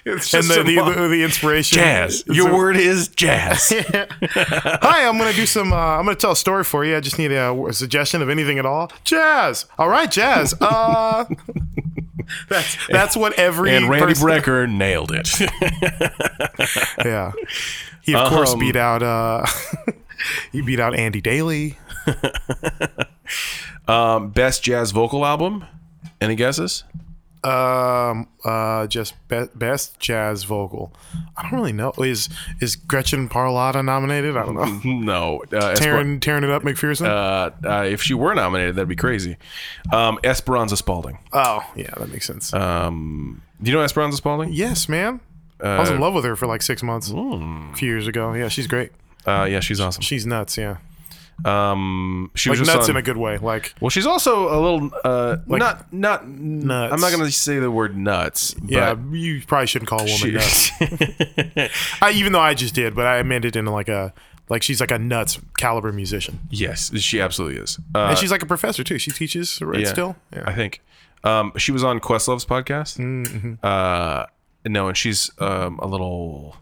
Speaker 1: it's
Speaker 2: And
Speaker 1: just
Speaker 2: the
Speaker 1: a
Speaker 2: the,
Speaker 1: mo-
Speaker 2: the, the inspiration
Speaker 1: jazz.
Speaker 2: is
Speaker 1: Your
Speaker 2: a-
Speaker 1: word is (laughs) jazz.
Speaker 2: (laughs) Hi, I'm gonna do some. Uh, I'm gonna tell a story for you. I just need a, a suggestion of anything at all. Jazz. All right, jazz.
Speaker 1: (laughs)
Speaker 2: Uh, that's that's what every
Speaker 1: and Randy
Speaker 2: person-
Speaker 1: Brecker nailed it.
Speaker 2: Yeah, he of course
Speaker 1: Um,
Speaker 2: beat out. Uh, (laughs) he beat out Andy Daly.
Speaker 1: um, (laughs) best jazz vocal album. Any guesses?
Speaker 2: Um, uh, just be- best jazz vocal. I don't really know. Is is Gretchen Parlata nominated? I
Speaker 1: (laughs)
Speaker 2: don't know.
Speaker 1: No. Uh, Esper-
Speaker 2: Tearing tearing it up, McPherson.
Speaker 1: uh, uh, if she were nominated, that'd be crazy. Um, Esperanza Spalding.
Speaker 2: oh, yeah, that makes sense.
Speaker 1: Um, do you know Esperanza Spalding?
Speaker 2: yes, man. I
Speaker 1: uh,
Speaker 2: was in love with her for like six months,
Speaker 1: hmm.
Speaker 2: a few years ago. Yeah, she's great.
Speaker 1: Uh, yeah, she's awesome.
Speaker 2: She's nuts, yeah.
Speaker 1: Um, she
Speaker 2: Like
Speaker 1: was just
Speaker 2: nuts
Speaker 1: on,
Speaker 2: in a good way. Like
Speaker 1: well, she's also a little uh, not not.
Speaker 2: nuts.
Speaker 1: I'm not gonna say the word nuts. But
Speaker 2: Yeah, you probably shouldn't call a woman
Speaker 1: She, (laughs)
Speaker 2: nuts. I, even though I just did, but I meant it in like a like she's like a nuts caliber musician,
Speaker 1: yes, she absolutely is. Uh,
Speaker 2: and she's like a professor too. She teaches right
Speaker 1: yeah,
Speaker 2: still.
Speaker 1: I
Speaker 2: Yeah.
Speaker 1: think. Um, she was on Questlove's podcast.
Speaker 2: Mm-hmm.
Speaker 1: Uh, no, and she's um, a little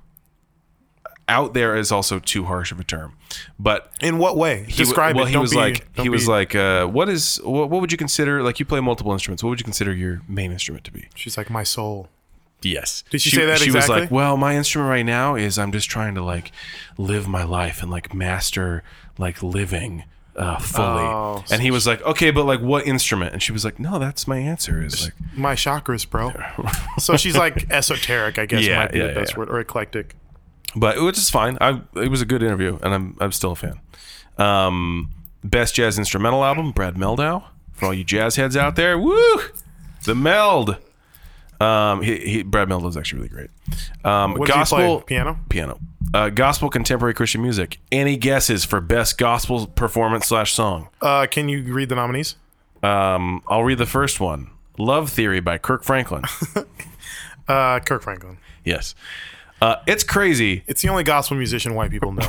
Speaker 1: out there is also too harsh of a term, but
Speaker 2: In what way?
Speaker 1: he w-
Speaker 2: Describe
Speaker 1: well,
Speaker 2: it.
Speaker 1: he
Speaker 2: Don't
Speaker 1: was
Speaker 2: be-
Speaker 1: like
Speaker 2: don't
Speaker 1: he was
Speaker 2: be-
Speaker 1: like uh, what is what, what would you consider like you play multiple instruments? What would you consider your main instrument to be?
Speaker 2: She's like my soul.
Speaker 1: Yes.
Speaker 2: Did she say that
Speaker 1: She was
Speaker 2: exactly?
Speaker 1: like, "Well, my instrument right now is I'm just trying to like live my life and like master like living uh, fully."
Speaker 2: Oh.
Speaker 1: and he was like, "Okay, but like what instrument?" And she was like, "No, that's my answer." Is like,
Speaker 2: My
Speaker 1: (laughs)
Speaker 2: chakras, bro. so she's like esoteric, I guess
Speaker 1: Yeah,
Speaker 2: might be
Speaker 1: yeah,
Speaker 2: the best
Speaker 1: yeah.
Speaker 2: word, or eclectic.
Speaker 1: but it was just fine. I it was a good interview, and I'm I'm still a fan. Um, best jazz instrumental album, Brad Meldow. For all you jazz heads out there, woo, the Meld. Um, he, he Brad Meldow's actually really great. Um,
Speaker 2: What
Speaker 1: gospel
Speaker 2: does he play? Piano?
Speaker 1: piano. Uh, gospel contemporary Christian music. Any guesses for best gospel performance slash song?
Speaker 2: Uh, can you read the nominees?
Speaker 1: Um, I'll read the first one. Love Theory by Kirk (laughs) Franklin.
Speaker 2: Uh, Kirk Franklin.
Speaker 1: yes. Uh, it's crazy.
Speaker 2: It's the only gospel musician white
Speaker 1: (laughs)
Speaker 2: people know.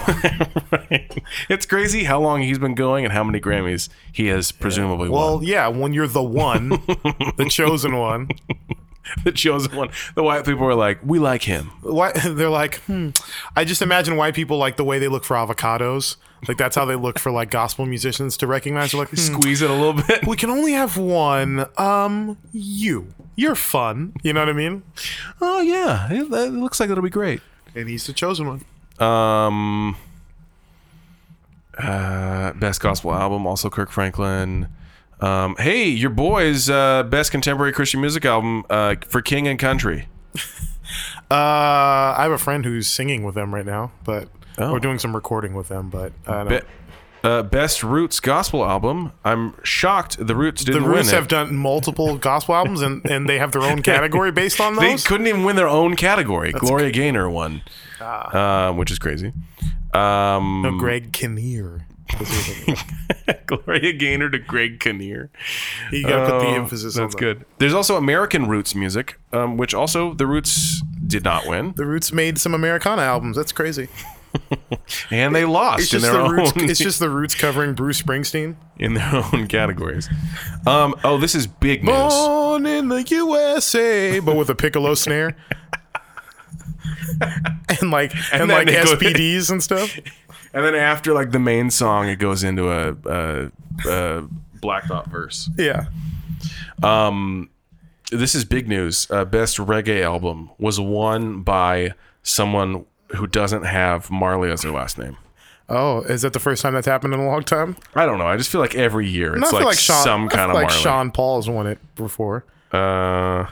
Speaker 1: It's crazy how long he's been going and how many Grammys he has presumably won.
Speaker 2: well, yeah, when you're the one, the chosen one,
Speaker 1: (laughs) The chosen one. The white people were like, we like him.
Speaker 2: why, they're like, hmm. I just imagine white people like the way they look for avocados. Like that's how they look for like gospel musicians to recognize. They're like, hmm,
Speaker 1: Squeeze it a little (laughs) bit.
Speaker 2: we can only have one. Um, you, you're fun. You know what I mean?
Speaker 1: oh, yeah. It, it looks like it'll be great.
Speaker 2: And he's the chosen one.
Speaker 1: Um, uh, best gospel album, also Kirk Franklin. Um, hey, your boys, uh, best contemporary Christian music album uh, for King and Country.
Speaker 2: Uh, I have a friend who's singing with them right now, but
Speaker 1: Oh.
Speaker 2: we're doing some recording with them. But I don't
Speaker 1: Be- uh, best Roots gospel album. I'm shocked the Roots
Speaker 2: the
Speaker 1: didn't win
Speaker 2: Roots
Speaker 1: it.
Speaker 2: have done
Speaker 1: (laughs)
Speaker 2: multiple gospel albums, and, and they have their own category based on
Speaker 1: they
Speaker 2: those.
Speaker 1: couldn't even win their own category. Gloria Gaynor won,
Speaker 2: Ah.
Speaker 1: uh, which is crazy.
Speaker 2: (laughs)
Speaker 1: Um,
Speaker 2: No,
Speaker 1: (laughs)
Speaker 2: Greg Kinnear.
Speaker 1: Gloria Gaynor to Greg Kinnear.
Speaker 2: You gotta put the
Speaker 1: Oh,
Speaker 2: emphasis on
Speaker 1: That's
Speaker 2: that.
Speaker 1: good. There's also American Roots music, um, which also the Roots did not win,
Speaker 2: The Roots made some Americana albums. That's crazy.
Speaker 1: and they lost
Speaker 2: (laughs) It's
Speaker 1: in
Speaker 2: just
Speaker 1: their
Speaker 2: the
Speaker 1: own
Speaker 2: Roots. It's just the Roots covering
Speaker 1: (laughs)
Speaker 2: Bruce Springsteen.
Speaker 1: in their own categories. Um, oh, this is big news.
Speaker 2: Born in the USA, but with a
Speaker 1: (laughs)
Speaker 2: piccolo snare. (laughs) And like and,
Speaker 1: then
Speaker 2: like
Speaker 1: they go-
Speaker 2: SPDs and
Speaker 1: (laughs)
Speaker 2: stuff.
Speaker 1: And then after like the main song, it goes into a, a, a Black Thought verse.
Speaker 2: Yeah.
Speaker 1: This is big news. Uh, best reggae album was won by someone who doesn't have Marley as their last name.
Speaker 2: Oh, is that the first time that's happened in a long time?
Speaker 1: I don't know. I just feel like every year it's
Speaker 2: I
Speaker 1: like,
Speaker 2: feel like Sean,
Speaker 1: some
Speaker 2: I
Speaker 1: kind
Speaker 2: feel
Speaker 1: of
Speaker 2: like
Speaker 1: Marley.
Speaker 2: Sean Paul's won it before.
Speaker 1: Uh,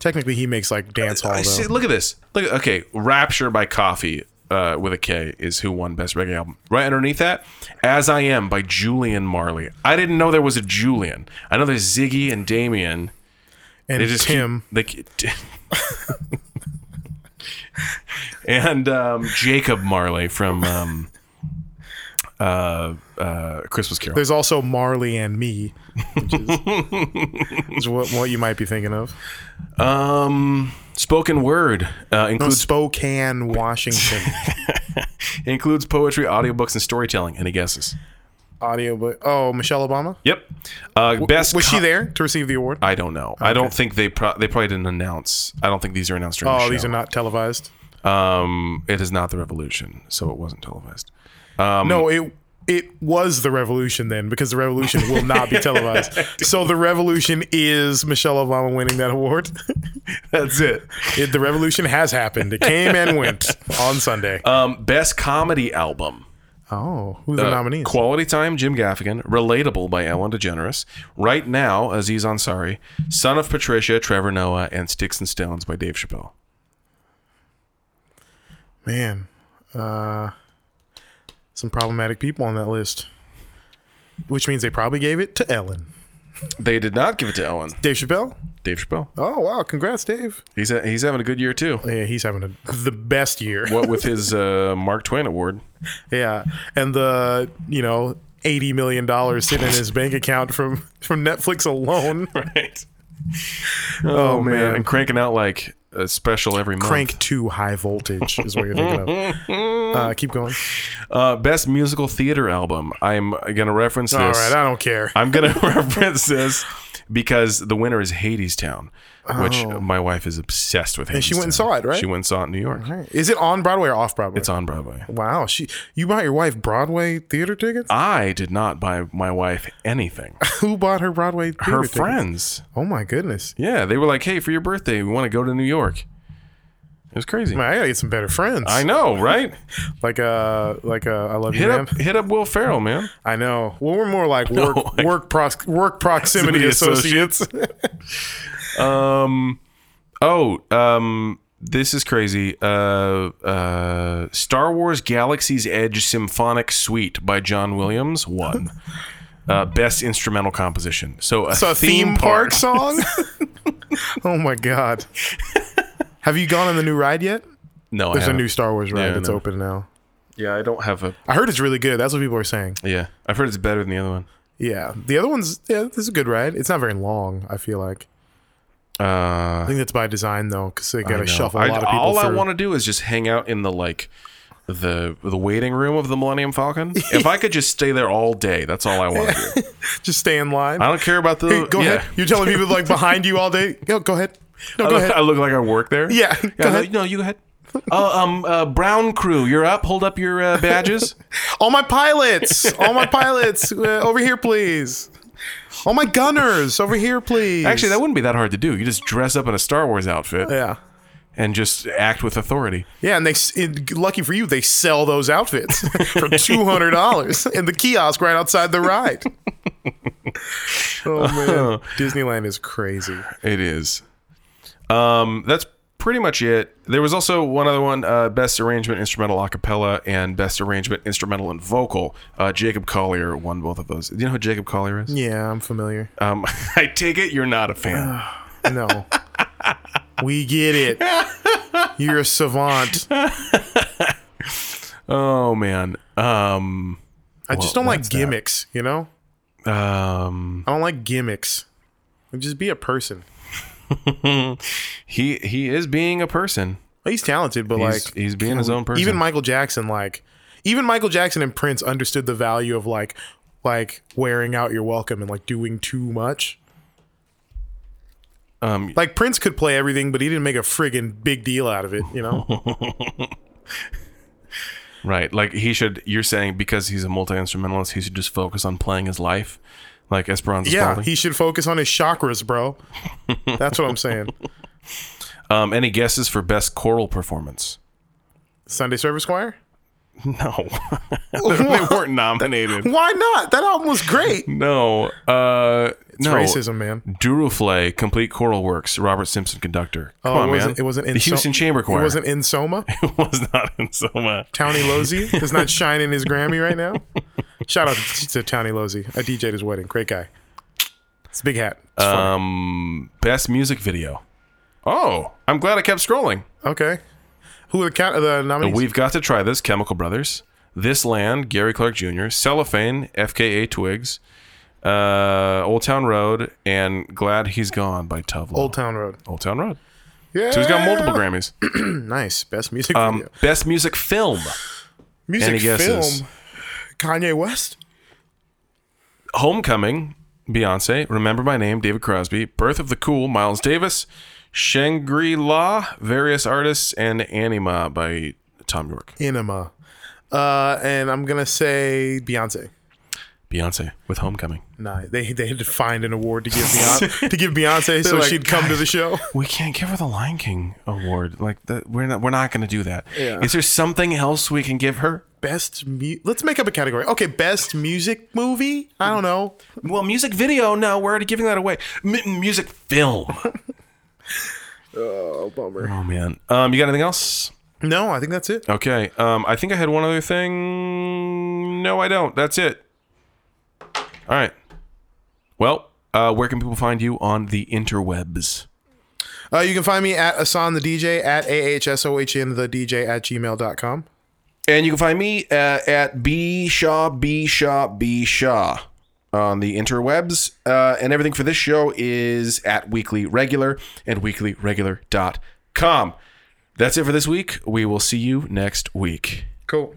Speaker 2: Technically, he makes like dance hall.
Speaker 1: I see,
Speaker 2: Though.
Speaker 1: look at this. Look, okay, Rapture by Coffee uh, with a K is who won Best Reggae Album. Right underneath that, As I Am by Julian Marley. I didn't know there was a Julian. I know there's Ziggy and Damien.
Speaker 2: And
Speaker 1: They just keep-
Speaker 2: Tim,
Speaker 1: they keep- (laughs) and um, Jacob Marley from um, uh, uh, Christmas Carol.
Speaker 2: there's also Marley and me,
Speaker 1: (laughs)
Speaker 2: which is, is what, what you might be thinking of.
Speaker 1: Um, spoken word uh, includes
Speaker 2: Spokane, Washington.
Speaker 1: (laughs) includes poetry, audiobooks, and storytelling. Any guesses?
Speaker 2: Audio, but oh, Michelle Obama.
Speaker 1: Yep. Uh, best
Speaker 2: Was she
Speaker 1: co- Uh,
Speaker 2: there to receive the award?
Speaker 1: I don't know. I don't think they pro- they probably didn't announce. I don't think these are announced during the
Speaker 2: Oh,
Speaker 1: show.
Speaker 2: these are not televised.
Speaker 1: um, it is not the revolution, so it wasn't televised. Um,
Speaker 2: No, it it was the revolution then because the revolution will
Speaker 1: (laughs)
Speaker 2: not be televised. So the revolution is Michelle Obama winning that award.
Speaker 1: That's it.
Speaker 2: It, the revolution has happened. It came and went on Sunday.
Speaker 1: Um, best comedy album.
Speaker 2: Oh, who are the nominees?
Speaker 1: Quality Time, Jim Gaffigan. Relatable by Ellen DeGeneres. Right Now, Aziz Ansari. Son of Patricia, Trevor Noah. And Sticks and Stones by Dave Chappelle.
Speaker 2: Man, uh, some problematic people on that list, which means they probably gave it to Ellen.
Speaker 1: They did not give it to Ellen.
Speaker 2: Dave Chappelle.
Speaker 1: Dave Chappelle.
Speaker 2: Oh wow, congrats, Dave.
Speaker 1: He's, a, he's having a good year, too.
Speaker 2: Yeah, he's having a, the best year.
Speaker 1: What with his uh, Mark Twain Award.
Speaker 2: Yeah, and the you know eighty million dollars sitting in his bank account from from Netflix alone.
Speaker 1: Right.
Speaker 2: Oh,
Speaker 1: And cranking out like a special every month.
Speaker 2: crank two high voltage is what you're thinking of. Uh, keep going.
Speaker 1: Uh, best musical theater album. I'm gonna reference this.
Speaker 2: All right, I don't care.
Speaker 1: I'm gonna (laughs) reference this because the winner is Hades Town, which my wife is obsessed with. And
Speaker 2: she went Oh. and saw it, right?
Speaker 1: She went and saw it in New York.
Speaker 2: Is it on Broadway or off Broadway?
Speaker 1: It's on Broadway.
Speaker 2: wow, she you bought your wife Broadway
Speaker 1: (laughs)
Speaker 2: theater tickets?
Speaker 1: I did not buy my wife anything.
Speaker 2: Who bought her Broadway theater
Speaker 1: Her
Speaker 2: tickets?
Speaker 1: friends,
Speaker 2: Oh my goodness.
Speaker 1: yeah, they were like, "Hey, for your birthday, we want to go to New York." It was crazy.
Speaker 2: Man, I gotta get some better friends.
Speaker 1: I know,
Speaker 2: (laughs)
Speaker 1: right?
Speaker 2: like uh like uh I love you,
Speaker 1: Hit
Speaker 2: man.
Speaker 1: up, hit up Will Ferrell, man.
Speaker 2: I know. Well, we're more like work
Speaker 1: I-
Speaker 2: work prox- work proximity
Speaker 1: Proximity
Speaker 2: associates.
Speaker 1: Um, oh, um, this is crazy. Uh, uh, Star Wars Galaxy's Edge Symphonic Suite by John Williams
Speaker 2: (laughs)
Speaker 1: won. Uh, best instrumental composition. So a,
Speaker 2: so (laughs) a
Speaker 1: theme, park.
Speaker 2: song. (laughs) oh my god. Have you gone on the new ride yet?
Speaker 1: No,
Speaker 2: There's
Speaker 1: I
Speaker 2: a new
Speaker 1: haven't.
Speaker 2: Star Wars ride
Speaker 1: Yeah, I
Speaker 2: that's
Speaker 1: know.
Speaker 2: open now.
Speaker 1: Yeah, I don't have a.
Speaker 2: I heard it's really good. That's what people are saying.
Speaker 1: Yeah, I've heard it's better than the other one.
Speaker 2: Yeah. The other one's yeah, this is a good ride. It's not very long, I feel like. I
Speaker 1: Uh,
Speaker 2: think that's by design though, because they gotta
Speaker 1: no.
Speaker 2: shuffle a
Speaker 1: I-
Speaker 2: lot of people.
Speaker 1: all I
Speaker 2: through.
Speaker 1: want to do is just hang out in the like. The the waiting room of the Millennium
Speaker 2: (laughs)
Speaker 1: Falcon. If I could just stay there all day, that's all I want to do.
Speaker 2: just stay in line.
Speaker 1: I don't care about the.
Speaker 2: Hey, go
Speaker 1: yeah.
Speaker 2: ahead. You're telling people like behind you all day. Go go ahead. No, go
Speaker 1: I, look-
Speaker 2: ahead. (laughs)
Speaker 1: I look like I work there.
Speaker 2: Yeah, go
Speaker 1: no,
Speaker 2: ahead.
Speaker 1: no, you go ahead. uh, um, uh, Brown crew, you're up. Hold up your
Speaker 2: (laughs)
Speaker 1: uh, badges.
Speaker 2: All my pilots, all my pilots, uh, over here, please. All my gunners, over here, please.
Speaker 1: Actually, that wouldn't be that hard to do. You just dress up in a Star Wars outfit
Speaker 2: yeah,
Speaker 1: and just act with authority.
Speaker 2: yeah, and they s- it, lucky for you, they sell those outfits (laughs) for two
Speaker 1: (laughs)
Speaker 2: hundred dollars in the kiosk right outside the ride. oh man, Disneyland is crazy.
Speaker 1: It is. Um, that's pretty much it. There was also one other one: uh, best arrangement instrumental a cappella and best arrangement instrumental and vocal. Uh, Jacob Collier won both of those. Do you know who Jacob Collier is?
Speaker 2: Yeah, I'm familiar.
Speaker 1: Um, (laughs) I take it you're not a
Speaker 2: (sighs)
Speaker 1: fan.
Speaker 2: No, we get it. You're a savant.
Speaker 1: oh man. Um,
Speaker 2: I just don't like
Speaker 1: what's that?
Speaker 2: gimmicks. You know,
Speaker 1: um.
Speaker 2: I don't like gimmicks. Just be a person.
Speaker 1: He he is being a person.
Speaker 2: He's talented, but
Speaker 1: He's,
Speaker 2: like
Speaker 1: he's being his own person.
Speaker 2: even Michael Jackson, like even Michael Jackson and Prince understood the value of like like wearing out your welcome and like doing too much.
Speaker 1: um,
Speaker 2: Like Prince could play everything, but he didn't make a friggin' big deal out of it, you
Speaker 1: (laughs)
Speaker 2: know?
Speaker 1: right. Like he should. You're saying because he's a multi instrumentalist, he should just focus on playing his life, like Esperanza
Speaker 2: yeah,
Speaker 1: Spalding.
Speaker 2: he should focus on his chakras, bro. That's what
Speaker 1: (laughs)
Speaker 2: I'm saying.
Speaker 1: um, any guesses for best choral performance? (laughs)
Speaker 2: Sunday Service Choir? (laughs)
Speaker 1: No, they weren't nominated.
Speaker 2: Why not? That album was great.
Speaker 1: No, uh, no.
Speaker 2: Racism, man.
Speaker 1: Durufle, complete choral works. Robert Simpson, conductor. Come
Speaker 2: Oh,
Speaker 1: on,
Speaker 2: it wasn't,
Speaker 1: man.
Speaker 2: It wasn't in
Speaker 1: the
Speaker 2: So-
Speaker 1: Houston Chamber Choir.
Speaker 2: It wasn't in Soma.
Speaker 1: it (laughs) was not in Soma.
Speaker 2: Towny Losey does not shine in his Grammy right now. Shout out to, to Towny Losey. I DJ'd his wedding. Great guy. It's a big hat. It's
Speaker 1: Uh,
Speaker 2: fun.
Speaker 1: Um, best music video. Oh, I'm glad I kept scrolling.
Speaker 2: Okay. Who are the, count, the nominees?
Speaker 1: We've got to try this, Chemical Brothers. This Land, Gary Clark Jr., Cellophane, FKA Twigs, uh, Old Town Road, and Glad He's Gone by Tove Lo.
Speaker 2: Old Town Road.
Speaker 1: Old Town Road.
Speaker 2: Yeah.
Speaker 1: So he's got multiple Grammys.
Speaker 2: Nice. Best music
Speaker 1: Um,
Speaker 2: video.
Speaker 1: best music film.
Speaker 2: Music
Speaker 1: any guesses?
Speaker 2: film. Kanye West?
Speaker 1: Homecoming, Beyonce, Remember My Name, David Crosby, Birth of the Cool, Miles Davis, Shangri La, various artists, and Anima by Tom York.
Speaker 2: Enema. Uh, and I'm going to say Beyonce.
Speaker 1: Beyonce with Homecoming.
Speaker 2: Nah, they, they had to find an award to
Speaker 1: (laughs)
Speaker 2: give Beyonce, to give Beyonce so
Speaker 1: like,
Speaker 2: she'd come to
Speaker 1: "Guys."
Speaker 2: the show.
Speaker 1: we can't give her the Lion King award. Like that, we're not we're not going to do that. Is
Speaker 2: Yeah.
Speaker 1: there something else we can give her?
Speaker 2: Best mu- Let's make up a category. Okay, best music movie? I don't know.
Speaker 1: Well, music video. No, we're already giving that away. M- music film.
Speaker 2: Oh, bummer.
Speaker 1: oh man. Um, you got anything else?
Speaker 2: No, I think that's it.
Speaker 1: Okay. Um, I think I had one other thing. No, I don't. That's it. All right. Well, uh, where can people find you on the interwebs?
Speaker 2: Uh, you can find me at Asan the DJ at AHSOHN the DJ at gmail.com.
Speaker 1: And you can find me uh, at B Shaw B Shaw B Shaw on the interwebs. Uh, and everything for this show is at Weekly Regular and weeklyregular.com. That's it for this week. We will see you next week. Cool.